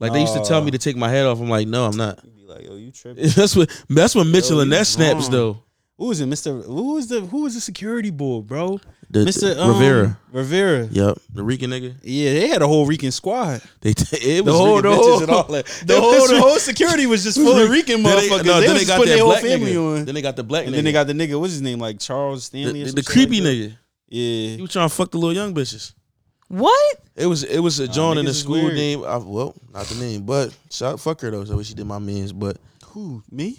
Speaker 1: Like they used to tell
Speaker 3: Oh.
Speaker 1: me to take my hat off. I'm like, no, I'm not.
Speaker 3: You'd be like, yo, you tripping?
Speaker 1: That's what that's what Mitchell
Speaker 3: Yo,
Speaker 1: and
Speaker 3: you
Speaker 1: that snaps
Speaker 3: wrong.
Speaker 1: though.
Speaker 3: Who was it, Mister? Who was the Who was the security bull, bro?
Speaker 1: The,
Speaker 3: Mister um,
Speaker 1: the- Rivera.
Speaker 3: Rivera. Yeah.
Speaker 1: Yep, the Rican nigga.
Speaker 3: they had a whole Rican squad.
Speaker 1: They t- it
Speaker 3: The
Speaker 1: was
Speaker 3: whole,
Speaker 1: Rican
Speaker 3: the
Speaker 1: bitches
Speaker 3: whole,
Speaker 1: and all that.
Speaker 3: the whole, the whole security was just full of Rican
Speaker 1: Then they-
Speaker 3: motherfuckers.
Speaker 1: no,
Speaker 3: they,
Speaker 1: then
Speaker 3: was
Speaker 1: they
Speaker 3: just
Speaker 1: got
Speaker 3: putting
Speaker 1: that
Speaker 3: their whole
Speaker 1: black
Speaker 3: family
Speaker 1: nigga.
Speaker 3: on.
Speaker 1: Then they got the black
Speaker 3: And
Speaker 1: nigga.
Speaker 3: then they got the nigga. What's his name? Like Charles
Speaker 1: the,
Speaker 3: Stanley. or
Speaker 1: the,
Speaker 3: some
Speaker 1: the
Speaker 3: shit
Speaker 1: creepy
Speaker 3: like that.
Speaker 1: nigga. He
Speaker 3: Yeah.
Speaker 1: was trying to fuck the little young bitches.
Speaker 2: What?
Speaker 1: It was it was a John in
Speaker 3: niggas
Speaker 1: the
Speaker 3: is
Speaker 1: school
Speaker 3: weird.
Speaker 1: name. I, well, not the name, but shout fuck her though. So she did my man's, but
Speaker 3: Who? Me?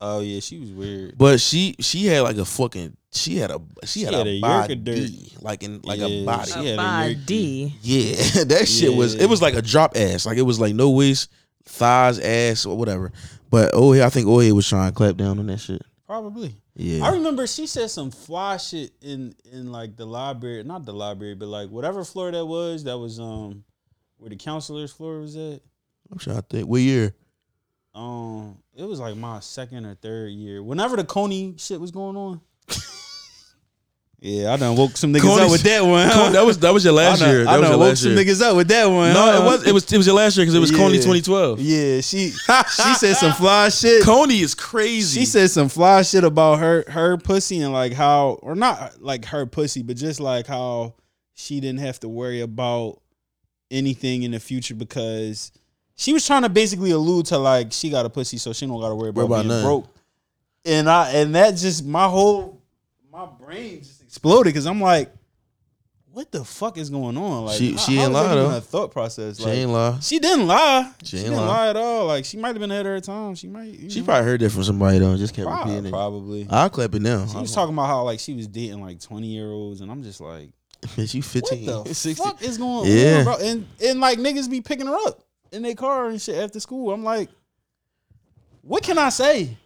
Speaker 3: Oh yeah, she was weird.
Speaker 1: but she she had like a fucking she had a she had,
Speaker 3: She had
Speaker 1: a,
Speaker 3: a
Speaker 1: body
Speaker 3: Eureka dirt.
Speaker 1: like in like a
Speaker 3: Yeah,
Speaker 1: body.
Speaker 3: she had a
Speaker 2: By
Speaker 3: Ricky.
Speaker 2: D.
Speaker 1: Yeah, that shit was
Speaker 3: Yeah.
Speaker 1: it was like a drop ass. Like it was like no waist, thighs, ass, or whatever. But oh I think Oye was trying to clap down on that shit.
Speaker 3: Probably.
Speaker 1: Yeah.
Speaker 3: I remember she said some fly shit in in like the library, not the library, but like whatever floor that was. That was um where the counselor's floor was at.
Speaker 1: I'm trying to think. What year?
Speaker 3: Um, it was like my second or third year. Whenever the Coney shit was going on. yeah, I done woke some niggas up
Speaker 1: Coney's-
Speaker 3: with that one. huh?
Speaker 1: Con- that was that was your
Speaker 3: I
Speaker 1: last
Speaker 3: done,
Speaker 1: year.
Speaker 3: I
Speaker 1: That was
Speaker 3: done
Speaker 1: your
Speaker 3: woke
Speaker 1: last
Speaker 3: some
Speaker 1: year.
Speaker 3: niggas up with that one.
Speaker 1: No,
Speaker 3: huh?
Speaker 1: it was it was it was your last year because it was Coney
Speaker 3: Yeah.
Speaker 1: 2012.
Speaker 3: Yeah, she she said some fly shit.
Speaker 1: Coney is crazy.
Speaker 3: She said some fly shit about her her pussy and like how or not like her pussy, but just like how she didn't have to worry about anything in the future because she was trying to basically allude to like she got a pussy, so she don't gotta worry about,
Speaker 1: Worry about
Speaker 3: being
Speaker 1: nothing.
Speaker 3: broke. And I and that just my whole my brain just exploded because I'm like, what the fuck is going on? Like
Speaker 1: She-
Speaker 3: how-
Speaker 1: she
Speaker 3: how
Speaker 1: ain't
Speaker 3: is that
Speaker 1: lie,
Speaker 3: even
Speaker 1: though.
Speaker 3: a Thought process.
Speaker 1: she
Speaker 3: like,
Speaker 1: ain't lie.
Speaker 3: she didn't lie.
Speaker 1: She
Speaker 3: She,
Speaker 1: ain't
Speaker 3: didn't
Speaker 1: lie.
Speaker 3: lie. at all. Like she might have been ahead of her time. She might. you
Speaker 1: She
Speaker 3: know.
Speaker 1: probably heard that from somebody though. and Just kept
Speaker 3: Prob-
Speaker 1: repeating it.
Speaker 3: probably.
Speaker 1: I'll clap it now.
Speaker 3: She was talking about how like she was dating like twenty year olds, and I'm just like,
Speaker 1: She
Speaker 3: what
Speaker 1: 15.
Speaker 3: the
Speaker 1: 16.
Speaker 3: fuck is going
Speaker 1: Yeah.
Speaker 3: on, bro? And and like niggas be picking her up in their car and shit after school. I'm like, what can I say?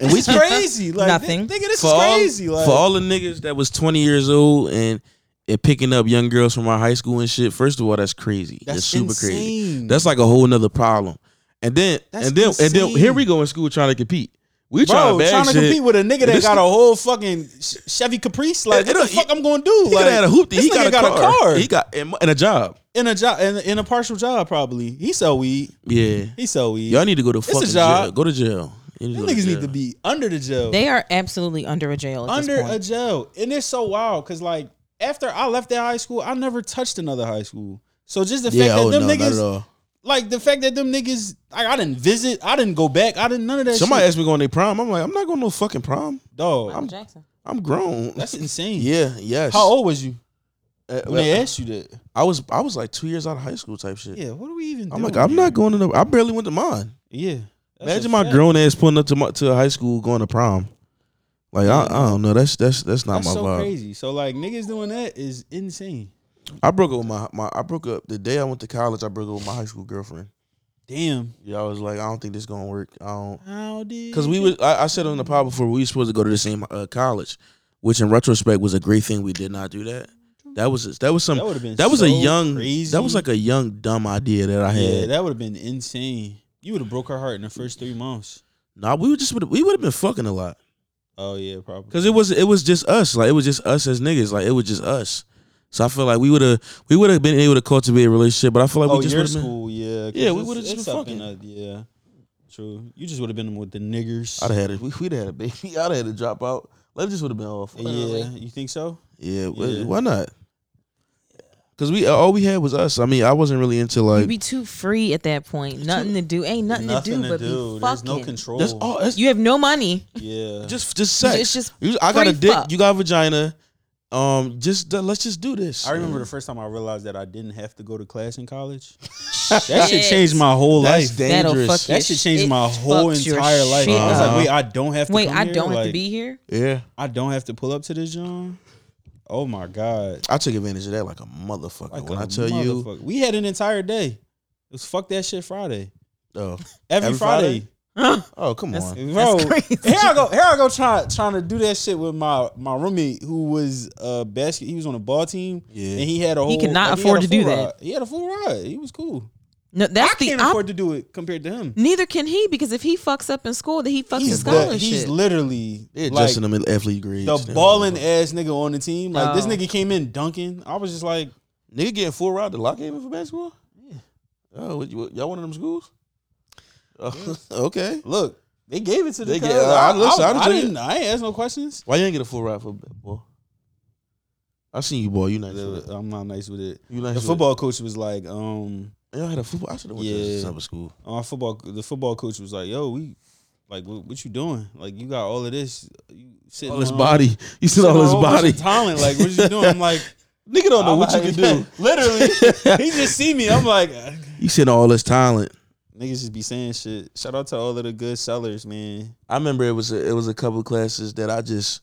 Speaker 1: And
Speaker 3: This is crazy. Like
Speaker 2: Nothing.
Speaker 3: thi- nigga, this
Speaker 1: for
Speaker 3: is
Speaker 1: all,
Speaker 3: crazy. like
Speaker 1: for all the niggas that was 20 years old and and picking up young girls from our high school and shit. First of all, that's crazy. That's, super crazy.
Speaker 3: insane.
Speaker 1: That's like a whole nother problem. And then
Speaker 3: That's
Speaker 1: and then and then
Speaker 3: insane.
Speaker 1: here we go in school trying to compete. We trying
Speaker 3: Bro,
Speaker 1: to bag
Speaker 3: trying to
Speaker 1: shit.
Speaker 3: compete with a nigga that
Speaker 1: this
Speaker 3: got a whole fucking Sh- Chevy Caprice, like
Speaker 1: It- it
Speaker 3: what the
Speaker 1: don't-
Speaker 3: fuck I'm gonna do?
Speaker 1: he
Speaker 3: like
Speaker 1: could have had a hoop. He
Speaker 3: this
Speaker 1: got,
Speaker 3: nigga
Speaker 1: a,
Speaker 3: got
Speaker 1: car.
Speaker 3: a car.
Speaker 1: He got and, and a job.
Speaker 3: in a job in, in a partial job probably. He sell weed.
Speaker 1: Yeah.
Speaker 3: He sell weed.
Speaker 1: Y'all need to go to
Speaker 3: a
Speaker 1: fucking
Speaker 3: job.
Speaker 1: jail. Go to jail. You
Speaker 3: Them
Speaker 1: go
Speaker 3: niggas
Speaker 1: jail.
Speaker 3: need to be under the jail.
Speaker 2: They are absolutely under a jail. At
Speaker 3: under
Speaker 2: this
Speaker 3: a
Speaker 2: point.
Speaker 3: jail. And it's so wild because like after I left that high school, I never touched another high school. So just the fact
Speaker 1: Yeah,
Speaker 3: that
Speaker 1: oh
Speaker 3: them
Speaker 1: no, not at
Speaker 3: niggas
Speaker 1: all.
Speaker 3: like the fact that them niggas like I didn't visit, I didn't go back, I didn't none of that
Speaker 1: Somebody
Speaker 3: shit.
Speaker 1: asked me going to their prom. I'm like, I'm not going to no fucking prom.
Speaker 3: Dog,
Speaker 2: Michael Jackson.
Speaker 1: I'm grown.
Speaker 3: that's insane.
Speaker 1: yeah, yes.
Speaker 3: How old was you
Speaker 1: Uh,
Speaker 3: when they asked you that?
Speaker 1: I was I was like two years out of high school type shit.
Speaker 3: Yeah, what are we even
Speaker 1: I'm
Speaker 3: doing?
Speaker 1: like, I'm
Speaker 3: here?
Speaker 1: not going to no. I barely went to mine.
Speaker 3: Yeah. That's
Speaker 1: Imagine
Speaker 3: a
Speaker 1: my
Speaker 3: fact.
Speaker 1: grown ass pulling up to my, to high school going to prom. Like I, I don't know. That's that's that's not my
Speaker 3: That's so
Speaker 1: vibe.
Speaker 3: crazy. So like niggas doing that is insane.
Speaker 1: I broke up with my, my I broke up the day I went to college. I broke up with my high school girlfriend.
Speaker 3: Damn.
Speaker 1: Yeah, I was like, I don't think this gonna work. I don't.
Speaker 3: How did
Speaker 1: Because we was, I, I said on the pod before, we were supposed to go to the same uh, college, which in retrospect was a great thing we did not do that. That was that was some
Speaker 3: That
Speaker 1: that,
Speaker 3: would've been
Speaker 1: was a
Speaker 3: so
Speaker 1: young
Speaker 3: crazy.
Speaker 1: that was like a young dumb idea that I had.
Speaker 3: Yeah, that would have been insane. You would have broke her heart in the first three months.
Speaker 1: nah, we would just would've- we would have been fucking a lot
Speaker 3: Oh yeah, probably.
Speaker 1: because it was it was just us like it was just us as niggas like it was just us. So I feel like we would have we would have been able to cultivate a relationship, but I feel like
Speaker 3: oh,
Speaker 1: we just
Speaker 3: your
Speaker 1: would have been.
Speaker 3: school, yeah. 'cause
Speaker 1: Yeah, we
Speaker 3: it's-
Speaker 1: would've just
Speaker 3: it's
Speaker 1: been
Speaker 3: up in a- yeah, true. You just would have been with the niggers.
Speaker 1: I'd have had it. We, we'd have had a baby. I'd have had to drop out. Life just would have been awful.
Speaker 3: yeah, you think so?
Speaker 1: Yeah, wh-
Speaker 3: Yeah.
Speaker 1: Why not? Cause we all we had was us. I mean, I wasn't really into like
Speaker 2: You'd be too free at that point. Nothing to do. Ain't nothing,
Speaker 3: Nothing
Speaker 2: to do
Speaker 3: to
Speaker 2: but
Speaker 3: do.
Speaker 2: be
Speaker 3: There's
Speaker 2: fucking.
Speaker 3: no control.
Speaker 1: that's all. That's
Speaker 2: Oh. You have no money.
Speaker 3: Yeah.
Speaker 1: just just sex.
Speaker 2: It's just
Speaker 1: You- I got a
Speaker 2: free
Speaker 1: dick.
Speaker 2: fuck.
Speaker 1: You got a vagina. Um, just let's just do this.
Speaker 3: I remember the first time I realized that I didn't have to go to class in college. that shit changed my whole
Speaker 1: That's
Speaker 3: life.
Speaker 2: That'll
Speaker 1: dangerous.
Speaker 2: fuck
Speaker 3: That
Speaker 2: Your
Speaker 3: shit changed my
Speaker 2: shit
Speaker 3: whole
Speaker 2: fucks your
Speaker 3: entire life.
Speaker 2: shit
Speaker 3: I was like,
Speaker 1: up.
Speaker 3: wait, I don't have to.
Speaker 2: Wait,
Speaker 3: come
Speaker 2: I
Speaker 3: here?
Speaker 2: don't have to
Speaker 3: Like,
Speaker 2: be here.
Speaker 1: yeah,
Speaker 3: I don't have to pull up to this John. Oh my god!
Speaker 1: I took advantage of that like a motherfucker.
Speaker 3: Like
Speaker 1: when
Speaker 3: a
Speaker 1: I tell you,
Speaker 3: motherfucker. we had an entire day. It was fuck that shit Friday.
Speaker 1: oh,
Speaker 3: Every,
Speaker 1: Every
Speaker 3: Friday,
Speaker 1: oh, come
Speaker 2: That's-
Speaker 1: on.
Speaker 3: bro.
Speaker 2: That's crazy.
Speaker 3: Here I go. Here I go trying trying to do that shit with my my roommate who was a basket. He was on a ball team.
Speaker 1: Yeah.
Speaker 3: and he had a whole.
Speaker 2: could not
Speaker 3: like, he
Speaker 2: afford
Speaker 3: had a
Speaker 2: to do
Speaker 3: full
Speaker 2: that.
Speaker 3: ride. He had a full ride. He was cool.
Speaker 2: No, that's
Speaker 3: I
Speaker 2: the
Speaker 3: can't
Speaker 2: op-
Speaker 3: afford to do it compared to him.
Speaker 2: Neither can he because if he fucks up in school, then he fucks his
Speaker 3: He's, the,
Speaker 2: scholarship.
Speaker 3: he's literally
Speaker 1: They're
Speaker 3: like,
Speaker 1: adjusting them in athlete grades.
Speaker 3: the
Speaker 1: They're
Speaker 3: balling
Speaker 1: motherfuckers.
Speaker 3: ass nigga on the team. Like this
Speaker 2: Oh.
Speaker 3: nigga came in dunking. I was just like,
Speaker 1: Nigga getting full ride to lock even for basketball? Yeah. Oh, what, you- what- y'all one of them schools? Oh, okay.
Speaker 3: look, they gave it to the.
Speaker 1: They
Speaker 3: They
Speaker 1: get- I- listen, I
Speaker 3: I,
Speaker 1: done
Speaker 3: I
Speaker 1: took it.
Speaker 3: didn't. I ain't ask no questions.
Speaker 1: Why you ain't get a full ride for basketball? I seen you, boy. You nice. with it.
Speaker 3: I'm not nice with it.
Speaker 1: You nice.
Speaker 3: The
Speaker 1: with it.
Speaker 3: football coach was like, um,
Speaker 1: Y'all had a football. I should have went to
Speaker 3: Yeah.
Speaker 1: summer school.
Speaker 3: our football the football coach was like, "Yo, we like what, what you doing? Like you got all of this, you sitting
Speaker 1: All his
Speaker 3: on-
Speaker 1: body. You
Speaker 3: sitting
Speaker 1: still all
Speaker 3: on
Speaker 1: his
Speaker 3: a whole bunch
Speaker 1: body.
Speaker 3: of talent. Like what you doing? I'm like,
Speaker 1: Nigga don't know
Speaker 3: I'm
Speaker 1: what you
Speaker 3: like-
Speaker 1: can do.
Speaker 3: Literally, he just see me. I'm like, "Ugh."
Speaker 1: You sitting all his talent.
Speaker 3: niggas just be saying shit. Shout out to all of the good sellers, man.
Speaker 1: I remember it was a, it was a couple classes that I just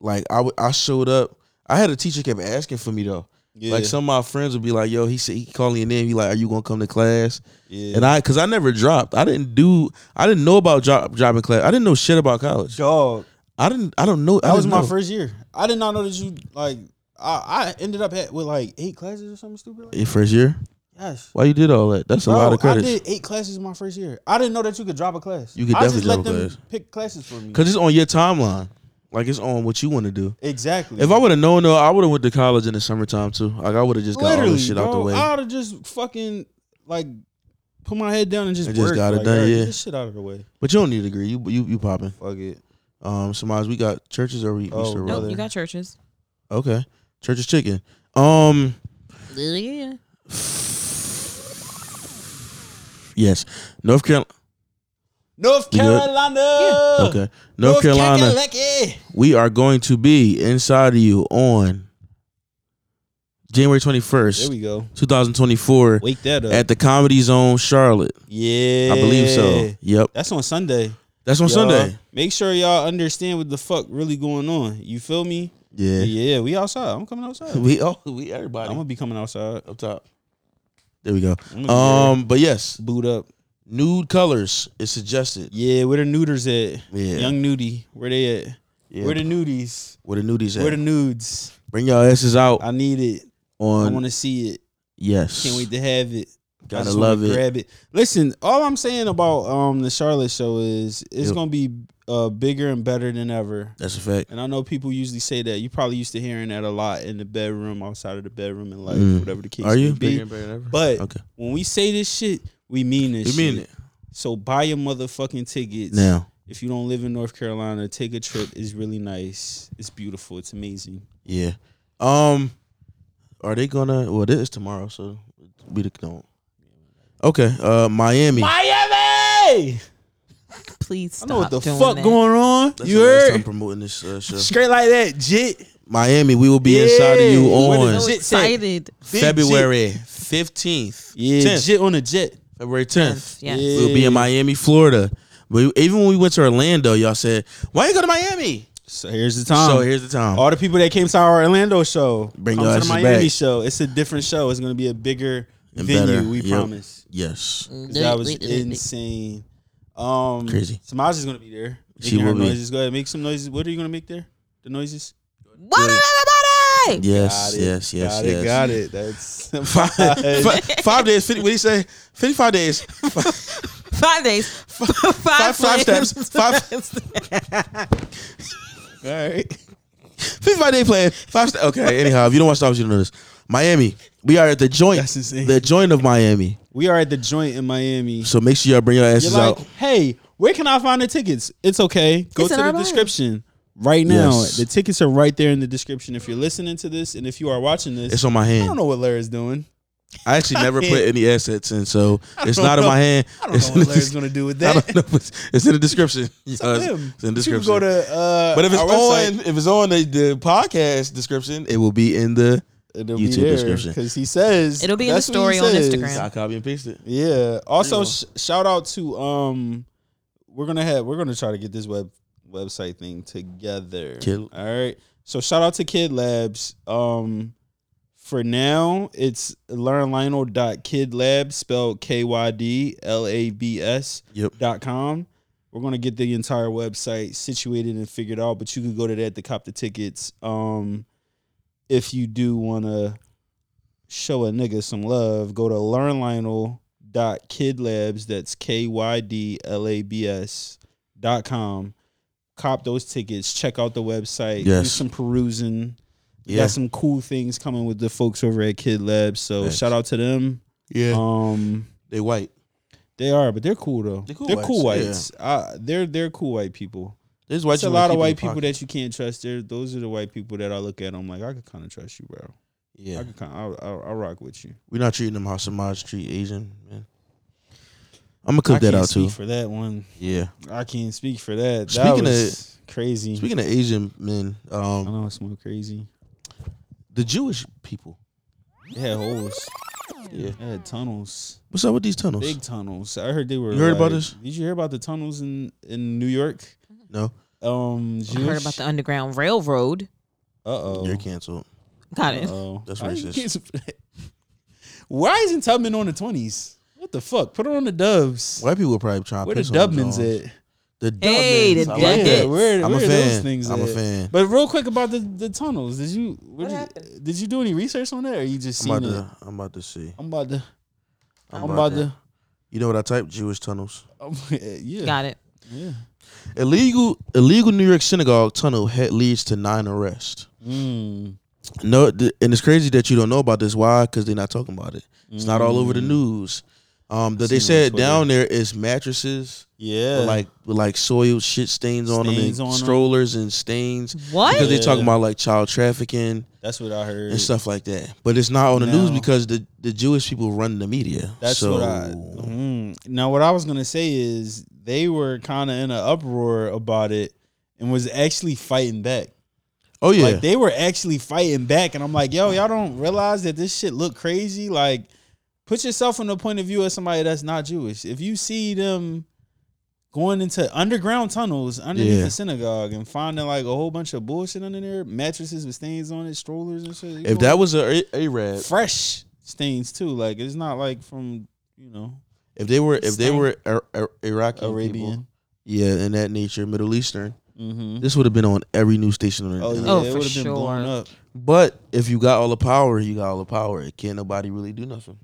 Speaker 1: like I w- I showed up. I had a teacher kept asking for me though.
Speaker 3: Yeah,
Speaker 1: Like some of my friends would be like, "Yo," he said he calling your name. He like, "Are you gonna come to class?"
Speaker 3: yeah.
Speaker 1: And I, cause I never dropped. I didn't do. I didn't know about drop, dropping class. I didn't know shit about college.
Speaker 3: dog.
Speaker 1: I didn't. I don't know. I
Speaker 3: That was
Speaker 1: didn't
Speaker 3: my
Speaker 1: know.
Speaker 3: first year. I did not know that you like. I, I ended up at, with like eight classes or something stupid. Like, that.
Speaker 1: Your first year.
Speaker 3: gosh,
Speaker 1: Why you did all that? That's a
Speaker 3: Bro,
Speaker 1: lot of
Speaker 3: I
Speaker 1: credits.
Speaker 3: did eight classes my first year. I didn't know that you could drop a class.
Speaker 1: You could
Speaker 3: I
Speaker 1: definitely
Speaker 3: just let
Speaker 1: drop a
Speaker 3: them
Speaker 1: class.
Speaker 3: pick classes for me.
Speaker 1: Cause it's on your timeline. Like it's on what you want to do.
Speaker 3: Exactly.
Speaker 1: If I would have known though, I would have went to college in the summertime too. Like I would have just got all
Speaker 3: literally,
Speaker 1: this shit
Speaker 3: bro,
Speaker 1: out the way.
Speaker 3: I would have just fucking like put my head down and just,
Speaker 1: And just
Speaker 3: work.
Speaker 1: got it
Speaker 3: Like,
Speaker 1: done,
Speaker 3: alright,
Speaker 1: yeah.
Speaker 3: Get this shit out of the way.
Speaker 1: but you don't need a degree. You you you popping.
Speaker 3: Fuck it.
Speaker 1: Um, Samaj, we got churches or we, we
Speaker 3: Oh,
Speaker 1: still
Speaker 3: brother.
Speaker 2: nope,
Speaker 1: rolling?
Speaker 2: you got churches.
Speaker 1: Okay, churches chicken. Um,
Speaker 2: Yeah.
Speaker 1: yes, North Carolina.
Speaker 3: North
Speaker 1: You good?
Speaker 3: Carolina.
Speaker 1: Okay, North, Carolina.
Speaker 3: Kakalaki.
Speaker 1: We are going to be inside of you on January twenty
Speaker 3: There
Speaker 1: first,
Speaker 3: we go.
Speaker 1: two thousand twenty four,
Speaker 3: Wake that up.
Speaker 1: at the Comedy Zone, Charlotte.
Speaker 3: yeah,
Speaker 1: I believe so. Yep,
Speaker 3: That's on Sunday.
Speaker 1: that's on
Speaker 3: Y'all,
Speaker 1: Sunday.
Speaker 3: Make sure y'all understand what the fuck really going on. You feel me?
Speaker 1: Yeah,
Speaker 3: Yeah, we outside. I'm coming outside.
Speaker 1: we all we everybody
Speaker 3: I'm gonna be coming outside.
Speaker 1: up top. There we go.
Speaker 3: I'm gonna be
Speaker 1: Um, but yes,
Speaker 3: Boot up.
Speaker 1: nude colors is suggested.
Speaker 3: Yeah, where the neuters at?
Speaker 1: Yeah.
Speaker 3: Young nudie. Where they at?
Speaker 1: Yeah.
Speaker 3: Where the nudies?
Speaker 1: Where the nudies at?
Speaker 3: Where the nudes?
Speaker 1: Bring y'all asses out
Speaker 3: I need it. I
Speaker 1: on
Speaker 3: want to see it.
Speaker 1: Yes.
Speaker 3: Can't wait to have it. I
Speaker 1: Gotta
Speaker 3: just wanna
Speaker 1: love it.
Speaker 3: Grab it. Listen, all I'm saying about um the Charlotte show is it's
Speaker 1: Yep.
Speaker 3: gonna be uh bigger and better than ever.
Speaker 1: That's a fact.
Speaker 3: And I know people usually say that. You probably used to hearing that a lot in the bedroom, outside of the bedroom, and life,
Speaker 1: Mm.
Speaker 3: whatever the case
Speaker 1: Are you?
Speaker 3: may be. But
Speaker 1: Okay.
Speaker 3: when we say this shit, we mean this.
Speaker 1: You mean it
Speaker 3: shit. So buy your motherfucking tickets
Speaker 1: now?
Speaker 3: If you don't live in North Carolina, take a trip. It's really nice. It's beautiful. It's amazing.
Speaker 1: Yeah. Um, are they gonna? Well, it is tomorrow, so we don't. Okay. Uh, Miami.
Speaker 3: Miami.
Speaker 2: Please stop
Speaker 3: I know what the
Speaker 2: doing
Speaker 3: fuck
Speaker 2: that.
Speaker 3: going on.
Speaker 1: That's
Speaker 3: you
Speaker 1: the last
Speaker 3: heard?
Speaker 1: time promoting this uh, show.
Speaker 3: Straight like that, jit.
Speaker 1: Miami. We will be inside of you
Speaker 3: Yeah. What
Speaker 2: So
Speaker 1: on
Speaker 3: is Shit said.
Speaker 2: excited.
Speaker 3: Big
Speaker 1: February fifteenth.
Speaker 3: Yeah, jit on a jet.
Speaker 1: February tenth.
Speaker 2: Yes.
Speaker 3: Yeah.
Speaker 1: We'll be in Miami, Florida. But even when we went to Orlando, y'all said, "Why you go to Miami?"
Speaker 3: So here's the time.
Speaker 1: so here's the time.
Speaker 3: all the people that came to our Orlando show,
Speaker 1: Bring
Speaker 3: come
Speaker 1: your
Speaker 3: to the
Speaker 1: asses
Speaker 3: Miami
Speaker 1: back.
Speaker 3: show. It's a different show. It's gonna be a bigger
Speaker 1: And
Speaker 3: venue.
Speaker 1: better.
Speaker 3: We
Speaker 1: Yep.
Speaker 3: promise.
Speaker 1: yes.
Speaker 2: Mm,
Speaker 3: 'Cause That was insane. Um,
Speaker 1: Crazy.
Speaker 3: Samaj is gonna be there.
Speaker 1: She
Speaker 3: making her
Speaker 1: will be.
Speaker 3: Noises. Go ahead, make some noises. What are you gonna make there? The noises.
Speaker 2: What everybody?
Speaker 1: Yes.
Speaker 3: Got it.
Speaker 1: Yes. Yes.
Speaker 3: got
Speaker 1: yes.
Speaker 3: It, got it. That's
Speaker 1: five, fi- five days. 50, what do you say? Fifty-five days. Five,
Speaker 2: Five days.
Speaker 1: five,
Speaker 2: Five, plans.
Speaker 1: steps. Five.
Speaker 3: all right.
Speaker 1: Fifty-five day plan. Five. St- okay. Anyhow, if you don't watch Stars, you don't know this. Miami. We are at the joint.
Speaker 3: That's insane.
Speaker 1: The joint of Miami.
Speaker 3: We are at the joint in Miami.
Speaker 1: So make sure y'all bring your asses
Speaker 3: You're like,
Speaker 1: out.
Speaker 3: hey, where can I find the tickets? It's okay. Go
Speaker 2: It's
Speaker 3: to
Speaker 2: in
Speaker 3: the
Speaker 2: our bio.
Speaker 3: description. right now.
Speaker 1: Yes.
Speaker 3: The tickets are right there in the description if you're listening to this and if you are watching this.
Speaker 1: It's on my
Speaker 3: I don't
Speaker 1: hand.
Speaker 3: know what Larry's doing.
Speaker 1: I actually never put any assets in, so it's not in
Speaker 3: know.
Speaker 1: my hand.
Speaker 3: I don't
Speaker 1: It's
Speaker 3: know
Speaker 1: in
Speaker 3: what
Speaker 1: the
Speaker 3: Larry's
Speaker 1: des-
Speaker 3: going to do with
Speaker 1: I
Speaker 3: that.
Speaker 1: don't know. It's, it's in the description. Yeah,
Speaker 3: up
Speaker 1: it's,
Speaker 3: to him.
Speaker 1: it's in the
Speaker 3: You
Speaker 1: description.
Speaker 3: can go to, uh,
Speaker 1: but if it's
Speaker 3: our
Speaker 1: on,
Speaker 3: website,
Speaker 1: if it's on the, the podcast description, it will be in the. YouTube
Speaker 3: it'll be there,
Speaker 1: description.
Speaker 3: because he says
Speaker 2: It'll be in the
Speaker 3: that's what
Speaker 2: story
Speaker 3: he
Speaker 2: on
Speaker 3: says.
Speaker 2: Instagram.
Speaker 1: I copy and paste it.
Speaker 3: Yeah.
Speaker 1: Pretty
Speaker 3: Also,
Speaker 1: well.
Speaker 3: sh- shout out to um, we're gonna have we're gonna try to get this web website thing together.
Speaker 1: Kid-
Speaker 3: All right. So shout out to Kid Labs. Um, for now it's learnlionel.kidlabs spelled K Y D L A B S
Speaker 1: Yep.
Speaker 3: dot com. We're gonna get the entire website situated and figured out, but you can go to that to cop the tickets. Um, if you do wanna show a nigga some love, go to learnlionel.kidlabs. That's K Y D L A B S dot com. Cop those tickets. Check out the website. Do
Speaker 1: Yes.
Speaker 3: some perusing. We
Speaker 1: Yeah.
Speaker 3: Got some cool things coming with the folks over at Kid Labs. So
Speaker 1: Thanks.
Speaker 3: shout out to them.
Speaker 1: Yeah,
Speaker 3: Um,
Speaker 1: they white.
Speaker 3: they are, but they're cool though. They're
Speaker 1: They're
Speaker 3: cool,
Speaker 1: cool whites,
Speaker 3: whites. Uh, they're they're cool white people.
Speaker 1: There's white.
Speaker 3: It's a lot of white people that you can't trust. There, those are the white people that I look at. I'm like, I could kind of trust you, bro.
Speaker 1: Yeah,
Speaker 3: I could kind, I'll, I'll, I'll rock with you.
Speaker 1: we're not treating them how Samaj treat Asian. Man. I'm gonna
Speaker 3: I
Speaker 1: cook that
Speaker 3: can't
Speaker 1: out
Speaker 3: speak
Speaker 1: too.
Speaker 3: for that one.
Speaker 1: Yeah.
Speaker 3: I can't speak for that. that
Speaker 1: Speaking
Speaker 3: was crazy.
Speaker 1: Mm-hmm. Speaking of Asian men,
Speaker 3: I
Speaker 1: um,
Speaker 3: know it's more crazy.
Speaker 1: the Jewish people.
Speaker 3: They had holes.
Speaker 1: Yeah.
Speaker 3: They had tunnels.
Speaker 1: What's up with these tunnels?
Speaker 3: Big tunnels. I heard they were.
Speaker 1: You heard about
Speaker 3: like-
Speaker 1: this?
Speaker 3: Did you hear about the tunnels in in New York?
Speaker 1: No,
Speaker 3: Um,
Speaker 2: I heard about the Underground Railroad.
Speaker 3: Uh oh.
Speaker 1: you're canceled.
Speaker 2: Got it.
Speaker 1: That's racist.
Speaker 3: Why isn't Tubman on the twenties? What the fuck? Put her on the Doves.
Speaker 1: White people probably trying to
Speaker 3: Where the
Speaker 1: piss on
Speaker 3: Dubmans
Speaker 1: Jones.
Speaker 3: at?
Speaker 1: The Dubmans.
Speaker 2: Hey, the
Speaker 1: I
Speaker 3: Like,
Speaker 1: like
Speaker 3: yeah,
Speaker 1: that.
Speaker 2: Dubmans.
Speaker 3: where,
Speaker 1: I'm
Speaker 3: where
Speaker 1: a
Speaker 3: are those
Speaker 1: fan.
Speaker 3: things
Speaker 1: I'm a
Speaker 3: at?
Speaker 1: fan.
Speaker 3: But real quick about the, the tunnels. Did you what did,
Speaker 2: happened?
Speaker 3: did you do any research on that, or you just
Speaker 1: I'm about,
Speaker 3: seen it?
Speaker 1: to, I'm about to see.
Speaker 3: I'm about to. I'm,
Speaker 1: about
Speaker 3: about
Speaker 1: to-
Speaker 3: to.
Speaker 1: You know what I typed? Jewish tunnels.
Speaker 3: I'm- yeah.
Speaker 2: Got it.
Speaker 3: Yeah.
Speaker 1: Illegal illegal New York synagogue tunnel head leads to nine arrests.
Speaker 3: Mm.
Speaker 1: No, th- and it's crazy that you don't know about this. Why? Because they're not talking about it. It's not all over the news. Um, that
Speaker 3: seen Mm. it
Speaker 1: they
Speaker 3: on
Speaker 1: said
Speaker 3: Twitter.
Speaker 1: down there is mattresses
Speaker 3: Yeah.
Speaker 1: with like with like soil shit stains, on them,
Speaker 3: Stains
Speaker 1: and
Speaker 3: on 'em.
Speaker 1: strollers and stains
Speaker 2: What?
Speaker 1: because they're talking
Speaker 3: Yeah.
Speaker 1: about like child trafficking
Speaker 3: that's what I heard.
Speaker 1: and stuff like that. But it's not on the news
Speaker 3: No.
Speaker 1: because the, the Jewish people run the media.
Speaker 3: That's
Speaker 1: so,
Speaker 3: what I. Mm. Now, what I was gonna say is they were kind of in an uproar about it and was actually fighting back.
Speaker 1: Oh yeah,
Speaker 3: Like they were actually fighting back, and I'm like, yo, y'all don't realize that this shit look crazy. Like, put yourself in the point of view of somebody that's not Jewish. If you see them going into underground tunnels underneath
Speaker 1: Yeah.
Speaker 3: the synagogue and finding like a whole bunch of bullshit under there, mattresses with stains on it, strollers and shit. you
Speaker 1: if
Speaker 3: gonna-
Speaker 1: that was a Arab,
Speaker 3: fresh stains too, like it's not like from you know
Speaker 1: if they were if they
Speaker 3: Stain.
Speaker 1: were Ar- Ar- Iraqi people,
Speaker 3: Arabian.
Speaker 1: yeah, in that nature, Middle Eastern,
Speaker 3: Mm-hmm.
Speaker 1: this would have been on every news station on the
Speaker 3: Oh yeah,
Speaker 1: internet.
Speaker 2: Oh,
Speaker 3: it
Speaker 2: for
Speaker 3: would have been blown
Speaker 2: sure.
Speaker 3: up.
Speaker 1: But if you got all the power, you got all the power. It Can't nobody really do nothing.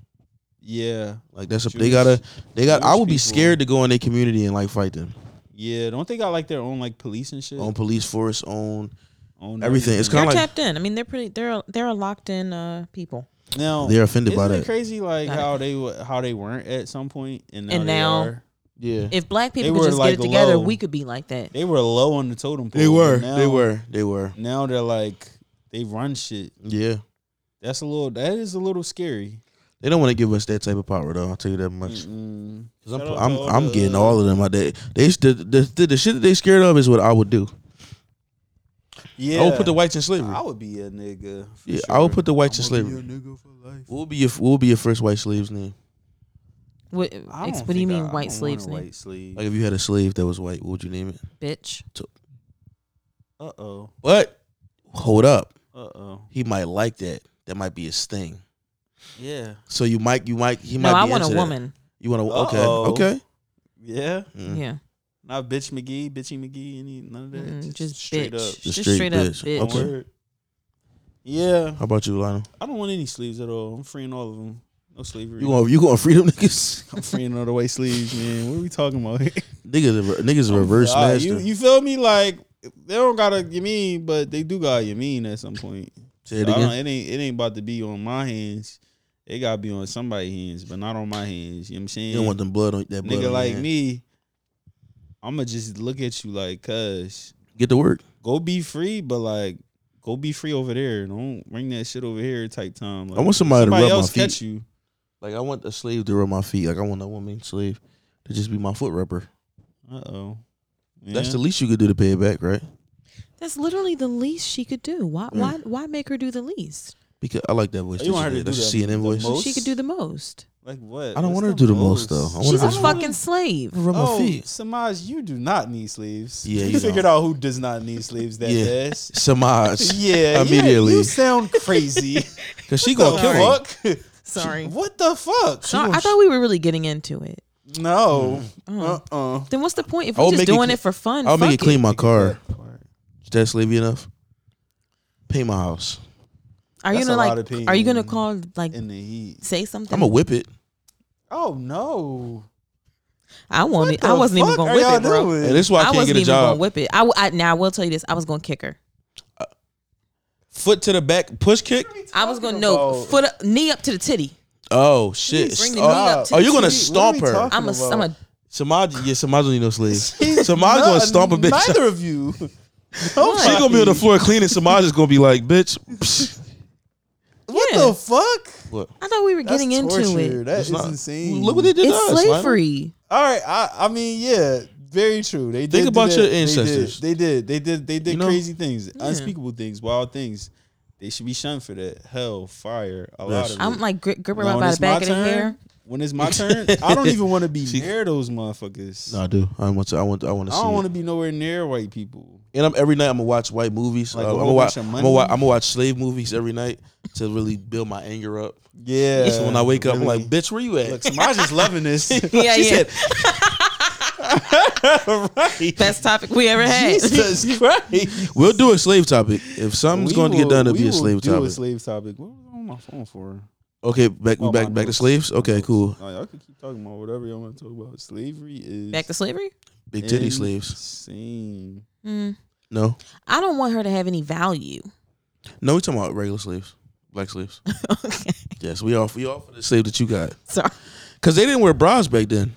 Speaker 3: Yeah,
Speaker 1: Like that's a,
Speaker 3: Jewish-
Speaker 1: they gotta they got. I
Speaker 3: Jewish
Speaker 1: would be
Speaker 3: people.
Speaker 1: scared to go in their community and like fight them.
Speaker 3: yeah. Don't they got like their own like police and shit?
Speaker 1: Own police force, own
Speaker 3: Own
Speaker 1: everything. It's
Speaker 2: They're
Speaker 1: kinda like-
Speaker 2: tapped in. I mean, they're pretty. They're they're a locked in uh, people.
Speaker 3: now
Speaker 1: they're offended
Speaker 3: isn't
Speaker 1: by
Speaker 3: it
Speaker 1: that.
Speaker 3: crazy like
Speaker 2: Got it.
Speaker 3: how they wa- how they weren't at some point and now
Speaker 2: And
Speaker 3: they
Speaker 2: now-
Speaker 3: are?
Speaker 1: Yeah,
Speaker 2: If black people
Speaker 3: They
Speaker 2: could
Speaker 3: were,
Speaker 2: just
Speaker 3: like,
Speaker 2: get it together,
Speaker 3: low.
Speaker 2: we could be like that.
Speaker 3: they were low on the totem pole.
Speaker 1: they
Speaker 3: but
Speaker 1: were,
Speaker 3: now-
Speaker 1: they were, they were.
Speaker 3: Now they're like they run shit.
Speaker 1: Yeah,
Speaker 3: That's a little. That is a little scary.
Speaker 1: they don't want to give us that type of power though. I'll tell you that much.
Speaker 3: Mm. Mm-mm.
Speaker 1: Cause I'm,
Speaker 3: Shout out
Speaker 1: I'm,
Speaker 3: to all
Speaker 1: I'm
Speaker 3: the-
Speaker 1: getting all of them out there. They the, the, the, the shit that they scared of is what I would do.
Speaker 3: Yeah,
Speaker 1: I would put the whites in slavery.
Speaker 3: I would be a nigga. for
Speaker 1: yeah, I would
Speaker 3: sure.
Speaker 1: put the whites in
Speaker 3: I'ma be
Speaker 1: slavery. What would be your What would be your first white slave's name?
Speaker 2: What,
Speaker 3: I don't
Speaker 2: ex- what do you
Speaker 3: think I-
Speaker 2: mean,
Speaker 3: I
Speaker 2: white
Speaker 3: don't
Speaker 2: slaves?
Speaker 3: want a
Speaker 2: Name?
Speaker 3: White slave.
Speaker 1: Like if you had a slave that was white, what would you name it?
Speaker 2: Bitch.
Speaker 3: Uh oh.
Speaker 1: But hold up,
Speaker 3: Uh oh.
Speaker 1: he might like that. That might be his thing.
Speaker 3: Yeah.
Speaker 1: So you might, you might, he
Speaker 2: No,
Speaker 1: might.
Speaker 2: I
Speaker 1: be
Speaker 2: want a
Speaker 1: into that.
Speaker 2: woman.
Speaker 1: You want to? Okay,
Speaker 3: Uh-oh.
Speaker 1: okay.
Speaker 3: Yeah.
Speaker 1: Mm.
Speaker 2: Yeah.
Speaker 3: Not bitch McGee, bitchy McGee, any none of that.
Speaker 2: Mm-mm,
Speaker 3: just,
Speaker 2: just
Speaker 3: straight
Speaker 2: bitch.
Speaker 1: Just
Speaker 3: up.
Speaker 2: Just
Speaker 1: straight
Speaker 2: straight up
Speaker 1: bitch.
Speaker 2: bitch.
Speaker 1: Okay.
Speaker 3: Word. Yeah.
Speaker 1: How about you, Lionel?
Speaker 3: I don't want any sleeves at all. I'm freeing all of them. No slavery.
Speaker 1: You going you going freedom niggas?
Speaker 3: I'm freeing all the white sleeves, man. What are we talking about? here?
Speaker 1: niggas, are- niggas are reverse
Speaker 3: Ah,
Speaker 1: master.
Speaker 3: you, you feel me? Like they don't gotta you mean, but they do gotta you mean at some point.
Speaker 1: Say it
Speaker 3: So I don't-
Speaker 1: again.
Speaker 3: it ain't it ain't about to be on my hands. It gotta be on somebody's hands, but not on my hands. You know what I'm saying?
Speaker 1: You don't want them blood on that blood.
Speaker 3: Nigga
Speaker 1: on your
Speaker 3: like
Speaker 1: hand.
Speaker 3: me, I'ma just look at you like cuz
Speaker 1: get to work.
Speaker 3: go be free, but like go be free over there. Don't bring that shit over here type time. Like,
Speaker 1: I want somebody to rub my
Speaker 3: else
Speaker 1: feet.
Speaker 3: catch you.
Speaker 1: Like I want a slave to rub my feet. Like I want a woman slave to just be my foot rubber.
Speaker 3: Uh oh.
Speaker 1: That's the least you could do to pay it back, right?
Speaker 2: That's literally the least she could do. Why?
Speaker 1: Mm.
Speaker 2: Why? Why make her do the least?
Speaker 1: Because I like that voice.
Speaker 3: Oh, You want
Speaker 1: that she
Speaker 3: her to
Speaker 1: did.
Speaker 3: do
Speaker 1: That's
Speaker 3: the-
Speaker 1: CNN
Speaker 3: the
Speaker 1: voice.
Speaker 3: most?
Speaker 2: She could do the most.
Speaker 3: like what?
Speaker 1: I don't
Speaker 3: What's
Speaker 1: want her to do the most, though. I want her
Speaker 2: She's
Speaker 1: to
Speaker 2: a
Speaker 1: just
Speaker 2: fucking slave.
Speaker 1: rub my
Speaker 3: Oh,
Speaker 1: feet.
Speaker 3: Samaj, you do not need sleeves.
Speaker 1: Yeah, you
Speaker 3: you
Speaker 1: don't.
Speaker 3: figured out who does not need sleeves that
Speaker 1: Yeah.
Speaker 3: fast.
Speaker 1: Samaj.
Speaker 3: Yeah,
Speaker 1: Immediately.
Speaker 3: Yeah, you sound crazy.
Speaker 1: Cause she gonna kill me.
Speaker 3: fuck?
Speaker 2: Sorry.
Speaker 3: What the fuck?
Speaker 2: Sorry, I thought we were really getting into it.
Speaker 3: No.
Speaker 2: Oh.
Speaker 3: Uh.
Speaker 2: Then what's the point if
Speaker 1: I will
Speaker 2: we're just
Speaker 1: make it
Speaker 2: doing
Speaker 1: cle-
Speaker 2: it for fun?
Speaker 1: I'll make
Speaker 2: fuck
Speaker 1: it clean my car. Is that slavey enough? Paint my house.
Speaker 2: Are you
Speaker 3: That's
Speaker 2: gonna
Speaker 3: a lot
Speaker 2: like?
Speaker 3: of pain
Speaker 2: Are you gonna
Speaker 3: in-
Speaker 2: call like
Speaker 3: In the heat.
Speaker 2: say something?
Speaker 1: I'm gonna whip it.
Speaker 3: Oh no.
Speaker 2: I
Speaker 3: What
Speaker 2: won't. e,
Speaker 3: the
Speaker 2: I wasn't even
Speaker 3: fuck
Speaker 2: gonna
Speaker 3: are
Speaker 2: whip
Speaker 3: y'all
Speaker 2: it, bro.
Speaker 3: doing?
Speaker 1: And this is why I,
Speaker 2: I,
Speaker 1: can't
Speaker 2: wasn't
Speaker 1: get a
Speaker 2: even gonna
Speaker 1: job.
Speaker 2: whip it. I, w- I- now I will tell you this. I was gonna kick her.
Speaker 1: Foot to the back, push kick.
Speaker 2: I was gonna no
Speaker 3: about?
Speaker 2: foot up, knee up to the titty.
Speaker 1: Oh shit!
Speaker 2: Bring the
Speaker 1: Oh,
Speaker 2: knee up to
Speaker 1: oh,
Speaker 2: the
Speaker 1: you're gonna
Speaker 3: titty. What are
Speaker 1: stomp
Speaker 3: we
Speaker 1: her.
Speaker 3: talking-
Speaker 2: I'm a
Speaker 3: about?
Speaker 2: I'm a
Speaker 1: Samaj, yeah, Samaj don't need no sleeves. Samaj gonna
Speaker 3: None-
Speaker 1: stomp a bitch. She
Speaker 3: Neither of you.
Speaker 2: What?
Speaker 1: gonna be on the floor cleaning. Samaj is gonna be like, bitch. psh.
Speaker 3: What
Speaker 2: Yeah.
Speaker 3: the fuck?
Speaker 1: What?
Speaker 2: I thought we were getting
Speaker 3: That's
Speaker 2: into
Speaker 3: torture.
Speaker 2: it.
Speaker 3: That
Speaker 1: It's
Speaker 3: is
Speaker 1: not-
Speaker 3: insane.
Speaker 1: Look what they did. to
Speaker 2: It's
Speaker 1: us, Lionel.
Speaker 2: slavery.
Speaker 3: All right, I, I mean, yeah, very true. They did
Speaker 1: Think
Speaker 3: do
Speaker 1: about
Speaker 3: that.
Speaker 1: your
Speaker 3: They did.
Speaker 1: ancestors.
Speaker 3: They did. They did. They did,
Speaker 1: You know?
Speaker 3: crazy things, unspeakable things, wild things. They should be shunned for that. Hell, fire, a lot of
Speaker 2: I'm
Speaker 3: it.
Speaker 2: like gri- gripping
Speaker 3: Now,
Speaker 2: my
Speaker 3: when
Speaker 2: by
Speaker 3: it's
Speaker 2: the back
Speaker 3: my
Speaker 2: of the
Speaker 3: turn,
Speaker 2: hair.
Speaker 3: When it's my turn, I don't even want to be near those motherfuckers.
Speaker 1: No, I do. I want to. I want. I want to
Speaker 3: I
Speaker 1: see.
Speaker 3: don't want
Speaker 1: it.
Speaker 3: to be nowhere near white people.
Speaker 1: And I'm every night. I'm gonna watch white movies.
Speaker 3: Like,
Speaker 1: Uh,
Speaker 3: a
Speaker 1: I'm, gonna
Speaker 3: whole
Speaker 1: watch, I'm,
Speaker 3: bunch of
Speaker 1: gonna watch,
Speaker 3: money?
Speaker 1: I'm gonna watch slave movies every night to really build my anger up.
Speaker 3: Yeah.
Speaker 1: so when I wake up, I'm
Speaker 3: really.
Speaker 1: like, bitch, where you at?
Speaker 3: look, Samaj is loving this.
Speaker 2: Yeah,
Speaker 1: she
Speaker 2: yeah.
Speaker 1: said,
Speaker 2: Best topic we ever had.
Speaker 3: Jesus Christ.
Speaker 1: "We'll do a slave topic. If something's
Speaker 3: We
Speaker 1: going to get
Speaker 3: will-
Speaker 1: done, it'll
Speaker 3: we
Speaker 1: be a
Speaker 3: will
Speaker 1: slave
Speaker 3: do
Speaker 1: topic."
Speaker 3: A slave topic. What was I on my phone for?
Speaker 1: okay, back we
Speaker 3: Oh,
Speaker 1: back
Speaker 3: my
Speaker 1: back to
Speaker 3: notes.
Speaker 1: slaves. Okay, cool.
Speaker 3: No, y'all can keep talking about whatever y'all want to talk about. Slavery is
Speaker 2: Back to slavery.
Speaker 1: Big titty slaves.
Speaker 3: Insane.
Speaker 2: Mm.
Speaker 1: No,
Speaker 2: I don't want her to have any value.
Speaker 1: no, we talking about regular slaves, black slaves.
Speaker 2: okay,
Speaker 1: yes, we all we all for the slave that you got
Speaker 2: sorry.
Speaker 1: because they didn't wear bras back then.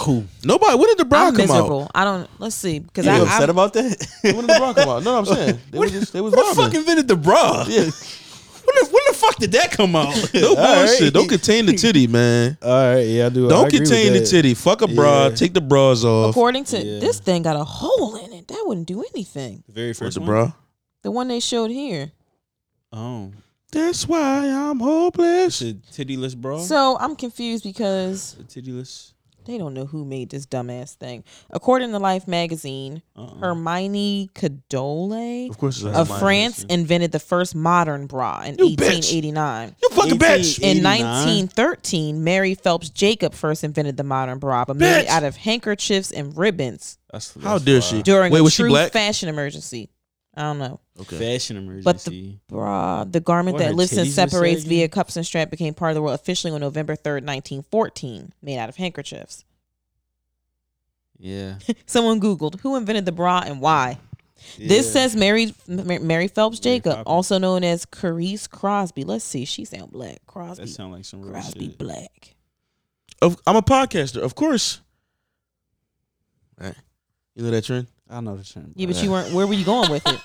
Speaker 3: Who?
Speaker 1: Nobody. When did the bra
Speaker 2: I'm
Speaker 1: come out?
Speaker 2: miserable. I don't. Let's see, because I,
Speaker 3: upset
Speaker 2: I'm,
Speaker 3: about that?
Speaker 1: When did the bra come out? No, no I'm saying they was just they was
Speaker 3: Who the fuck
Speaker 1: robbing.
Speaker 3: invented the bra?
Speaker 1: Yeah.
Speaker 3: When, the, when the fuck did that come out?
Speaker 1: No bullshit.
Speaker 3: right.
Speaker 1: Don't contain the titty, man.
Speaker 3: All right, yeah, I do.
Speaker 1: Don't contain the titty. Fuck a bra.
Speaker 3: Yeah.
Speaker 1: Take the bras off.
Speaker 2: according to
Speaker 3: Yeah.
Speaker 2: this thing, got a hole in it. That wouldn't do anything.
Speaker 3: The very
Speaker 1: What's
Speaker 3: first
Speaker 1: the
Speaker 3: one?
Speaker 1: bra?
Speaker 2: The one they showed here.
Speaker 3: Oh,
Speaker 1: That's why I'm
Speaker 3: it's
Speaker 1: hopeless.
Speaker 3: a tittyless bra.
Speaker 2: So I'm confused because
Speaker 3: a tittyless.
Speaker 2: they don't know who made this dumbass thing. According to Life magazine,
Speaker 3: Uh-uh.
Speaker 2: Hermione Cadole
Speaker 1: Of course, it's a
Speaker 2: of
Speaker 1: headline.
Speaker 2: France invented the first modern bra in
Speaker 1: You bitch.
Speaker 2: 1889.
Speaker 1: You fucking bitch.
Speaker 3: 18.
Speaker 2: In
Speaker 3: 89?
Speaker 2: 1913, Mary Phelps Jacob first invented the modern bra, but made
Speaker 1: Bitch.
Speaker 2: it out of handkerchiefs and ribbons
Speaker 3: That's, that's
Speaker 1: How dare she?
Speaker 3: wild.
Speaker 2: during
Speaker 1: Wait,
Speaker 2: a
Speaker 1: was she
Speaker 2: true
Speaker 1: black?
Speaker 2: fashion emergency. I don't know.
Speaker 1: Okay.
Speaker 3: Fashion
Speaker 2: But
Speaker 3: emergency.
Speaker 2: Bra, the garment
Speaker 3: What, her
Speaker 2: that lifts and
Speaker 3: titties were
Speaker 2: separates
Speaker 3: sagging?
Speaker 2: via cups and strap, became part of the world officially on November 3rd, 1914, made out of handkerchiefs.
Speaker 3: yeah.
Speaker 2: Someone Googled who invented the bra and why. This
Speaker 3: Yeah.
Speaker 2: says Mary M- Mary Phelps
Speaker 3: Mary
Speaker 2: Jacob,
Speaker 3: Poppins.
Speaker 2: also known as Carice Crosby. Let's see, she sound black. Crosby,
Speaker 3: that sound like some real
Speaker 2: Crosby
Speaker 3: shit.
Speaker 2: black.
Speaker 1: Of, I'm a podcaster, of course. Right. You know that trend?
Speaker 3: I know the term.
Speaker 2: Yeah, but you weren't. Where were you going with it?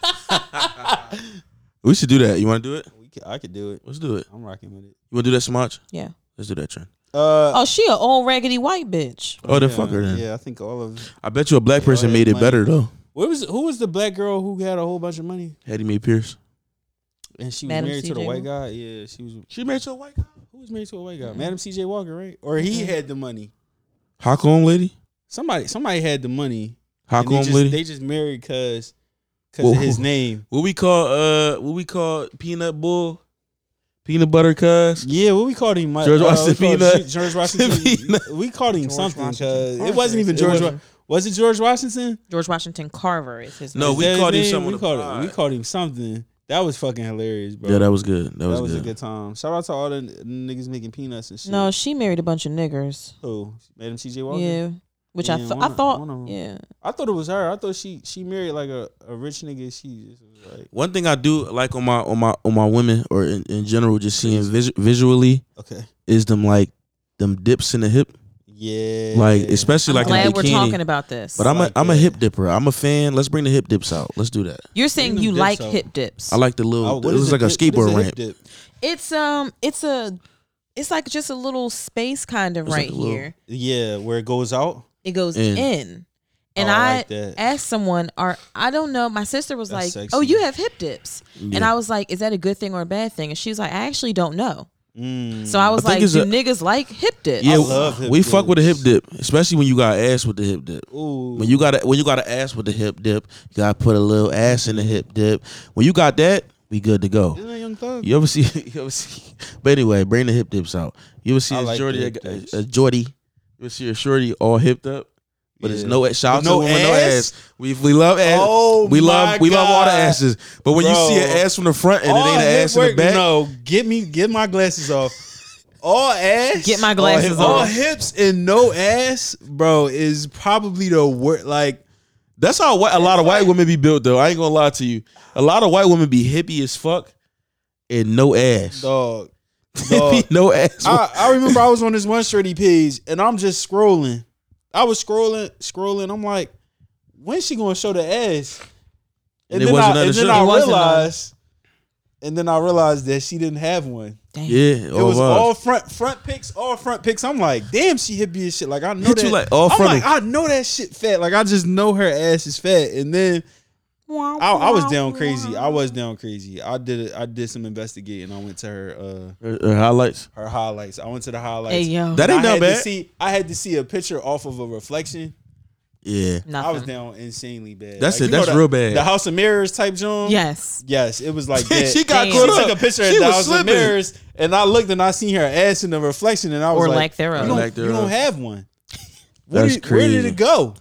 Speaker 1: We should do that. You want to do it?
Speaker 3: We could, I could do it.
Speaker 1: Let's do it.
Speaker 3: I'm rocking with it.
Speaker 1: You want to do that, Samaj?
Speaker 2: Yeah.
Speaker 1: Let's do that trend.
Speaker 3: Uh,
Speaker 2: Oh, she a old raggedy white bitch.
Speaker 1: Oh, the
Speaker 3: yeah,
Speaker 1: fucker then.
Speaker 3: Yeah, I think all of.
Speaker 1: I bet you a black person
Speaker 3: yeah,
Speaker 1: made it
Speaker 3: money.
Speaker 1: better though.
Speaker 3: What was who was the black girl who had a whole bunch of money
Speaker 1: Hattie Mae Pierce.
Speaker 3: and she was
Speaker 2: Madam
Speaker 3: married to the
Speaker 2: C.J.
Speaker 3: white guy? Yeah, she was.
Speaker 1: She married to a white guy.
Speaker 3: Who was married to a white guy? Madam C.J. Walker, right? Or he had the money.
Speaker 1: Hakum lady.
Speaker 3: Somebody, somebody had the money. and they
Speaker 1: Hakum
Speaker 3: just,
Speaker 1: lady.
Speaker 3: They just married because because
Speaker 1: Whoa.
Speaker 3: of his name.
Speaker 1: what we call uh what we call peanut bull, peanut butter cuz.
Speaker 3: Yeah, what we called him, Mike-
Speaker 1: George
Speaker 3: uh, we
Speaker 1: Washington
Speaker 3: called
Speaker 1: Peanut.
Speaker 3: Ge- George Washington.
Speaker 1: Peanut.
Speaker 3: We called him
Speaker 2: George
Speaker 3: something because
Speaker 2: Washington
Speaker 3: it wasn't even
Speaker 2: It
Speaker 3: George.
Speaker 2: wasn't.
Speaker 3: Wa- Was it George Washington?
Speaker 2: George Washington Carver is his.
Speaker 1: No,
Speaker 3: Is
Speaker 1: we
Speaker 3: that his
Speaker 1: called him
Speaker 3: name?
Speaker 1: something
Speaker 3: We
Speaker 1: on the
Speaker 3: called,
Speaker 1: pod.
Speaker 3: him, we called him something. That was fucking hilarious, bro.
Speaker 1: Yeah, that was good. That
Speaker 3: That
Speaker 1: was,
Speaker 3: was
Speaker 1: good.
Speaker 3: a good time. Shout out to all the n- niggas making peanuts and shit.
Speaker 2: No, she married a bunch of niggers.
Speaker 3: who Madam C.J. Walker.
Speaker 2: Yeah, which I
Speaker 3: Yeah,
Speaker 2: thought.
Speaker 3: one
Speaker 2: I
Speaker 3: of-
Speaker 2: thought.
Speaker 3: one of 'em.
Speaker 2: yeah,
Speaker 3: I thought it was her. I thought she she married like a, a rich nigga. She just was like
Speaker 1: One thing I do like on my on my on my women or in, in general, just seeing vis- visually
Speaker 3: okay.
Speaker 1: is them like them dips in the hip.
Speaker 3: Yeah.
Speaker 1: Like especially like in
Speaker 2: Glad
Speaker 1: a
Speaker 2: we're
Speaker 1: bikini.
Speaker 2: talking about this.
Speaker 1: but I'm
Speaker 3: Like
Speaker 1: a I'm a
Speaker 3: that.
Speaker 1: hip dipper. I'm a fan. Let's bring the hip dips out. Let's do that.
Speaker 2: You're saying
Speaker 3: Bring
Speaker 2: you
Speaker 3: them
Speaker 2: like
Speaker 3: dips out.
Speaker 2: hip dips.
Speaker 1: I like the little.
Speaker 3: Oh,
Speaker 1: it
Speaker 3: what is
Speaker 1: was like a
Speaker 3: dip- what
Speaker 1: skateboard
Speaker 3: is hip
Speaker 1: ramp.
Speaker 3: dip?
Speaker 2: it's um, it's a, it's like just a little space kind of
Speaker 1: It's like
Speaker 2: right
Speaker 1: a little-
Speaker 2: here.
Speaker 3: Yeah, where it goes out.
Speaker 2: It goes
Speaker 1: In.
Speaker 2: in, and
Speaker 3: Oh, I
Speaker 2: I,
Speaker 3: like that.
Speaker 2: asked someone, or I don't know. My sister was
Speaker 3: That's
Speaker 2: like,
Speaker 3: sexy.
Speaker 2: "Oh, you have hip dips," and
Speaker 1: Yeah.
Speaker 2: I was like, "Is that a good thing or a bad thing?" And she was like, "I actually don't know."
Speaker 3: Mm.
Speaker 2: So I was
Speaker 1: I think
Speaker 2: like,
Speaker 1: it's
Speaker 2: "Do
Speaker 1: a-
Speaker 2: niggas like hip dips?" Oh,
Speaker 1: Yeah,
Speaker 3: love hip
Speaker 1: we fuck with a hip
Speaker 3: dips.
Speaker 1: dip, especially when you got ass with the hip dip.
Speaker 3: Ooh.
Speaker 1: When you got a, when you got an ass with the hip dip, you got to put a little ass in the hip dip. When you got that, we good to go.
Speaker 3: Isn't that Young Thug?
Speaker 1: You ever see? You ever see? But anyway, bring the hip dips out. You ever see
Speaker 3: I
Speaker 1: a
Speaker 3: like
Speaker 1: shorty?
Speaker 3: the
Speaker 1: that
Speaker 3: hip
Speaker 1: got-
Speaker 3: dips.
Speaker 1: A, shorty. You ever see a shorty all hipped up, but it's
Speaker 3: Yeah.
Speaker 1: no shout out
Speaker 3: no
Speaker 1: to women no
Speaker 3: ass?
Speaker 1: ass. We we love ass.
Speaker 3: Oh
Speaker 1: we love
Speaker 3: my
Speaker 1: we love all the
Speaker 3: God.
Speaker 1: asses. But when you
Speaker 3: Bro.
Speaker 1: see an ass from the front and
Speaker 3: All
Speaker 1: it ain't an
Speaker 3: hip
Speaker 1: ass in the
Speaker 3: work-
Speaker 1: back,
Speaker 3: No, get me, get my glasses off. All ass.
Speaker 2: Get my
Speaker 3: all
Speaker 2: glasses
Speaker 3: hip- All
Speaker 2: off.
Speaker 3: hips and no ass, bro, is probably the worst. Like,
Speaker 1: That's how whi- a lot of white women be built, though. I ain't gonna lie to you. A lot of white women be hippie as fuck and no ass.
Speaker 3: dog.
Speaker 1: Hippie, no ass.
Speaker 3: I, I remember I was on this one shirty page and I'm just scrolling. I was scrolling, scrolling. I'm like, when's she gonna show the ass?
Speaker 1: And
Speaker 3: And,
Speaker 1: it wasn't
Speaker 3: then, I,
Speaker 1: on
Speaker 3: and
Speaker 1: the
Speaker 3: then
Speaker 1: shirt.
Speaker 3: I
Speaker 2: It wasn't on.
Speaker 3: realized, and then I realized that she didn't have one.
Speaker 2: Damn.
Speaker 1: yeah, oh,
Speaker 3: It was
Speaker 1: wow.
Speaker 3: all front front picks, all front picks. I'm like, damn, she hippie as shit. Like I know
Speaker 1: Hit
Speaker 3: that.
Speaker 1: you like all
Speaker 3: I'm
Speaker 1: front
Speaker 3: like, I know that shit fat. Like I just know her ass is fat. And then
Speaker 2: Wah,
Speaker 3: I, I was
Speaker 2: wah,
Speaker 3: down crazy.
Speaker 2: wah.
Speaker 3: I was down crazy. I did I did some investigating. I went to her uh
Speaker 1: Her- her highlights.
Speaker 3: her highlights. I went to the highlights.
Speaker 2: Hey yo,
Speaker 1: That ain't
Speaker 3: And I
Speaker 1: that
Speaker 3: had
Speaker 1: bad.
Speaker 3: To see, I had to see a picture off of a reflection.
Speaker 1: Yeah,
Speaker 2: nothing.
Speaker 3: I was down insanely bad.
Speaker 1: That's it.
Speaker 3: you know
Speaker 1: That's
Speaker 3: the-
Speaker 1: real bad.
Speaker 3: The House of Mirrors type joint.
Speaker 2: Yes,
Speaker 3: Yes, it was like that.
Speaker 1: she
Speaker 3: she
Speaker 1: got
Speaker 2: Damn.
Speaker 1: caught
Speaker 2: She
Speaker 1: up.
Speaker 3: took a picture
Speaker 1: she
Speaker 3: of the
Speaker 1: was
Speaker 3: House of
Speaker 1: slipping.
Speaker 3: Mirrors, and I looked and I seen her ass in the reflection, and I was
Speaker 2: or
Speaker 3: like,
Speaker 2: lack thereof.
Speaker 3: you don't,
Speaker 1: Lack
Speaker 3: you don't
Speaker 1: thereof.
Speaker 3: have one. Where,
Speaker 1: That's
Speaker 3: did, where did
Speaker 1: crazy.
Speaker 3: it go?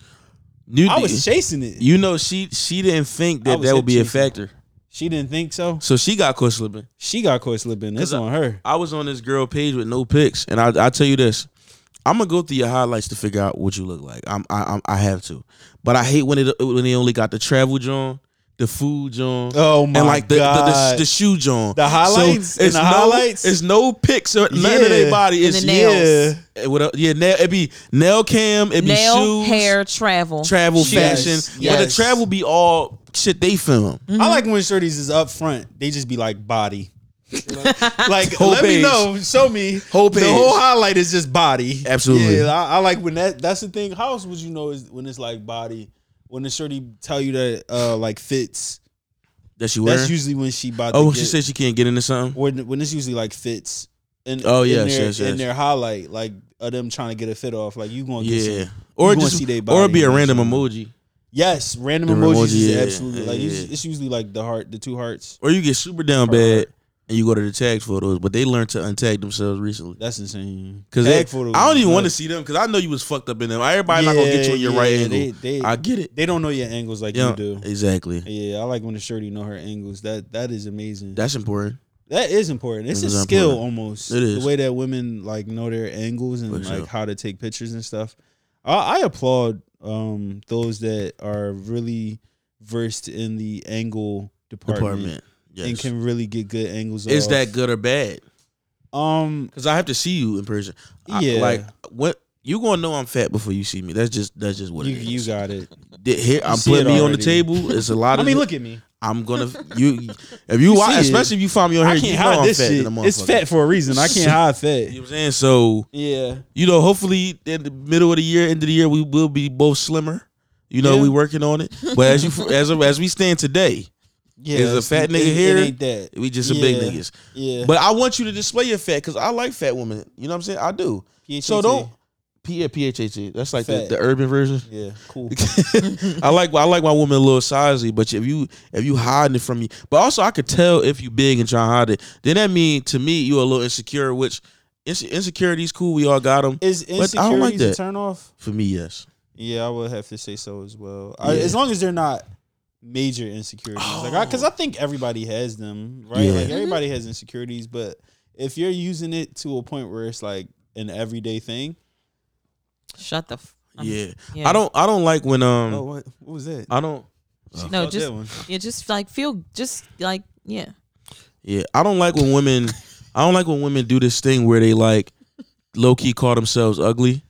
Speaker 1: You,
Speaker 3: I was chasing it.
Speaker 1: you know, she she didn't think
Speaker 3: I
Speaker 1: that
Speaker 3: was
Speaker 1: that would be a
Speaker 3: hip-cheating.
Speaker 1: factor,
Speaker 3: She didn't think so.
Speaker 1: so she got caught slipping.
Speaker 3: She got caught slipping. It's
Speaker 1: I-
Speaker 3: on her.
Speaker 1: I was on this girl page with no pics, and I I tell you this, I'm gonna go through your highlights to figure out what you look like. I'm I I'm, I have to, but I hate when it when they only got the travel John, the food John,
Speaker 3: Oh my
Speaker 1: and like the the, the,
Speaker 3: God.
Speaker 1: the shoe John,
Speaker 3: The highlights and
Speaker 1: it's
Speaker 3: the
Speaker 1: no,
Speaker 3: highlights?
Speaker 1: It's no pics or nothing of their
Speaker 3: Yeah.
Speaker 1: body.
Speaker 2: And
Speaker 1: It's
Speaker 2: the nails.
Speaker 1: yeah, what else? yeah, nail. It be nail cam. It be
Speaker 2: nail,
Speaker 1: shoes,
Speaker 2: hair, travel.
Speaker 1: travel
Speaker 3: Yes,
Speaker 1: fashion. But the
Speaker 3: yes.
Speaker 1: travel be all shit they film.
Speaker 2: Mm.
Speaker 3: I like when shorties is up front. They just be like body. like
Speaker 1: Whole
Speaker 3: let
Speaker 1: page.
Speaker 3: me know, show me.
Speaker 1: Whole
Speaker 3: The
Speaker 1: page.
Speaker 3: whole highlight is just body.
Speaker 1: Absolutely.
Speaker 3: Yeah, I, I like when that. That's the thing. How else would you know is when it's like body? When the shorty tell you that uh like fits.
Speaker 1: That she
Speaker 3: That's
Speaker 1: wearing.
Speaker 3: usually when she about.
Speaker 1: oh,
Speaker 3: to
Speaker 1: she
Speaker 3: get,
Speaker 1: said she can't get into something.
Speaker 3: when when it's usually like fits. And
Speaker 1: Oh, yes,
Speaker 3: in their,
Speaker 1: yes, yes.
Speaker 3: in their highlight, like of them trying to get a fit off, like you gonna get
Speaker 1: Yeah.
Speaker 3: some-
Speaker 1: Or
Speaker 3: you gonna
Speaker 1: just
Speaker 3: see they
Speaker 1: or
Speaker 3: body
Speaker 1: be a
Speaker 3: and
Speaker 1: random
Speaker 3: shit.
Speaker 1: emoji.
Speaker 3: yes, random
Speaker 1: The
Speaker 3: emojis
Speaker 1: emoji,
Speaker 3: is
Speaker 1: yeah,
Speaker 3: absolutely like
Speaker 1: yeah,
Speaker 3: it's-
Speaker 1: yeah.
Speaker 3: it's usually like the heart, the two hearts.
Speaker 1: Or you get super down bad and you go to the tag photos, but they learned to untag themselves recently.
Speaker 3: That's insane.
Speaker 1: Cause
Speaker 3: Tag
Speaker 1: they-
Speaker 3: photos
Speaker 1: I don't
Speaker 3: is
Speaker 1: even want to
Speaker 3: nuts.
Speaker 1: see them because I know you was fucked up in them. Everybody not gonna get you in your
Speaker 3: Yeah,
Speaker 1: right
Speaker 3: yeah,
Speaker 1: angle.
Speaker 3: They, they,
Speaker 1: I get it.
Speaker 3: they don't know your angles like
Speaker 1: Yeah,
Speaker 3: you do.
Speaker 1: exactly.
Speaker 3: Yeah, I like when the shorty know her angles. That that is amazing.
Speaker 1: That's important.
Speaker 3: that is important. It's a
Speaker 1: Angles are
Speaker 3: skill
Speaker 1: important.
Speaker 3: almost.
Speaker 1: It is.
Speaker 3: the way that women like know their angles and
Speaker 1: For sure.
Speaker 3: like how to take pictures and stuff. I, I applaud um those that are really versed in the angle department,
Speaker 1: Department. Yes.
Speaker 3: and can really get good angles.
Speaker 1: Is
Speaker 3: off.
Speaker 1: that good or bad?
Speaker 3: um
Speaker 1: Because I have to see you in person. I-
Speaker 3: Yeah.
Speaker 1: like what you gonna know I'm fat before you see me. That's just that's just what
Speaker 3: you
Speaker 1: it is.
Speaker 3: you got it.
Speaker 1: Did- here, I'm
Speaker 3: see
Speaker 1: putting
Speaker 3: it
Speaker 1: me on the
Speaker 3: already.
Speaker 1: table. It's a lot
Speaker 3: I
Speaker 1: of.
Speaker 3: mean, look at me.
Speaker 1: I'm gonna you if you, watch,
Speaker 3: see it.
Speaker 1: especially if you find me on
Speaker 3: I
Speaker 1: here,
Speaker 3: can't
Speaker 1: you know
Speaker 3: hide
Speaker 1: I'm
Speaker 3: this
Speaker 1: fat.
Speaker 3: shit.
Speaker 1: than a
Speaker 3: It's
Speaker 1: motherfucker.
Speaker 3: fat for a reason. I can't hide fat.
Speaker 1: You know what I'm saying? So,
Speaker 3: Yeah.
Speaker 1: you know, hopefully in the middle of the year, end of the year, we will be both slimmer. You know,
Speaker 3: Yeah.
Speaker 1: we working on it. But as you as as we stand today,
Speaker 3: Yeah,
Speaker 1: Is a
Speaker 3: it's-
Speaker 1: fat
Speaker 3: it-
Speaker 1: nigga
Speaker 3: it
Speaker 1: here?
Speaker 3: ain't that.
Speaker 1: we just some big
Speaker 3: Yeah,
Speaker 1: niggas.
Speaker 3: Yeah,
Speaker 1: But I want you to display your fat because I like fat women. You know what I'm saying? I do.
Speaker 3: PHAT.
Speaker 1: So don't P- yeah, PHAT. That's like the,
Speaker 3: Fat.
Speaker 1: the urban version.
Speaker 3: Yeah, cool.
Speaker 1: I like I like my woman a little sizey, but if you if you hiding it from me, but also I could tell if you big and trying to hide it, then that mean to me you a little insecure. Which inse- insecurity's cool, we all got them.
Speaker 3: Is
Speaker 1: But I don't like
Speaker 3: insecurities a
Speaker 1: that.
Speaker 3: turn off?
Speaker 1: For me, yes.
Speaker 3: Yeah, I would have to say so as well. I,
Speaker 1: Yeah.
Speaker 3: as long as they're not major insecurities, like because I, think everybody has them, right?
Speaker 1: Oh. Yeah.
Speaker 3: Like everybody has insecurities, but if you're using it to a point where it's like an everyday thing,
Speaker 2: Shut the. F- I'm-
Speaker 1: yeah.
Speaker 2: Uh-huh. yeah.
Speaker 1: I don't I don't like when um
Speaker 3: oh, what, what was that?
Speaker 1: I don't
Speaker 2: No,
Speaker 3: Fuck
Speaker 2: just
Speaker 3: that one.
Speaker 2: yeah, just like feel, just like yeah.
Speaker 1: yeah I don't like when women I don't like when women do this thing where they like low key call themselves ugly.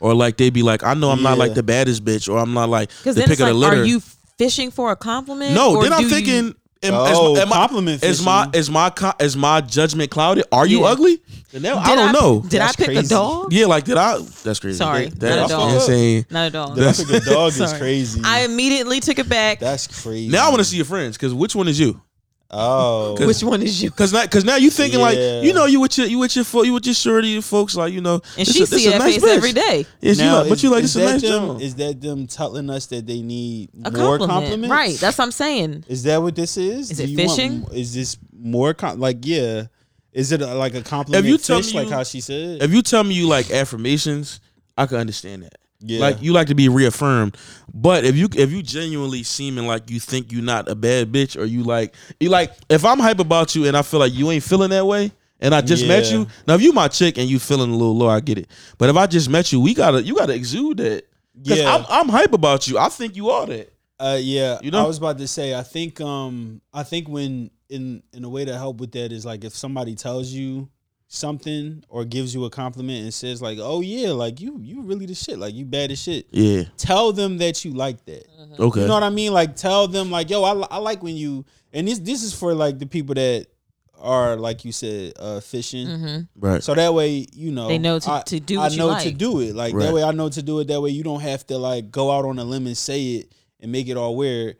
Speaker 1: or like they be like, I know I'm not
Speaker 3: Yeah.
Speaker 1: like the baddest bitch, or I'm not like
Speaker 2: Because
Speaker 1: the
Speaker 2: then
Speaker 1: pick
Speaker 2: it's
Speaker 1: of the
Speaker 2: like,
Speaker 1: litter.
Speaker 2: are you fishing for a compliment?
Speaker 1: no,
Speaker 2: or
Speaker 1: then I'm
Speaker 2: do you-
Speaker 1: thinking, am,
Speaker 3: Oh,
Speaker 1: is, am,
Speaker 3: compliment
Speaker 1: I, is my
Speaker 3: fishing.
Speaker 1: is my co- is my judgment clouded? Are you
Speaker 2: Yeah.
Speaker 1: ugly? Then that- I
Speaker 2: did
Speaker 1: don't know.
Speaker 2: Did I
Speaker 3: That's
Speaker 2: pick a
Speaker 3: crazy.
Speaker 2: dog?
Speaker 1: yeah, like did I? That's crazy.
Speaker 2: Sorry,
Speaker 1: That-
Speaker 2: not
Speaker 1: that's
Speaker 2: at all.
Speaker 1: insane.
Speaker 2: Not at all.
Speaker 1: That's-
Speaker 3: Like a dog is
Speaker 2: Sorry.
Speaker 3: crazy.
Speaker 2: I immediately took it back.
Speaker 3: That's crazy.
Speaker 1: Now I want to see your friends because which one is you?
Speaker 3: Oh,
Speaker 2: Which one is you?
Speaker 1: Cause now, cause now you thinking like
Speaker 3: Yeah.
Speaker 1: you know you with your you with your fo- you with your shorty your folks like you know
Speaker 2: And
Speaker 1: this
Speaker 2: she
Speaker 1: a- this
Speaker 2: see
Speaker 1: a
Speaker 2: that
Speaker 1: nice
Speaker 2: face
Speaker 1: bitch.
Speaker 2: every day.
Speaker 1: Yeah, she
Speaker 3: Now,
Speaker 1: like, but you like this is a
Speaker 3: that
Speaker 1: nice
Speaker 3: them,
Speaker 1: gentleman.
Speaker 3: Is that them telling us that they need
Speaker 2: A
Speaker 3: more
Speaker 2: compliment.
Speaker 3: compliments?
Speaker 2: Right. That's what I'm saying.
Speaker 3: Is that what this is?
Speaker 2: Is
Speaker 3: Do
Speaker 2: it
Speaker 3: you want
Speaker 2: fishing?
Speaker 3: m- is this more com- like yeah? Is it uh, like a compliment?
Speaker 1: you tell
Speaker 3: fish,
Speaker 1: me
Speaker 3: like
Speaker 1: you-
Speaker 3: how she said?
Speaker 1: If you tell me you like affirmations, I can understand that.
Speaker 3: yeah.
Speaker 1: Like you like to be reaffirmed, but if you if you genuinely seeming like you think you're not a bad bitch, or you like you like if I'm hype about you and I feel like you ain't feeling that way, and I just met
Speaker 3: Yeah.
Speaker 1: you. Now if you my chick and you feeling a little low, I get it. But if I just met you, we gotta you gotta exude that. Cause
Speaker 3: Yeah.
Speaker 1: I'm, I'm hype about you. I think you are that.
Speaker 3: Uh, yeah,
Speaker 1: You know?
Speaker 3: I was about to say. I think. Um, I think when in in a way to help with that is like if somebody tells you something or gives you a compliment and says like, "Oh yeah, like you you really the shit. Like you bad as shit."
Speaker 1: Yeah.
Speaker 3: Tell them that you like that.
Speaker 1: Okay.
Speaker 3: You know what I mean? Like tell them like, "Yo, I, li- I like when you." And this this is for like the people that are like you said uh fishing.
Speaker 2: Mm-hmm.
Speaker 1: right.
Speaker 3: So that way, you know,
Speaker 2: They know to-
Speaker 3: I-
Speaker 2: to do
Speaker 3: I
Speaker 2: what you
Speaker 3: know to
Speaker 2: like.
Speaker 3: do it. Like
Speaker 1: Right.
Speaker 3: that way, I know to do it. That way, you don't have to like go out on a limb and say it and make it all weird.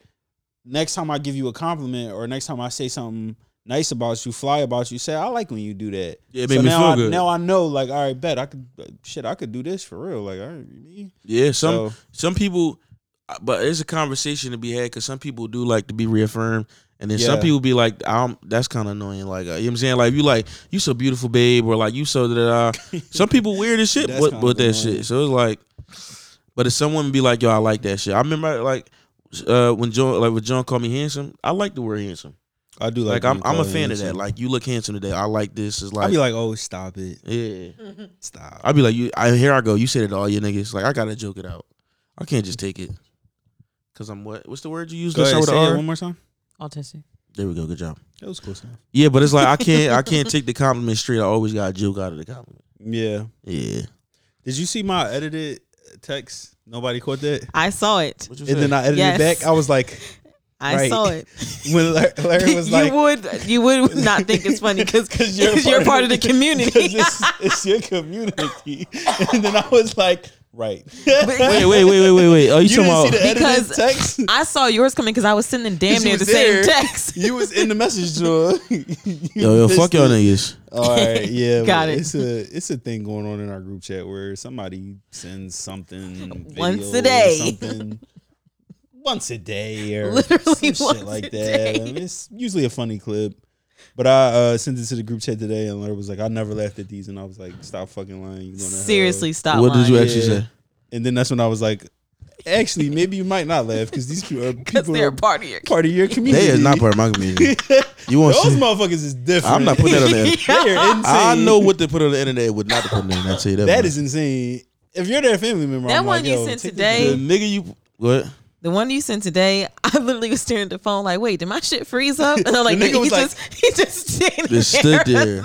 Speaker 3: Next time I give you a compliment or next time I say something nice about you, fly about you, say I like when you do that.
Speaker 1: Yeah, it made me
Speaker 3: now
Speaker 1: feel
Speaker 3: I,
Speaker 1: good.
Speaker 3: Now I know, like, all right, bet I could, shit, I could do this for real. Like, all right, me.
Speaker 1: yeah. Some
Speaker 3: so
Speaker 1: some people uh, but it's a conversation to be had because some people do like to be reaffirmed and then some
Speaker 3: Yeah.
Speaker 1: people be like um that's kind of annoying like uh, you know what i'm saying like you like you so beautiful babe or like you so da da da. some people weird as shit
Speaker 3: That's
Speaker 1: with,
Speaker 3: kinda
Speaker 1: with that
Speaker 3: annoying.
Speaker 1: shit so it's like but if someone be like yo i like that shit i remember like uh when john like when john called me handsome i like the word handsome
Speaker 3: I do
Speaker 1: like,
Speaker 3: like.
Speaker 1: i'm
Speaker 3: when
Speaker 1: i'm
Speaker 3: you
Speaker 1: a
Speaker 3: call
Speaker 1: fan
Speaker 3: me
Speaker 1: of that
Speaker 3: handsome.
Speaker 1: like you look handsome today i like this is
Speaker 3: I'd
Speaker 1: like
Speaker 3: be like, oh, stop it,
Speaker 1: yeah
Speaker 3: stop.
Speaker 1: i'd be like you I, here i go you said it to all you niggas like i gotta joke it out i can't just take it Cause I'm what? What's the word you use?
Speaker 3: Go
Speaker 1: Let's
Speaker 3: ahead,
Speaker 1: start with
Speaker 3: say
Speaker 1: a
Speaker 3: it
Speaker 1: R?
Speaker 3: one more time.
Speaker 2: Autistic.
Speaker 1: There we go. Good job.
Speaker 3: That was cool stuff.
Speaker 1: Yeah, but it's like I can't I can't take the compliment straight. I always got a joke out of the compliment.
Speaker 3: Yeah.
Speaker 1: Yeah.
Speaker 3: Did you see my edited text? Nobody caught that.
Speaker 2: I saw it.
Speaker 1: What you
Speaker 3: And then I edited
Speaker 2: Yes.
Speaker 3: it back. I was like,
Speaker 2: I
Speaker 3: Right.
Speaker 2: saw it.
Speaker 3: when Lar- Larry was
Speaker 2: you
Speaker 3: like,
Speaker 2: would you would not think it's funny because you're, part of the community.
Speaker 3: 'Cause it's, it's your community. And then I was like, right.
Speaker 2: But-
Speaker 1: wait, wait, wait, wait, wait, wait. Oh, you,
Speaker 3: You
Speaker 1: talking
Speaker 3: didn't see
Speaker 1: about
Speaker 3: the edited
Speaker 2: Because-
Speaker 3: text?
Speaker 2: I saw yours coming because I was sending damn
Speaker 3: She
Speaker 2: near the
Speaker 3: was there.
Speaker 2: same text.
Speaker 3: You was in the message drawer.
Speaker 1: yo, yo, fuck y'all niggas.
Speaker 3: All right, yeah,
Speaker 2: Got
Speaker 3: but
Speaker 2: it.
Speaker 3: It's a it's a thing going on in our group chat where somebody sends something
Speaker 2: Once
Speaker 3: video
Speaker 2: a day.
Speaker 3: or something once a day, or
Speaker 2: Literally
Speaker 3: some
Speaker 2: once
Speaker 3: shit like
Speaker 2: a
Speaker 3: that.
Speaker 2: day.
Speaker 3: I mean, it's usually a funny clip, but I uh, sent it to the group chat today, and Larry was like, "I never laughed at these," and I was like, "Stop fucking lying, you gonna hell."
Speaker 2: Seriously, stop.
Speaker 1: What did you
Speaker 2: lying.
Speaker 1: actually say?
Speaker 3: And then that's when I was like, "Actually, maybe you might not laugh because these people are,
Speaker 2: 'Cause
Speaker 3: people
Speaker 2: they're
Speaker 3: are
Speaker 2: a part of your
Speaker 3: part of your community.
Speaker 1: They is not part of my community. You want?
Speaker 3: Those
Speaker 1: to-
Speaker 3: motherfuckers is different.
Speaker 1: I'm not putting that on the internet.
Speaker 3: They are insane.
Speaker 1: I know what they put on the internet. Would not to put on the internet. I tell you that.
Speaker 3: That
Speaker 1: much.
Speaker 3: is insane. If you're their family member,
Speaker 2: That
Speaker 3: I'm
Speaker 2: one
Speaker 3: like,
Speaker 2: you
Speaker 3: Yo,
Speaker 2: sent
Speaker 3: take this
Speaker 1: the
Speaker 2: today-
Speaker 3: down.
Speaker 1: nigga. You what?
Speaker 2: The one you sent today, I literally was staring at the phone like, wait, did my shit freeze up? And I'm like,
Speaker 3: nigga
Speaker 2: he
Speaker 3: was like-
Speaker 2: just he just standing
Speaker 1: They stood
Speaker 2: there.
Speaker 1: there.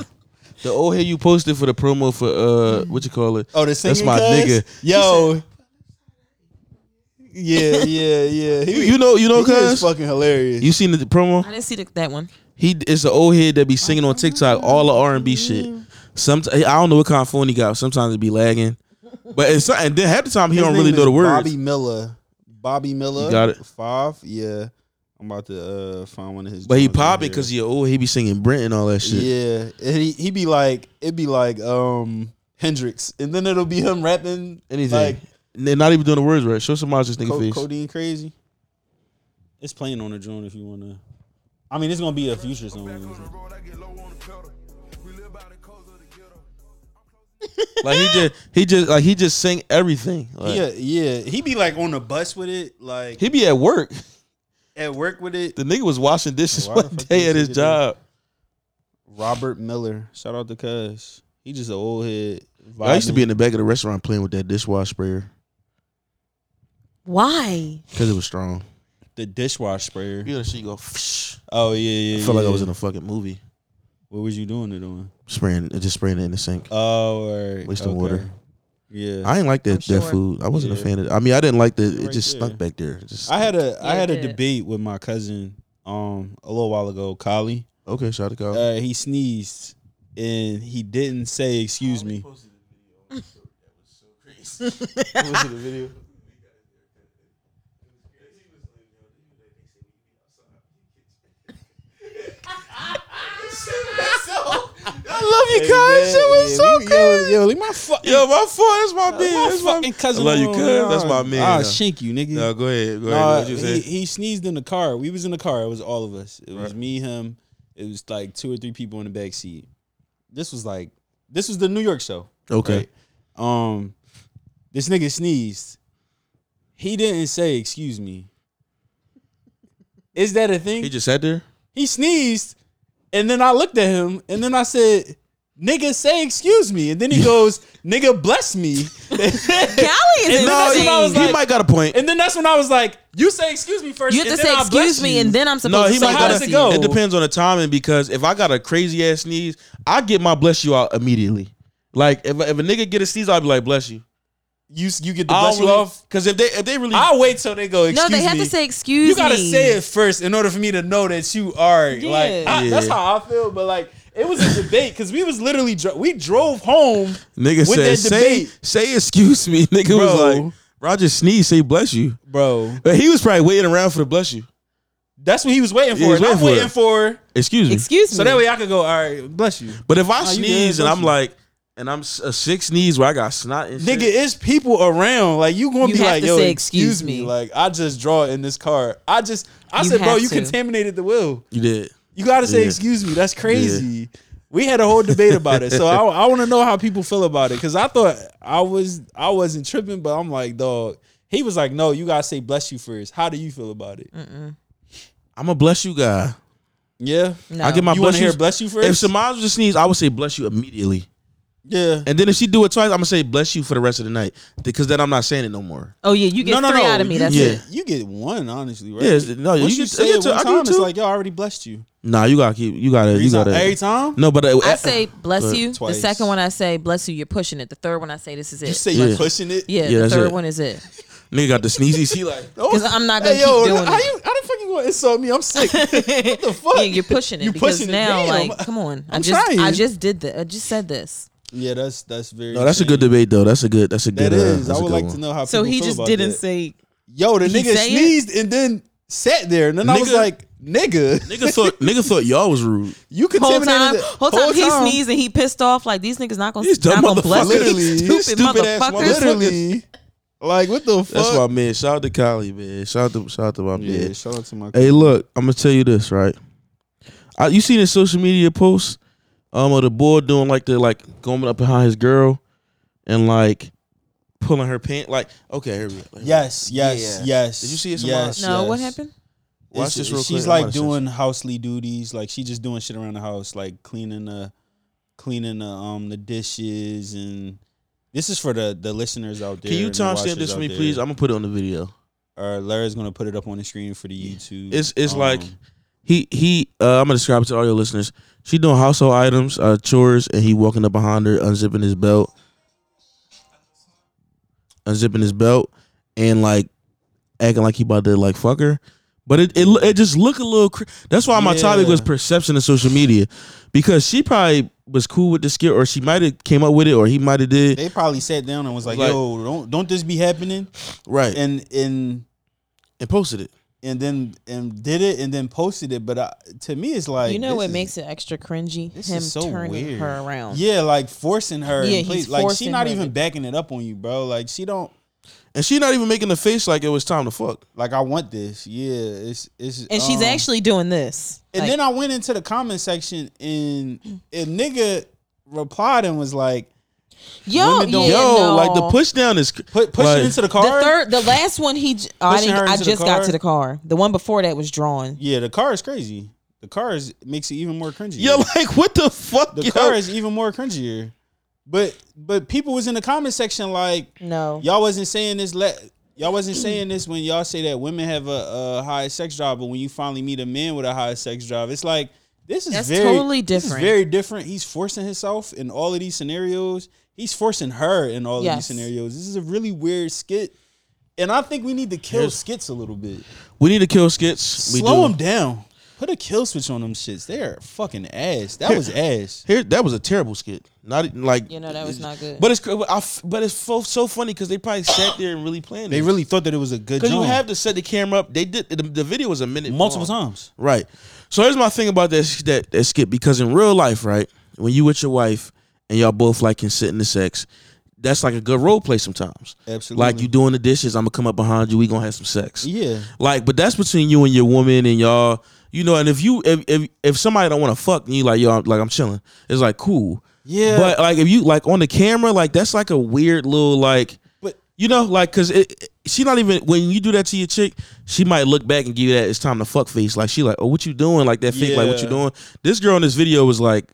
Speaker 1: The old head you posted for the promo for uh, what you call it?
Speaker 3: Oh, the singing
Speaker 1: That's my
Speaker 3: cuz?
Speaker 1: nigga.
Speaker 3: Yo. Yeah, yeah, yeah. He,
Speaker 1: You, you know, you know,
Speaker 3: he is
Speaker 1: cuz
Speaker 3: fucking hilarious.
Speaker 1: you seen the promo?
Speaker 2: I didn't see the, that one.
Speaker 1: He is the old head that be singing on TikTok all the R and B shit. Sometimes I don't know what kind of phone he got. Sometimes it be lagging, but it's and then half the time he
Speaker 3: His
Speaker 1: don't
Speaker 3: name
Speaker 1: really
Speaker 3: is
Speaker 1: know the words.
Speaker 3: Bobby Miller. Bobby Miller.
Speaker 1: You got it?
Speaker 3: Five. Yeah. I'm about to uh, find one of his.
Speaker 1: But he
Speaker 3: joints
Speaker 1: pop it
Speaker 3: right
Speaker 1: because
Speaker 3: here.
Speaker 1: he old. He be singing Brent and all that shit.
Speaker 3: Yeah. And he he be like it'd be like um Hendrix, and then it'll be him rapping
Speaker 1: Anything.
Speaker 3: like
Speaker 1: And they're not even doing the words right. Show somebody this nigga
Speaker 3: Co-
Speaker 1: face.
Speaker 3: codeine crazy. It's playing on the drone if you wanna. I mean, it's gonna be a future song.
Speaker 1: Like he just, he just, like he just sing everything. Like,
Speaker 3: Yeah, yeah. He be like on the bus with it, like
Speaker 1: He be at work.
Speaker 3: at work with it.
Speaker 1: The nigga was washing dishes
Speaker 3: Why the
Speaker 1: one
Speaker 3: fuck
Speaker 1: day
Speaker 3: you
Speaker 1: at his
Speaker 3: think you do?
Speaker 1: job.
Speaker 3: Robert Miller. Shout out to Cuz. He just an old head.
Speaker 1: I used to be in the back of the restaurant playing with that dishwash sprayer
Speaker 2: Why?
Speaker 1: because it was strong.
Speaker 3: the dishwash sprayer.
Speaker 1: You know, she go. Fsh.
Speaker 3: Oh yeah, yeah.
Speaker 1: I felt like I
Speaker 3: yeah.
Speaker 1: was in a fucking movie.
Speaker 3: What was you doing it on?
Speaker 1: Spraying, just spraying it in the sink.
Speaker 3: Oh, all right.
Speaker 1: Wasting water.
Speaker 3: Yeah.
Speaker 1: I ain't like that,
Speaker 2: I'm
Speaker 1: that
Speaker 2: sure.
Speaker 1: food. I wasn't a
Speaker 3: Yeah.
Speaker 1: fan of. I mean, I didn't like the. It
Speaker 3: Right
Speaker 1: just stunk
Speaker 3: there.
Speaker 1: back there. Just,
Speaker 3: I had a I
Speaker 2: Yeah,
Speaker 3: had a
Speaker 2: did.
Speaker 3: debate with my cousin um a little while ago, Kali.
Speaker 1: okay, shout out to God.
Speaker 3: Uh, he sneezed and he didn't say excuse me.
Speaker 1: I love you, cuz. Shit was so good. Yo, leave my fuck. Yo, my fault. That's my man.
Speaker 3: My
Speaker 1: That's my
Speaker 3: fucking cousin.
Speaker 1: I love you,
Speaker 3: on,
Speaker 1: cuz. That's my
Speaker 3: nah.
Speaker 1: man.
Speaker 3: I'll
Speaker 1: nah.
Speaker 3: shink you, nigga.
Speaker 1: No, go ahead. Go ahead.
Speaker 3: Nah,
Speaker 1: what you
Speaker 3: he,
Speaker 1: say?
Speaker 3: he sneezed in the car. We was in the car. It was all of us. It was me, him. It was like two or three people in the back seat. This was like this was the New York show.
Speaker 1: Okay.
Speaker 3: right? Um, this nigga sneezed. He didn't say excuse me. Is that a thing?
Speaker 1: He just sat there.
Speaker 3: he sneezed, and then I looked at him, and then I said, "Nigga, say excuse me." And then he goes, "Nigga, bless me."
Speaker 2: Golly, is
Speaker 3: And no,
Speaker 2: insane.
Speaker 3: you know, I was
Speaker 1: he
Speaker 3: like-
Speaker 1: might got a point.
Speaker 3: and then that's when I was like, "You say excuse me first,
Speaker 2: you have to
Speaker 3: and
Speaker 2: say
Speaker 3: then I'll bless
Speaker 2: excuse me,
Speaker 3: you."
Speaker 2: and then I'm supposed
Speaker 1: no,
Speaker 2: to
Speaker 1: he
Speaker 2: say
Speaker 1: might got
Speaker 3: how
Speaker 2: bless
Speaker 3: does
Speaker 1: a,
Speaker 3: it
Speaker 2: you.
Speaker 3: go?
Speaker 1: It depends on the timing because if I got a crazy ass sneeze, I get my bless you out immediately. Like if, if a nigga get a sneeze, I'll be like bless you.
Speaker 3: you you get the bless you off.
Speaker 1: because if they if they really
Speaker 3: I'll wait till they go.
Speaker 2: No,
Speaker 3: Excuse
Speaker 2: they have
Speaker 3: me.
Speaker 2: to say excuse me.
Speaker 3: you gotta say it first in order for me to know that you are like. I-
Speaker 1: Yeah.
Speaker 3: That's how I feel. But like, it was a debate because we was literally dro- we drove home.
Speaker 1: nigga
Speaker 3: with
Speaker 1: said
Speaker 3: that
Speaker 1: say
Speaker 3: debate-
Speaker 1: say excuse me, nigga was
Speaker 3: Bro.
Speaker 1: like Roger sneeze, say bless you.
Speaker 3: Bro,
Speaker 1: But he was probably waiting around for the bless you.
Speaker 3: that's what he was waiting for.
Speaker 1: He was
Speaker 3: and I'm
Speaker 1: waiting
Speaker 3: waiting for,
Speaker 1: Excuse me.
Speaker 2: Excuse me.
Speaker 3: so that way I could go. All right, bless you,
Speaker 1: but if I
Speaker 3: you good,
Speaker 1: sneeze and
Speaker 3: bless
Speaker 1: I'm
Speaker 3: you.
Speaker 1: like and I'm s- a sick sneeze where I got snot and
Speaker 3: nigga.
Speaker 1: shit,
Speaker 3: It's people around. Like you gonna
Speaker 2: You
Speaker 3: be
Speaker 2: have
Speaker 3: like,
Speaker 2: to
Speaker 3: yo,
Speaker 2: say
Speaker 3: excuse
Speaker 2: excuse
Speaker 3: me.
Speaker 2: me.
Speaker 3: Like I just draw in this car. I just I
Speaker 2: You
Speaker 3: said, bro,
Speaker 2: have
Speaker 3: you
Speaker 2: to.
Speaker 3: contaminated the will.
Speaker 1: you did.
Speaker 3: You gotta say
Speaker 1: Yeah.
Speaker 3: excuse me. That's crazy. We had a whole debate about it, so I, I want to know how people feel about it because I thought I was I wasn't tripping, but I'm like, dog. He was like, no, you gotta say bless you first. How do you feel about it?
Speaker 2: Mm.
Speaker 1: I'm a bless you guy.
Speaker 3: Yeah,
Speaker 2: No.
Speaker 1: I get my
Speaker 3: you want
Speaker 1: bless
Speaker 3: to hear
Speaker 1: you.
Speaker 3: bless you first?
Speaker 1: If Samaj was to sneeze, I would say bless you immediately.
Speaker 3: yeah,
Speaker 1: And then if she do it twice, I'm gonna say bless you for the rest of the night because then I'm not saying it no more.
Speaker 2: Oh yeah, you get
Speaker 3: no, no,
Speaker 2: three
Speaker 3: no.
Speaker 2: out of me.
Speaker 3: You
Speaker 2: That's
Speaker 1: yeah.
Speaker 2: it.
Speaker 3: get- You get one, honestly, right?
Speaker 1: Yeah, it's- no,
Speaker 3: Once
Speaker 1: you
Speaker 3: you,
Speaker 1: get- I
Speaker 3: say
Speaker 1: get
Speaker 3: it
Speaker 1: two- I
Speaker 3: one
Speaker 1: get
Speaker 3: time, it's
Speaker 1: two.
Speaker 3: like yo, I already blessed you.
Speaker 1: Nah, you gotta keep. You gotta.
Speaker 3: Every
Speaker 1: You
Speaker 3: time,
Speaker 1: gotta.
Speaker 3: every time?
Speaker 1: No, but uh,
Speaker 2: I say bless
Speaker 1: But-
Speaker 2: you.
Speaker 3: Twice.
Speaker 2: The second one I say bless you. You're pushing it. The third one I say this is it.
Speaker 3: You say
Speaker 1: Yeah.
Speaker 3: you're pushing it.
Speaker 2: yeah,
Speaker 1: Yeah,
Speaker 2: the
Speaker 1: that's
Speaker 2: third
Speaker 1: it.
Speaker 2: one is it.
Speaker 1: nigga got the sneezies. He like
Speaker 2: Because I'm not gonna
Speaker 3: Hey, yo,
Speaker 2: keep doing
Speaker 3: how
Speaker 2: it.
Speaker 3: you how the fuck you gonna insult me? I'm sick. what the fuck?
Speaker 2: yeah, you're pushing it
Speaker 3: You
Speaker 2: because
Speaker 3: pushing it.
Speaker 2: now,
Speaker 3: Damn.
Speaker 2: like, come on. i
Speaker 3: I'm
Speaker 2: just, I
Speaker 3: trying.
Speaker 2: just did that. I just said this.
Speaker 3: yeah, that's that's very.
Speaker 1: No, that's a good
Speaker 3: strange.
Speaker 1: debate though. That's a good. That's a good.
Speaker 3: That
Speaker 1: uh,
Speaker 3: is.
Speaker 1: that's
Speaker 3: I
Speaker 1: a
Speaker 3: would
Speaker 1: good
Speaker 3: like
Speaker 1: one.
Speaker 3: to know how.
Speaker 2: So
Speaker 3: people
Speaker 2: he
Speaker 3: feel
Speaker 2: just
Speaker 3: about
Speaker 2: didn't
Speaker 3: that.
Speaker 2: say.
Speaker 3: Yo, the
Speaker 2: He
Speaker 3: nigga
Speaker 2: say it?
Speaker 3: sneezed and then sat there, and then I was
Speaker 1: Nigga-
Speaker 3: like, nigga,
Speaker 1: Nigga thought nigga thought y'all was rude.
Speaker 3: you
Speaker 2: Whole
Speaker 3: contaminated
Speaker 2: time,
Speaker 3: the-
Speaker 2: whole time he sneezed and he pissed off. Like these niggas not gonna,
Speaker 1: These dumb
Speaker 2: not gonna bless me.
Speaker 1: motherfuckers.
Speaker 2: These
Speaker 1: Literally.
Speaker 2: Stupid,
Speaker 1: Stupid ass
Speaker 2: motherfuckers.
Speaker 3: literally, like what the fuck?
Speaker 1: That's why, man. Shout out to Kylie, man. Shout out to shout out to my
Speaker 3: yeah,
Speaker 1: man.
Speaker 3: shout out to my.
Speaker 1: Hey, look, I'm gonna tell you this, right? I, you seen his social media post um of the boy doing like the like going up behind his girl and like pulling her pant. Like, okay, here we go.
Speaker 3: Yes, yes,
Speaker 1: Yeah.
Speaker 3: yes.
Speaker 1: Did you see it, Samara?
Speaker 3: Yes.
Speaker 2: No,
Speaker 3: yes.
Speaker 2: what happened?
Speaker 1: Watch
Speaker 3: It's-
Speaker 1: this real quick.
Speaker 3: she's
Speaker 1: I'm
Speaker 3: like
Speaker 1: about to
Speaker 3: doing housely duties. Like she just doing shit around the house, like cleaning the, cleaning the um the dishes and. This is for the the listeners out there.
Speaker 1: Can you
Speaker 3: and the
Speaker 1: timestamp
Speaker 3: watchers
Speaker 1: this for
Speaker 3: out
Speaker 1: me,
Speaker 3: there.
Speaker 1: please? I'm gonna put it on the video.
Speaker 3: Or Larry's gonna put it up on the screen for the YouTube.
Speaker 1: It's it's
Speaker 3: Um,
Speaker 1: like he he. Uh, I'm gonna describe it to all your listeners. She doing household items, uh, chores, and he walking up behind her, unzipping his belt, unzipping his belt, and like acting like he about to like fuck her. But it it, lo- it just look a little. Cr- That's why my topic
Speaker 3: Yeah.
Speaker 1: was perception of social media, because she probably was cool with the skit, or she might have came up with it, or he might have did.
Speaker 3: they probably sat down and was like,
Speaker 1: Like-
Speaker 3: "Yo, don't don't this be happening?"
Speaker 1: Right, and,
Speaker 3: And and
Speaker 1: posted it.
Speaker 3: and then and did it and then posted it. But I, to me, it's like
Speaker 2: you know
Speaker 3: this
Speaker 2: what
Speaker 3: is-
Speaker 2: makes it extra cringy?
Speaker 3: this
Speaker 2: Him
Speaker 3: is so
Speaker 2: turning
Speaker 3: weird.
Speaker 2: her around.
Speaker 3: Yeah, like forcing her.
Speaker 2: Yeah,
Speaker 3: Yeah,
Speaker 2: he's
Speaker 3: place. like she
Speaker 2: forcing
Speaker 3: not
Speaker 2: her
Speaker 3: even
Speaker 2: to-
Speaker 3: backing it up on you, bro. Like she don't.
Speaker 1: And she not even making the face like it was time to fuck.
Speaker 3: Like I want this. Yeah, it's it's.
Speaker 2: and she's
Speaker 3: um,
Speaker 2: actually doing this.
Speaker 3: And
Speaker 2: Like,
Speaker 3: then I went into the comment section and a nigga replied and was like,
Speaker 2: yo,
Speaker 3: women don't-
Speaker 2: yeah,
Speaker 1: Yo,
Speaker 2: no.
Speaker 1: like the push down is cr-
Speaker 3: "Put push
Speaker 1: like-
Speaker 3: it into the
Speaker 2: The
Speaker 3: car."
Speaker 2: third, the last one he, j- oh, I,
Speaker 3: Pushing
Speaker 2: didn't,
Speaker 3: her
Speaker 2: I
Speaker 3: into the
Speaker 2: just got
Speaker 3: car.
Speaker 2: to the car. The one before that was drawn.
Speaker 3: yeah, the car is crazy. The car is makes it even more cringy.
Speaker 1: Yo, like what the fuck?
Speaker 3: the
Speaker 1: yo?
Speaker 3: car is even more cringier. But but people was in the comment section like
Speaker 2: No,
Speaker 3: y'all wasn't saying this. Le- y'all wasn't saying this when y'all say that women have a, a high sex drive, but when you finally meet a man with a high sex drive, it's like This is
Speaker 2: That's
Speaker 3: very,
Speaker 2: totally
Speaker 3: this is
Speaker 2: different.
Speaker 3: very different. He's forcing himself in all of these scenarios. He's forcing her in all
Speaker 2: Yes.
Speaker 3: of these scenarios. This is a really weird skit, and I think we need to kill skits a little bit.
Speaker 1: We need to kill skits. We
Speaker 3: Slow
Speaker 1: do.
Speaker 3: them down. Put a kill switch on them shits. They're fucking ass. That was ass.
Speaker 1: Here, that was a terrible skit. Not e, like
Speaker 2: You know, that was not good.
Speaker 1: But it's cr- I f- but it's so, so funny because they probably sat there and really planned.
Speaker 3: They really thought that it was a good.
Speaker 1: because you
Speaker 3: joint.
Speaker 1: have to set the camera up. They did the, the video was a minute
Speaker 3: multiple
Speaker 1: long.
Speaker 3: times.
Speaker 1: Right. So here's my thing about that sh- that that skit because in real life, right, when you with your wife and y'all both like consenting to sex, that's like a good role play sometimes.
Speaker 3: Absolutely.
Speaker 1: Like you doing the dishes, I'm gonna come up behind you. We gonna have some sex.
Speaker 3: Yeah.
Speaker 1: Like, but that's between you and your woman and y'all. You know, and if you if if, if somebody don't want to fuck, and you like yo, I'm, like I'm chilling. It's like cool.
Speaker 3: Yeah.
Speaker 1: But like if you like on the camera, like that's like a weird little like.
Speaker 3: But-
Speaker 1: you know, like because it, it- she not even when you do that to your chick, she might look back and give you that it's time to fuck face. Like she like, oh, what you doing? Like that fake, like what you
Speaker 3: Yeah.
Speaker 1: doing? This girl in this video was like.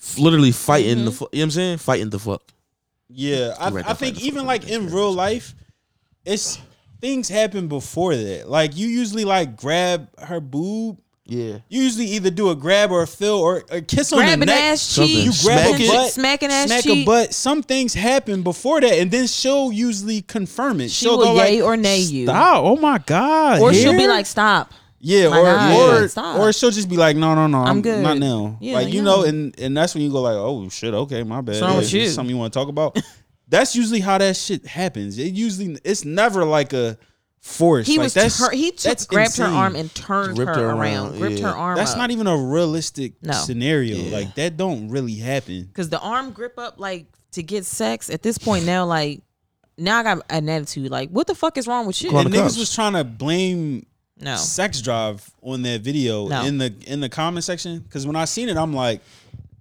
Speaker 1: f- Literally fighting the, fu- you know what I'm saying? Fighting the fuck.
Speaker 3: Yeah, I,
Speaker 1: Correct,
Speaker 3: I
Speaker 1: I find
Speaker 3: think
Speaker 1: this
Speaker 3: even
Speaker 1: fucking
Speaker 3: like in real life, it's things happen before that. Like you usually like grab her boob.
Speaker 1: Yeah.
Speaker 3: You usually either do a grab or a fill or a kiss on the
Speaker 2: grabbing
Speaker 3: neck.
Speaker 2: ass
Speaker 1: Something.
Speaker 2: cheek,
Speaker 3: You grab
Speaker 1: Smack
Speaker 3: a
Speaker 1: it.
Speaker 3: butt,
Speaker 2: smacking ass
Speaker 3: smack
Speaker 2: cheek.
Speaker 3: a butt. Some things happen before that, and then she'll usually confirm it.
Speaker 2: She
Speaker 3: she'll
Speaker 2: will
Speaker 3: go
Speaker 2: yay
Speaker 3: like,
Speaker 2: or nay you.
Speaker 3: "Stop, Oh my god!
Speaker 2: or she'll be
Speaker 3: here?"
Speaker 2: like, "Stop."
Speaker 3: Yeah,
Speaker 2: My
Speaker 3: or
Speaker 2: God,
Speaker 3: or
Speaker 2: like, stop.
Speaker 3: or she'll just be like, no, no, no, I'm,
Speaker 2: good.
Speaker 3: Not now.
Speaker 2: Yeah,
Speaker 3: like you
Speaker 2: yeah.
Speaker 3: know, and and that's when you go like, oh shit, okay, my bad.
Speaker 2: wrong
Speaker 3: Yeah,
Speaker 2: with
Speaker 3: is
Speaker 2: you?
Speaker 3: this Something you want to talk about? that's usually how that shit happens. It usually it's never like a force.
Speaker 2: He
Speaker 3: like,
Speaker 2: was
Speaker 3: that's,
Speaker 2: tur- he
Speaker 3: that's
Speaker 2: took, grabbed her
Speaker 3: insane.
Speaker 2: arm and turned her,
Speaker 1: Ripped her
Speaker 2: around,
Speaker 1: around,
Speaker 2: gripped
Speaker 1: yeah.
Speaker 2: her arm.
Speaker 3: That's
Speaker 2: up.
Speaker 3: not even a realistic
Speaker 2: No.
Speaker 3: scenario. Like that don't really happen.
Speaker 2: Cause the arm grip up like to get sex at this point now, like now I got an attitude. Like, what the fuck is wrong with you?
Speaker 1: Call
Speaker 3: And
Speaker 1: the
Speaker 3: niggas
Speaker 1: cops.
Speaker 3: was trying to blame
Speaker 2: no.
Speaker 3: sex drive on that video
Speaker 2: No.
Speaker 3: in the in the comment section because when I seen it, I'm like.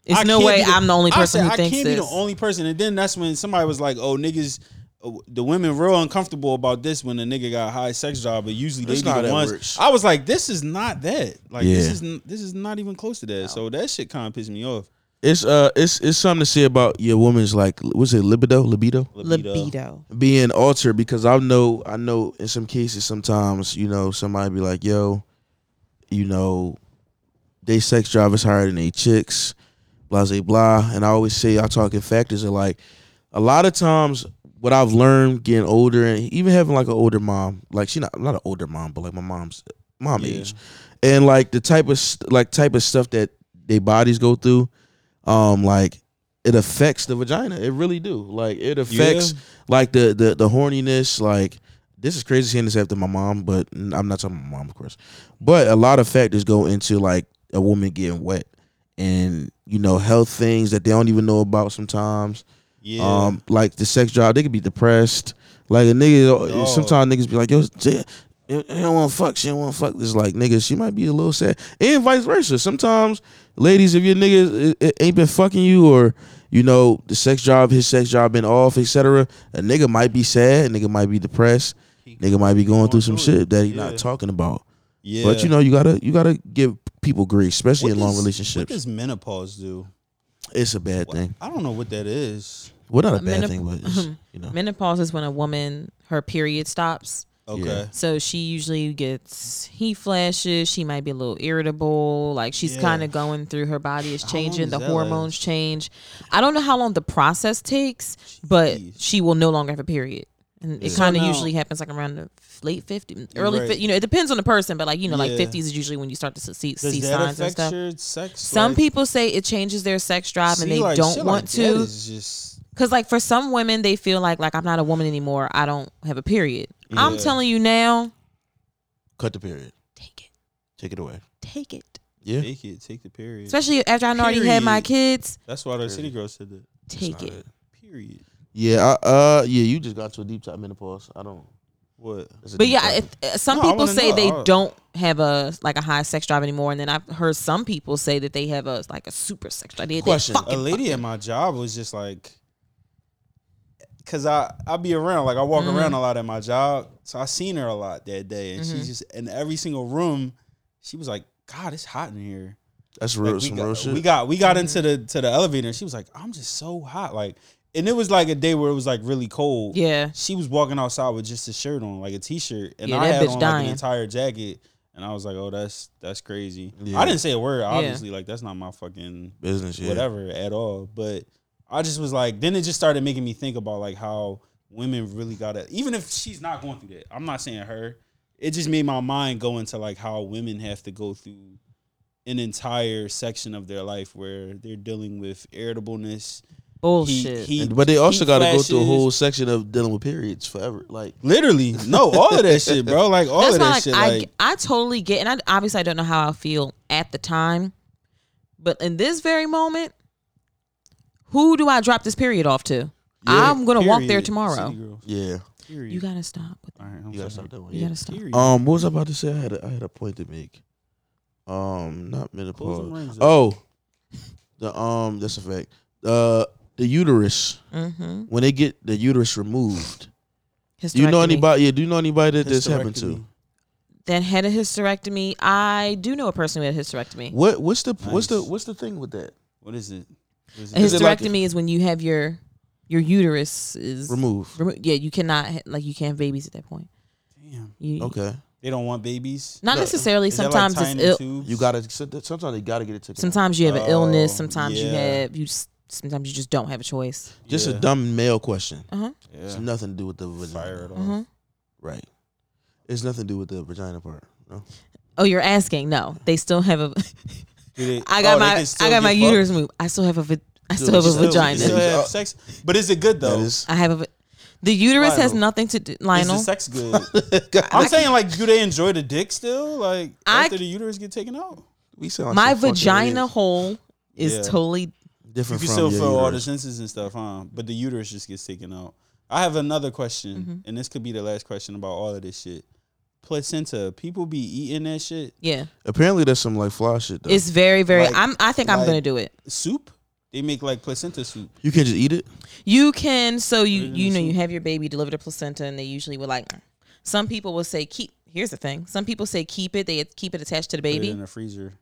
Speaker 2: It's
Speaker 3: I
Speaker 2: no
Speaker 3: can't
Speaker 2: way
Speaker 3: be
Speaker 2: I'm the only
Speaker 3: I
Speaker 2: person
Speaker 3: said,
Speaker 2: who thinks
Speaker 3: I can't
Speaker 2: this.
Speaker 3: be the only person. And then that's when somebody was like, "Oh, niggas, uh, the women real uncomfortable about this when a nigga got a high sex job, but usually they
Speaker 1: That's
Speaker 3: be
Speaker 1: not how
Speaker 3: the
Speaker 1: that
Speaker 3: ones."
Speaker 1: works.
Speaker 3: I was like, "This is not that. Like this
Speaker 1: Yeah.
Speaker 3: is n- this is not even close to that." So that shit kind of pissed me off.
Speaker 1: It's uh, it's it's something to say about your woman's like, what's it, libido, libido?
Speaker 2: libido.
Speaker 1: being altered because I know I know in some cases sometimes you know somebody be like yo, you know, they sex drive is higher than they chicks, blah blah blah. And I always say I talk in factors are like a lot of times what I've learned getting older and even having like an older mom, like she not not an older mom but like my mom's mom age, and like the type of st- like type of stuff that they bodies go through, um like. It affects the vagina. It really do. Like it affects
Speaker 3: Yeah.
Speaker 1: like the the the horniness like this is crazy saying this after my mom but i'm not talking about my mom of course but a lot of factors go into like a woman getting wet and you know health things that they don't even know about sometimes
Speaker 3: Yeah,
Speaker 1: um like the sex drive they could be depressed like a nigga uh,
Speaker 3: Dog.
Speaker 1: sometimes niggas be like yo she, she don't want to fuck she don't want to fuck this like nigga she might be a little sad and vice versa sometimes ladies if your nigga i- i- ain't been fucking you or you know the sex job his sex job been off etc a nigga might be sad a nigga might be depressed nigga might be going through some shit that he not talking about
Speaker 3: yeah.
Speaker 1: but you know you gotta you gotta give people grace especially
Speaker 3: What
Speaker 1: in long
Speaker 3: does- What
Speaker 1: relationships
Speaker 3: does menopause do?
Speaker 1: it's a bad thing
Speaker 3: I don't know what that is.
Speaker 1: well not a bad
Speaker 2: menop-
Speaker 1: thing but it's, you know
Speaker 2: Menopause is when a woman her period stops.
Speaker 3: Okay,
Speaker 1: Yeah.
Speaker 2: So she usually gets heat flashes. She might be a little irritable. Like she's
Speaker 3: Yeah.
Speaker 2: kind of going through her body is changing.
Speaker 3: does
Speaker 2: The
Speaker 3: that
Speaker 2: hormones
Speaker 3: last?
Speaker 2: change. I don't know how long the process takes, but
Speaker 3: Jeez.
Speaker 2: she will no longer have a period. And it
Speaker 3: So
Speaker 2: kind of
Speaker 3: now-
Speaker 2: usually happens like around the late 50s, early,
Speaker 3: Right.
Speaker 2: fif you know, it depends on the person, but like, you know, like
Speaker 3: Yeah.
Speaker 2: 50s is usually when you start to s- see,
Speaker 3: does
Speaker 2: see
Speaker 3: that
Speaker 2: signs and
Speaker 3: affect
Speaker 2: stuff.
Speaker 3: your sex?
Speaker 2: Some
Speaker 3: life?
Speaker 2: people say it changes their sex drive and
Speaker 3: See,
Speaker 2: they
Speaker 3: like,
Speaker 2: don't
Speaker 3: shit
Speaker 2: want
Speaker 3: like that
Speaker 2: to.
Speaker 3: is just
Speaker 2: Cause like for some women, they feel like like I'm not a woman anymore. I don't have a period. I'm
Speaker 3: Yeah.
Speaker 2: telling you now,
Speaker 1: cut the period
Speaker 2: take it,
Speaker 1: take it away
Speaker 2: take it.
Speaker 1: yeah
Speaker 3: take it, take the period.
Speaker 2: Especially after I already had my
Speaker 3: Period.
Speaker 2: kids,
Speaker 3: That's why the city girl said that.
Speaker 2: take it.
Speaker 3: Period.
Speaker 1: Yeah, I, uh, yeah, you just got to a deep time menopause. I don't.
Speaker 3: What?
Speaker 1: that's a
Speaker 2: But
Speaker 1: deep
Speaker 2: yeah,
Speaker 1: topic.
Speaker 2: if, uh, some
Speaker 3: No, I
Speaker 2: people
Speaker 3: wanna
Speaker 2: say
Speaker 3: know. Uh,
Speaker 2: they
Speaker 3: I-
Speaker 2: don't have a like a high sex drive anymore, and then I've heard some people say that they have a like a super sex drive. They- they
Speaker 1: Question.
Speaker 2: fucking
Speaker 3: a lady at my job was just like, cause I I be around like I walk
Speaker 2: Mm-hmm.
Speaker 3: around a lot at my job, so I seen her a lot that day, and
Speaker 2: Mm-hmm.
Speaker 3: she's just in every single room. She was like, "God, it's hot in here."
Speaker 1: that's
Speaker 3: Like,
Speaker 1: real,
Speaker 3: we,
Speaker 1: some
Speaker 3: got,
Speaker 1: real shit.
Speaker 3: we got we
Speaker 2: Mm-hmm.
Speaker 3: got into the to the elevator, and she was like, "I'm just so hot." Like, and it was like a day where it was like really cold.
Speaker 2: Yeah.
Speaker 3: she was walking outside with just a shirt on, like a t-shirt, and
Speaker 2: Yeah,
Speaker 3: I
Speaker 2: that
Speaker 3: had
Speaker 2: bitch
Speaker 3: on like
Speaker 2: dying.
Speaker 3: an entire jacket. And I was like, "Oh, that's that's crazy."
Speaker 1: Yeah.
Speaker 3: I didn't say a word, obviously. Like that's not my fucking
Speaker 1: Business, yeah.
Speaker 3: whatever at all. But I just was like, then it just started making me think about like how women really gotta, even if she's not going through that. I'm not saying her. It just made my mind go into like how women have to go through an entire section of their life where they're dealing with irritableness.
Speaker 2: Bullshit.
Speaker 3: He, he,
Speaker 1: And- but they also
Speaker 3: he
Speaker 1: got to go through a
Speaker 3: flashes.
Speaker 1: whole section of dealing with periods forever. Like,
Speaker 3: Literally, no, all of that shit, bro. Like all
Speaker 2: That's
Speaker 3: of
Speaker 2: why,
Speaker 3: that
Speaker 2: like,
Speaker 3: shit.
Speaker 2: I,
Speaker 3: like,
Speaker 2: I totally get, and I obviously I don't know how I feel at the time, but in this very moment, who do I drop this period off to? I'm gonna walk there
Speaker 3: period.
Speaker 2: tomorrow.
Speaker 3: City girls,
Speaker 1: yeah,
Speaker 3: period.
Speaker 2: You gotta stop. with-
Speaker 3: All right, I'm
Speaker 1: you gotta
Speaker 3: sorry.
Speaker 1: stop that one.
Speaker 2: You
Speaker 1: Yeah.
Speaker 2: gotta stop.
Speaker 3: Period.
Speaker 1: Um, what was I about to say? I had a, I had a point to make. Um, not
Speaker 3: Close them
Speaker 1: menopause.
Speaker 3: rings up.
Speaker 1: Oh, the um, that's a fact. Uh, the uterus
Speaker 2: Mm-hmm.
Speaker 1: when they get the uterus removed. Do you know anybody? Yeah, do you know anybody that this happened to?
Speaker 3: Hysterectomy.
Speaker 2: that had a hysterectomy? I do know a person who had a hysterectomy.
Speaker 1: What what's the what's the
Speaker 3: Nice.
Speaker 1: what's the thing with that?
Speaker 3: What is it? What is
Speaker 2: A
Speaker 3: it?
Speaker 1: Is it like a-
Speaker 2: hysterectomy is when you have your your uterus is
Speaker 1: Remove.
Speaker 2: remo- yeah, you cannot ha- like you can't have babies at that point.
Speaker 3: Damn.
Speaker 2: You,
Speaker 1: Okay,
Speaker 3: They don't want babies.
Speaker 2: Not
Speaker 1: No.
Speaker 2: necessarily.
Speaker 3: Is that like
Speaker 2: Sometimes
Speaker 3: tying
Speaker 2: it's
Speaker 3: in
Speaker 2: ill.
Speaker 3: tubes?
Speaker 1: you gotta. Sometimes they gotta get it taken. out.
Speaker 2: Sometimes you have an illness.
Speaker 3: Oh,
Speaker 2: Sometimes you
Speaker 3: yeah.
Speaker 2: have you. s- Sometimes you just don't have a choice. Uh-huh.
Speaker 1: Just a
Speaker 3: Yeah.
Speaker 1: dumb male question.
Speaker 3: Yeah.
Speaker 1: It's nothing to do with the vagina.
Speaker 3: Fire it off.
Speaker 2: Mhm.
Speaker 1: Right. It's nothing to do with the vagina part. No.
Speaker 2: Oh, you're asking? No, they still have a.
Speaker 3: Do they-
Speaker 2: I got
Speaker 3: oh, they
Speaker 2: my
Speaker 3: can still
Speaker 2: I got
Speaker 3: get
Speaker 2: my
Speaker 3: fucked?
Speaker 2: uterus moved. I still have a. va- I still have a
Speaker 1: still-
Speaker 2: vagina.
Speaker 3: Still
Speaker 1: Yeah.
Speaker 3: have sex, but is it good though?
Speaker 1: Uh, That
Speaker 3: Is
Speaker 1: is.
Speaker 2: I have a. va- The uterus has
Speaker 3: Lionel.
Speaker 2: nothing to do.
Speaker 3: the
Speaker 2: Lionel,
Speaker 3: sex good? I'm saying like, do they enjoy the dick still? Like
Speaker 2: I-
Speaker 3: after the uterus get taken out,
Speaker 1: We sound like
Speaker 2: my
Speaker 1: some fucking
Speaker 2: vagina
Speaker 1: idiots.
Speaker 2: hole is
Speaker 3: Yeah.
Speaker 2: totally.
Speaker 1: different
Speaker 3: you can
Speaker 1: from
Speaker 3: still
Speaker 1: your
Speaker 3: feel all the
Speaker 1: uterus.
Speaker 3: senses and stuff, huh? But the uterus just gets taken out. I have another question,
Speaker 2: Mm-hmm.
Speaker 3: and this could be the last question about all of this shit. Placenta, people be eating that shit.
Speaker 2: Yeah,
Speaker 1: Apparently, there's some like fly shit though.
Speaker 2: it's very very.
Speaker 3: Like-
Speaker 2: I'm. I think I'm
Speaker 3: like-
Speaker 2: gonna do it.
Speaker 3: Soup? They make like placenta soup.
Speaker 1: you can just eat it.
Speaker 2: You can so you
Speaker 3: in
Speaker 2: you
Speaker 3: the
Speaker 2: know you
Speaker 3: soup.
Speaker 2: have your baby deliver the placenta and they usually would like some people will say keep here's the thing some people say keep it they keep it attached to the
Speaker 3: Put it
Speaker 2: baby
Speaker 3: in the freezer.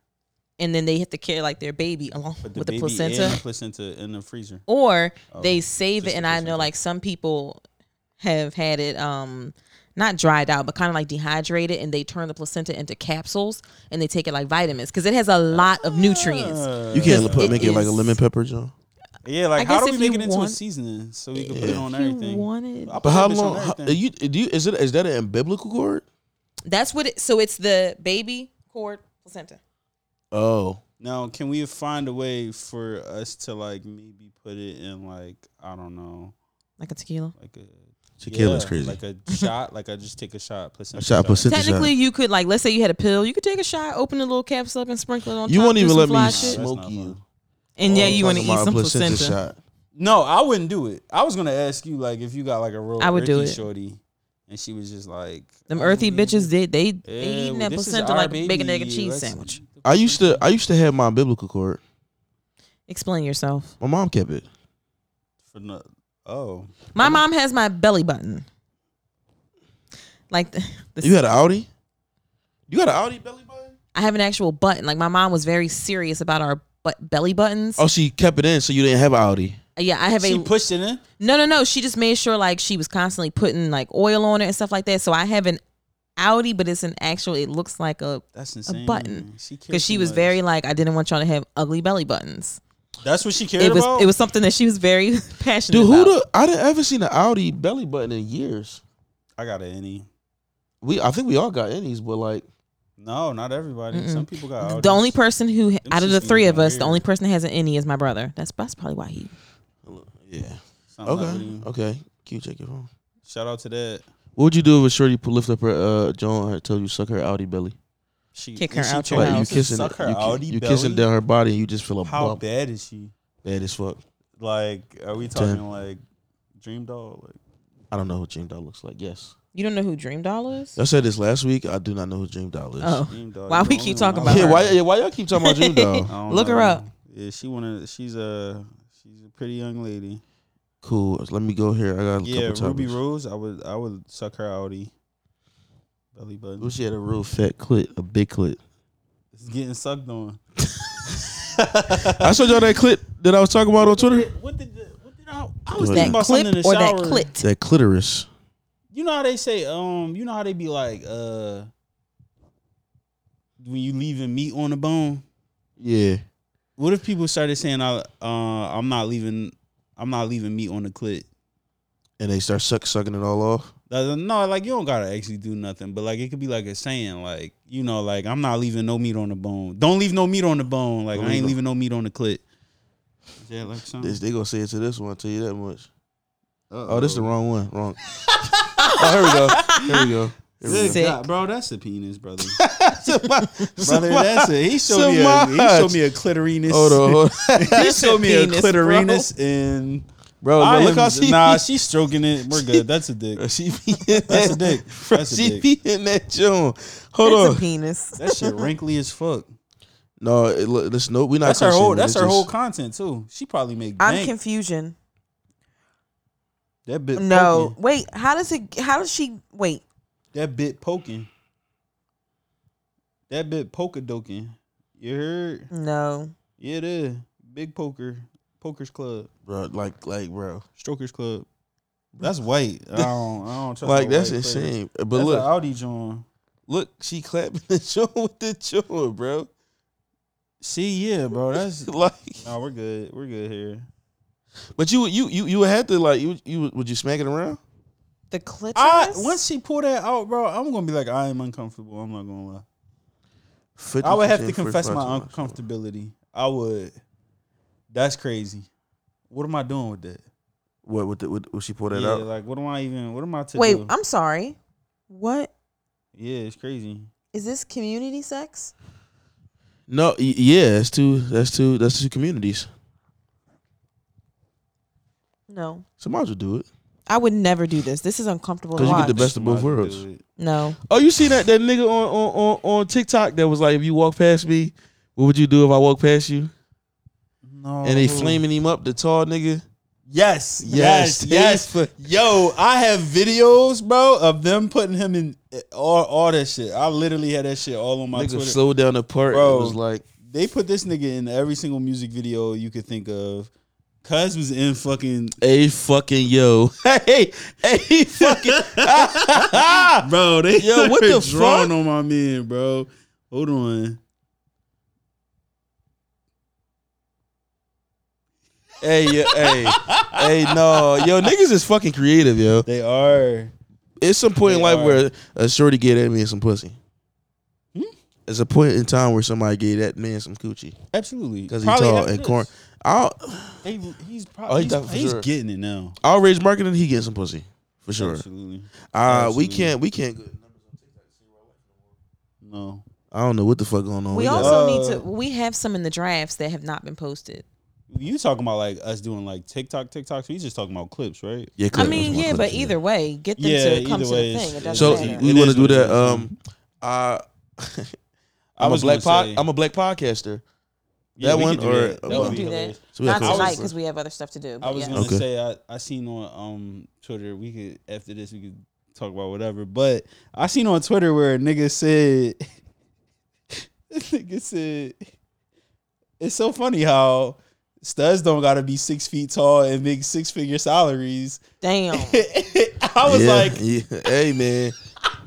Speaker 2: and then they have to carry like their baby along
Speaker 3: Put the
Speaker 2: with
Speaker 3: baby
Speaker 2: the placenta
Speaker 3: and the placenta in the freezer.
Speaker 2: or they
Speaker 3: Oh,
Speaker 2: save it
Speaker 3: just
Speaker 2: and
Speaker 3: the
Speaker 2: I know
Speaker 3: placenta.
Speaker 2: like some people have had it um not dried out but kind of like dehydrated and they turn the placenta into capsules and they take it like vitamins because it has a lot of nutrients
Speaker 3: Uh,
Speaker 1: You can't put
Speaker 2: it
Speaker 1: make it like a
Speaker 2: is-
Speaker 1: lemon pepper, John.
Speaker 3: Yeah, like how
Speaker 2: guess
Speaker 3: do we
Speaker 2: if you
Speaker 3: make it into
Speaker 2: want-
Speaker 3: a seasoning so we can put
Speaker 1: Yeah.
Speaker 3: it on
Speaker 2: If you
Speaker 3: everything?
Speaker 2: wanted-
Speaker 3: I'll put
Speaker 1: But how
Speaker 3: that bitch on
Speaker 1: long? How,
Speaker 3: everything.
Speaker 1: do you do you, is it is that an biblical cord?
Speaker 2: that's what it so it's the baby cord placenta
Speaker 1: Oh,
Speaker 3: Now, can we find a way for us to like maybe put it in like I don't know,
Speaker 2: like a tequila
Speaker 3: like a
Speaker 1: tequila's
Speaker 3: yeah,
Speaker 1: crazy.
Speaker 3: like a shot, like I just take a shot, placenta.
Speaker 1: a shot of placenta. shot.
Speaker 2: Technically, you could like let's say you had a pill, you could take a shot, open the little capsule up, and sprinkle it on.
Speaker 1: You
Speaker 2: top,
Speaker 1: won't
Speaker 2: do
Speaker 1: even
Speaker 2: some
Speaker 1: let
Speaker 2: fly
Speaker 1: me
Speaker 3: shit.
Speaker 1: smoke
Speaker 3: That's not
Speaker 1: you.
Speaker 2: And yeah, you want to
Speaker 1: Talking
Speaker 2: eat
Speaker 1: about
Speaker 2: some
Speaker 1: a placenta
Speaker 2: placenta.
Speaker 1: shot.
Speaker 3: No, I wouldn't do it. I was gonna ask you like if you got like a real
Speaker 2: I would do
Speaker 3: earthy
Speaker 2: it.
Speaker 3: shorty, and she was just like
Speaker 2: Them
Speaker 3: I
Speaker 2: earthy
Speaker 3: mean,
Speaker 2: bitches did they
Speaker 3: yeah,
Speaker 2: they eating
Speaker 3: well,
Speaker 2: that
Speaker 3: this is
Speaker 2: placenta
Speaker 3: our
Speaker 2: like a bacon egg
Speaker 3: baby.
Speaker 2: and cheese
Speaker 3: Let's
Speaker 2: sandwich.
Speaker 3: eat the
Speaker 1: I used to I used to have my biblical cord.
Speaker 2: Explain yourself.
Speaker 1: My mom kept it.
Speaker 3: for no- oh
Speaker 2: My mom has my belly button. Like the, the
Speaker 1: You had an Audi. You got an Audi belly button.
Speaker 2: I have an actual button. Like my mom was very serious about our butt, belly buttons.
Speaker 1: Oh, she kept it in, so you didn't have an Audi.
Speaker 2: Yeah, I have
Speaker 3: she
Speaker 2: a
Speaker 3: pushed it in.
Speaker 2: no, no, no. She just made sure like she was constantly putting like oil on it and stuff like that. So I have an Audi, but it's an actual. It looks like a
Speaker 3: That's insane.
Speaker 2: button.
Speaker 3: She cared
Speaker 2: because she
Speaker 3: too
Speaker 2: was
Speaker 3: much.
Speaker 2: very like I didn't want y'all to have ugly belly buttons.
Speaker 3: That's what she cared
Speaker 2: It was
Speaker 3: about.
Speaker 2: it was something that she was very passionate
Speaker 1: Dude, who
Speaker 2: about.
Speaker 1: the? I didn't ever seen an Audi belly button in years.
Speaker 3: I got an any.
Speaker 1: We, I think we all got innies, but like,
Speaker 3: No, not everybody. Some people got
Speaker 2: The
Speaker 3: Audis.
Speaker 2: only person who out of the
Speaker 3: shits
Speaker 2: three
Speaker 3: ain't
Speaker 2: of us, the
Speaker 3: weird.
Speaker 2: only person that has an any is my brother. That's that's probably why he.
Speaker 1: yeah,
Speaker 3: Something like
Speaker 1: okay,
Speaker 3: that.
Speaker 1: okay. Can you check your phone?
Speaker 3: Shout out to that.
Speaker 1: What would you do if a shorty pu- lift up her uh, jaw and told you suck her Audi belly?
Speaker 3: She
Speaker 2: Kick
Speaker 3: and
Speaker 2: her
Speaker 3: she
Speaker 2: out your
Speaker 3: tried
Speaker 2: Like,
Speaker 3: to
Speaker 2: house.
Speaker 1: you kissing,
Speaker 3: suck her
Speaker 1: you, ki-
Speaker 3: Audi
Speaker 1: you
Speaker 3: belly?
Speaker 1: kissing down her body, and you just feel a
Speaker 3: How
Speaker 1: bump.
Speaker 3: bad is she?
Speaker 1: Bad as fuck.
Speaker 3: Like, are we talking like Dream Doll? Like,
Speaker 1: I don't know who Dream Doll looks like. Yes,
Speaker 2: You don't know who Dream Doll is?
Speaker 1: I said this last week. I do not know who Dream Doll is.
Speaker 2: Oh,
Speaker 3: Dream Doll.
Speaker 2: Why
Speaker 3: is the
Speaker 2: we
Speaker 3: only
Speaker 2: keep
Speaker 3: one
Speaker 2: talking
Speaker 3: I
Speaker 2: about
Speaker 1: yeah.
Speaker 3: like.
Speaker 1: Why? Yeah, why y'all keep talking about Dream Doll?
Speaker 3: I don't
Speaker 2: Look her
Speaker 3: know.
Speaker 2: up.
Speaker 3: Yeah, she wanna. She's a she's a pretty young lady.
Speaker 1: cool. Let me go here. I got a
Speaker 3: Yeah,
Speaker 1: couple
Speaker 3: Ruby
Speaker 1: topics.
Speaker 3: Rose. I would I would suck her Audi belly button.
Speaker 1: What if she had a real fat clit, a big clit.
Speaker 3: It's getting sucked on.
Speaker 1: I showed y'all that clit that I was talking about on Twitter.
Speaker 3: What did the, what did I? I was
Speaker 1: That
Speaker 3: thinking
Speaker 2: That
Speaker 3: about something in
Speaker 2: clip
Speaker 3: the
Speaker 2: or
Speaker 3: shower.
Speaker 2: that clit?
Speaker 1: That clitoris.
Speaker 3: You know how they say, um, you know how they be like, uh, when you leaving meat on the bone?
Speaker 1: Yeah.
Speaker 3: What if people started saying I uh I'm not leaving I'm not leaving meat on the clit?
Speaker 1: And they start suck sucking it all off.
Speaker 3: Like, No, like you don't gotta actually do nothing, but like it could be like a saying, like you know, like I'm not leaving no meat on the bone. Don't leave no meat on the bone. Like I ain't leaving no meat on the clit. Is that like
Speaker 1: They,
Speaker 3: something?
Speaker 1: they gonna say it to this one. I'll tell you that much. Oh, this is the wrong one. Wrong. oh, here we go. Here we go. Here we go.
Speaker 2: Sick.
Speaker 3: God, bro, that's a penis, brother. brother,
Speaker 1: Somebody-
Speaker 3: that's it. He showed me a, he showed me a clitoris.
Speaker 1: Hold on, hold on.
Speaker 3: he showed me a
Speaker 2: Penis, bro.
Speaker 3: clitoris and
Speaker 1: bro.
Speaker 3: I
Speaker 1: look
Speaker 3: am-
Speaker 1: how she
Speaker 3: nah, she's stroking it. We're good. That's a dick.
Speaker 1: be, she be in
Speaker 3: That's a
Speaker 1: that-
Speaker 3: dick.
Speaker 1: Bro,
Speaker 3: That's
Speaker 1: she
Speaker 3: a dick.
Speaker 1: be in that joint. Hold
Speaker 2: That's a
Speaker 1: on.
Speaker 2: penis.
Speaker 3: That shit wrinkly as fuck.
Speaker 1: No, it, look, listen. No, we not.
Speaker 3: That's her
Speaker 1: cussing,
Speaker 3: whole.
Speaker 1: but
Speaker 3: That's
Speaker 1: it's
Speaker 3: her whole
Speaker 1: just-
Speaker 3: content too. She probably make
Speaker 2: I'm
Speaker 3: bank.
Speaker 2: confusion.
Speaker 3: that bit.
Speaker 2: No,
Speaker 3: Poking.
Speaker 2: wait. How does it? How does she? Wait.
Speaker 3: That bit poking. That bit poker doking. You heard?
Speaker 2: No.
Speaker 3: Yeah, there. Big poker. Poker's club.
Speaker 1: bro. Like, like, bro.
Speaker 3: Strokers club. That's white. I don't. I don't trust.
Speaker 1: Like,
Speaker 3: no
Speaker 1: that's
Speaker 3: white players.
Speaker 1: insane. But
Speaker 3: That's
Speaker 1: look,
Speaker 3: an Audi John.
Speaker 1: look, she clapping the joint with the joint, bro.
Speaker 3: See, yeah, bro. That's.
Speaker 1: Like,
Speaker 3: no, we're good. We're good here.
Speaker 1: but you, you, you, you had to like, you, you would you smack it around?
Speaker 2: The clitoris.
Speaker 3: I once she pulled that out, bro, I'm gonna be like, I am uncomfortable. I'm not gonna lie. I would have to
Speaker 1: 50%
Speaker 3: confess
Speaker 1: first
Speaker 3: my
Speaker 1: time.
Speaker 3: uncomfortability. I would. That's crazy. What am I doing with that?
Speaker 1: What with the, with, when she pulled that
Speaker 3: yeah,
Speaker 1: out?
Speaker 3: like what am I even? What am I to
Speaker 2: wait.
Speaker 3: do?
Speaker 2: I'm sorry. What
Speaker 3: yeah, it's crazy.
Speaker 2: is this? Community sex?
Speaker 1: No, y- yeah, that's two. That's two. That's two communities.
Speaker 2: No.
Speaker 1: Somebody would do it
Speaker 2: I would never do this. This is uncomfortable. To
Speaker 1: because you
Speaker 2: watch.
Speaker 1: get the best of both
Speaker 3: Somebody
Speaker 1: worlds.
Speaker 3: do it.
Speaker 2: No.
Speaker 1: Oh, you see that that nigga on, on on on TikTok that was like, if you walk past me, what would you do if I walk past you?
Speaker 3: No.
Speaker 1: And they flaming him up, the tall nigga.
Speaker 3: Yes,
Speaker 1: Yes,
Speaker 3: yes, yes.
Speaker 1: taste
Speaker 3: Yo, I have videos, bro, of them putting him in eh, all all that shit. I literally had that shit all on my
Speaker 1: nigga
Speaker 3: Twitter.
Speaker 1: slowed down the part.
Speaker 3: Bro.
Speaker 1: It was like,
Speaker 3: they put this nigga in every single music video you could think of. Cuz was in fucking
Speaker 1: hey, fucking yo, hey, hey, fucking.
Speaker 3: bro. They
Speaker 1: Ah! Yo, what the
Speaker 3: drawing
Speaker 1: fuck?
Speaker 3: on my man, bro. Hold on.
Speaker 1: Hey, yo, hey, hey, no, yo, niggas is fucking creative, yo.
Speaker 3: They are.
Speaker 1: It's some point in
Speaker 3: They
Speaker 1: life
Speaker 3: are. Hmm?
Speaker 1: where a shorty gave that man some pussy. It's a point in time where somebody gave that man some coochie
Speaker 3: Absolutely.
Speaker 1: because he
Speaker 3: Probably
Speaker 1: tall
Speaker 3: after
Speaker 1: and
Speaker 3: this.
Speaker 1: corn. I'll,
Speaker 3: They, he's
Speaker 1: Oh,
Speaker 3: probably
Speaker 1: he
Speaker 3: he's,
Speaker 1: definitely
Speaker 3: he's
Speaker 1: sure.
Speaker 3: getting it now.
Speaker 1: I'll raise marketing. He gets some pussy for sure.
Speaker 3: Absolutely.
Speaker 1: Uh, we
Speaker 3: Absolutely.
Speaker 1: can't. We can't.
Speaker 3: No.
Speaker 1: I don't know what the fuck going on.
Speaker 2: We
Speaker 1: got-
Speaker 2: also
Speaker 3: Uh,
Speaker 2: need to. We have some in the drafts that have not been posted.
Speaker 3: You talking about like us doing like TikTok, TikToks? We just talking about clips, right?
Speaker 1: yeah,
Speaker 2: I
Speaker 1: clip,
Speaker 2: mean,
Speaker 1: that's my
Speaker 2: yeah,
Speaker 1: clip,
Speaker 2: but either way, get them
Speaker 3: Yeah,
Speaker 2: to come to
Speaker 3: either
Speaker 2: the
Speaker 3: way,
Speaker 2: thing. It
Speaker 3: it's-
Speaker 2: doesn't
Speaker 1: So
Speaker 2: matter.
Speaker 1: we
Speaker 3: It
Speaker 1: want to
Speaker 3: is
Speaker 1: do
Speaker 3: what it
Speaker 1: that.
Speaker 3: is.
Speaker 1: Um, I,
Speaker 3: I
Speaker 1: I'm a
Speaker 3: was
Speaker 1: black.
Speaker 3: gonna
Speaker 1: Pod,
Speaker 3: say-
Speaker 1: I'm a black podcaster.
Speaker 3: Yeah,
Speaker 1: that
Speaker 3: we
Speaker 1: one
Speaker 3: could do
Speaker 1: or
Speaker 3: that. That
Speaker 2: we
Speaker 3: would
Speaker 2: can
Speaker 3: be
Speaker 2: do that.
Speaker 3: hilarious.
Speaker 1: So we
Speaker 2: Not
Speaker 1: have to-
Speaker 2: tonight because we have other stuff to do.
Speaker 3: I
Speaker 2: But
Speaker 3: was
Speaker 2: yeah.
Speaker 3: gonna
Speaker 1: Okay.
Speaker 3: say I, I seen on um Twitter we could after this we could talk about whatever, but I seen on Twitter where a nigga said this nigga said it's so funny how studs don't gotta be six feet tall and make six figure salaries.
Speaker 2: Damn.
Speaker 3: I was
Speaker 1: yeah,
Speaker 3: like
Speaker 1: yeah. hey man,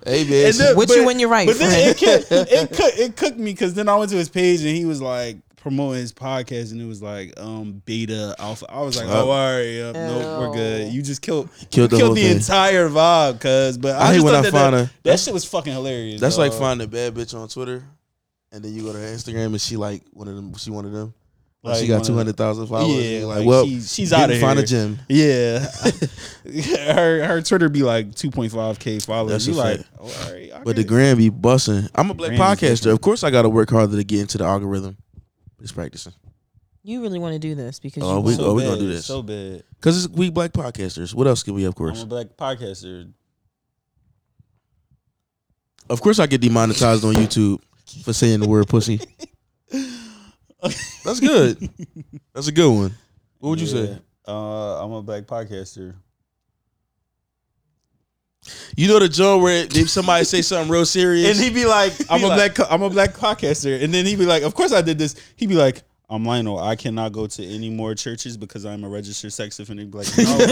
Speaker 1: hey man.
Speaker 3: and then-
Speaker 2: With you when you're right,
Speaker 3: But then
Speaker 2: friend.
Speaker 3: it, cooked, it, cooked, it cooked me because then I went to his page and he was like promoting his podcast and it was like um beta alpha. I was like,
Speaker 1: Oh.
Speaker 3: oh, all right, yep, nope, we're good.
Speaker 2: Ew.
Speaker 3: You just killed you
Speaker 1: Killed
Speaker 3: killed
Speaker 1: the
Speaker 3: the,
Speaker 1: whole thing.
Speaker 3: entire vibe, cuz. But I,
Speaker 1: I hate
Speaker 3: just
Speaker 1: when
Speaker 3: thought
Speaker 1: I
Speaker 3: that, that,
Speaker 1: find a-
Speaker 3: that shit was fucking hilarious.
Speaker 1: That's like
Speaker 3: dog.
Speaker 1: finding a bad bitch on Twitter, and then you go to her Instagram and she like one of them. She one of them. Like, she
Speaker 3: Like,
Speaker 1: got
Speaker 3: uh,
Speaker 1: two hundred thousand followers. and
Speaker 3: Yeah,
Speaker 1: you're
Speaker 3: like,
Speaker 1: like, well,
Speaker 3: she- she's
Speaker 1: didn't
Speaker 3: out of
Speaker 1: Find a
Speaker 3: here.
Speaker 1: gym.
Speaker 3: Yeah, her her Twitter be like 2.5k
Speaker 1: That's
Speaker 3: followers. You
Speaker 1: a
Speaker 3: like,
Speaker 1: fact.
Speaker 3: oh, all right, I
Speaker 1: But the
Speaker 3: guess.
Speaker 1: gram be bussing. I'm a black
Speaker 3: Gram is
Speaker 1: podcaster. Of course, I got to work harder to get into the algorithm. Just practicing
Speaker 2: You really want to do this because
Speaker 1: Oh,
Speaker 2: you
Speaker 1: we-
Speaker 2: want
Speaker 3: so
Speaker 1: oh, we
Speaker 3: bad,
Speaker 1: gonna do this.
Speaker 3: So bad.
Speaker 1: because it's we black podcasters. What else can we? Of
Speaker 3: I'm
Speaker 1: course,
Speaker 3: a black podcaster.
Speaker 1: of course, I get demonetized on YouTube for saying the word pussy. That's good. That's a good one. What would you
Speaker 3: Yeah.
Speaker 1: say?
Speaker 3: Uh, I'm a black podcaster.
Speaker 1: You know the joke where if somebody say something real serious
Speaker 3: and he'd be like, "I'm
Speaker 1: He
Speaker 3: a
Speaker 1: like-
Speaker 3: black, I'm a black podcaster," and then he'd be like, "Of course I did this." He'd be like, I'm Lionel. I cannot go to any more churches because I'm a registered sex offender. Be Like, no,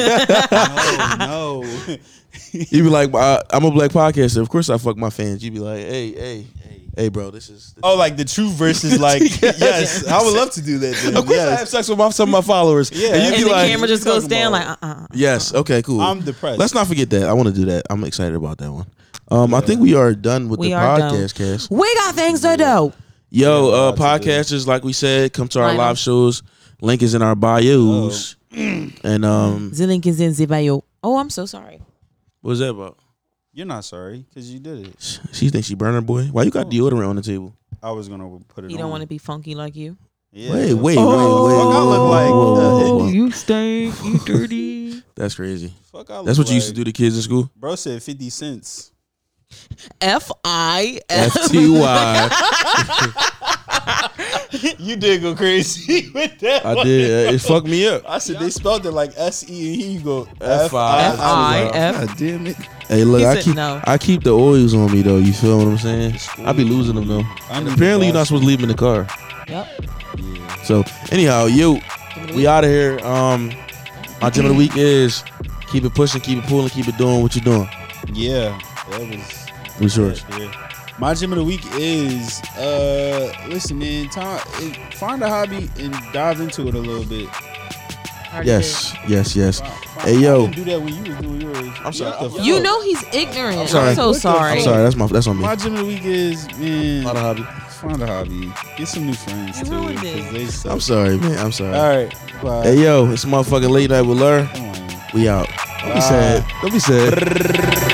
Speaker 3: no, no.
Speaker 1: You be like, I, I'm a black podcaster. Of course, I fuck my fans. You be like, hey, hey, hey, bro, this is.
Speaker 3: Oh, like the truth versus like, yes, I would love to do that. Then.
Speaker 1: of course, I
Speaker 3: yes.
Speaker 1: have sex with my, some of my followers.
Speaker 3: Yeah.
Speaker 1: and you
Speaker 3: It'd
Speaker 1: be
Speaker 2: and the
Speaker 1: like,
Speaker 2: camera just
Speaker 3: "What you
Speaker 2: goes down like
Speaker 3: talking
Speaker 2: uh uh
Speaker 1: yes, okay, cool.
Speaker 3: I'm depressed.
Speaker 1: Let's not forget that. I want to do that. I'm excited about that one. Um, I think we are done with
Speaker 2: We
Speaker 1: the
Speaker 2: are done.
Speaker 1: podcast cast.
Speaker 2: We got things to do.
Speaker 1: Yo,
Speaker 3: Yeah,
Speaker 1: uh,
Speaker 3: lots to do.
Speaker 1: podcasters, like we said, come to our
Speaker 2: Lionel.
Speaker 1: live shows. Link is in our bios.
Speaker 3: Oh.
Speaker 1: and um,
Speaker 2: The link is in the bio. Oh, I'm so sorry.
Speaker 1: what was that about?
Speaker 3: You're not sorry because you did it.
Speaker 1: She thinks she burner boy. Why you
Speaker 3: Oh.
Speaker 1: got deodorant on the table?
Speaker 3: I was gonna put it.
Speaker 2: You
Speaker 3: on.
Speaker 2: don't want to be funky like you.
Speaker 3: Yeah.
Speaker 1: Wait, wait,
Speaker 3: Oh,
Speaker 1: wait, wait.
Speaker 3: fuck, I look like- uh,
Speaker 1: whoa.
Speaker 2: you stink. You dirty.
Speaker 1: That's crazy.
Speaker 3: Fuck, I
Speaker 1: That's
Speaker 3: look
Speaker 1: what you used to
Speaker 3: like-
Speaker 1: do to kids in school.
Speaker 3: Bro said fifty cents.
Speaker 2: F I F.
Speaker 1: F T Y.
Speaker 3: You did go crazy with that.
Speaker 1: I did. uh, It fucked me up.
Speaker 3: I said they spelled it like S E and he go
Speaker 1: F I.
Speaker 3: F I.
Speaker 2: I F.
Speaker 4: God damn it.
Speaker 1: Hey, look,
Speaker 2: He
Speaker 1: I
Speaker 2: said
Speaker 1: keep
Speaker 2: no.
Speaker 1: I keep the oils on me though. You feel what I'm saying? I be losing them though.
Speaker 3: I
Speaker 1: And
Speaker 3: need
Speaker 1: apparently,
Speaker 3: to
Speaker 1: you're not
Speaker 3: wash-
Speaker 1: supposed to leave them in the car.
Speaker 2: Yep.
Speaker 1: So anyhow, yo, we out of here. Um, my gym of the week is keep it pushing, keep it pulling, keep it doing what you're doing.
Speaker 3: Yeah, that
Speaker 1: What's
Speaker 3: was.
Speaker 1: yours?
Speaker 3: Yeah. My gym of the week is uh listen man, time, find a hobby and dive into it a little bit.
Speaker 2: Already
Speaker 1: Yes, yes, yes.
Speaker 3: Wow.
Speaker 1: Hey,
Speaker 3: I
Speaker 1: yo,
Speaker 3: didn't do that when you was doing yours.
Speaker 1: I'm sorry.
Speaker 3: What the
Speaker 2: did. You
Speaker 3: fuck?
Speaker 2: know he's ignorant. I'm,
Speaker 1: sorry.
Speaker 2: so
Speaker 3: What the
Speaker 2: sorry.
Speaker 1: I'm sorry. That's my that's on me.
Speaker 3: My gym of the week is man.
Speaker 1: Not a hobby.
Speaker 3: Find a hobby. Get some new friends
Speaker 2: You
Speaker 3: too.
Speaker 2: ruined
Speaker 3: 'cause
Speaker 2: it.
Speaker 3: They suck.
Speaker 1: I'm sorry, man. I'm sorry.
Speaker 3: All right. Bye.
Speaker 1: Hey yo, it's motherfucking late night with Lur.
Speaker 3: Come on.
Speaker 1: We out. Don't be sad. Don't be sad.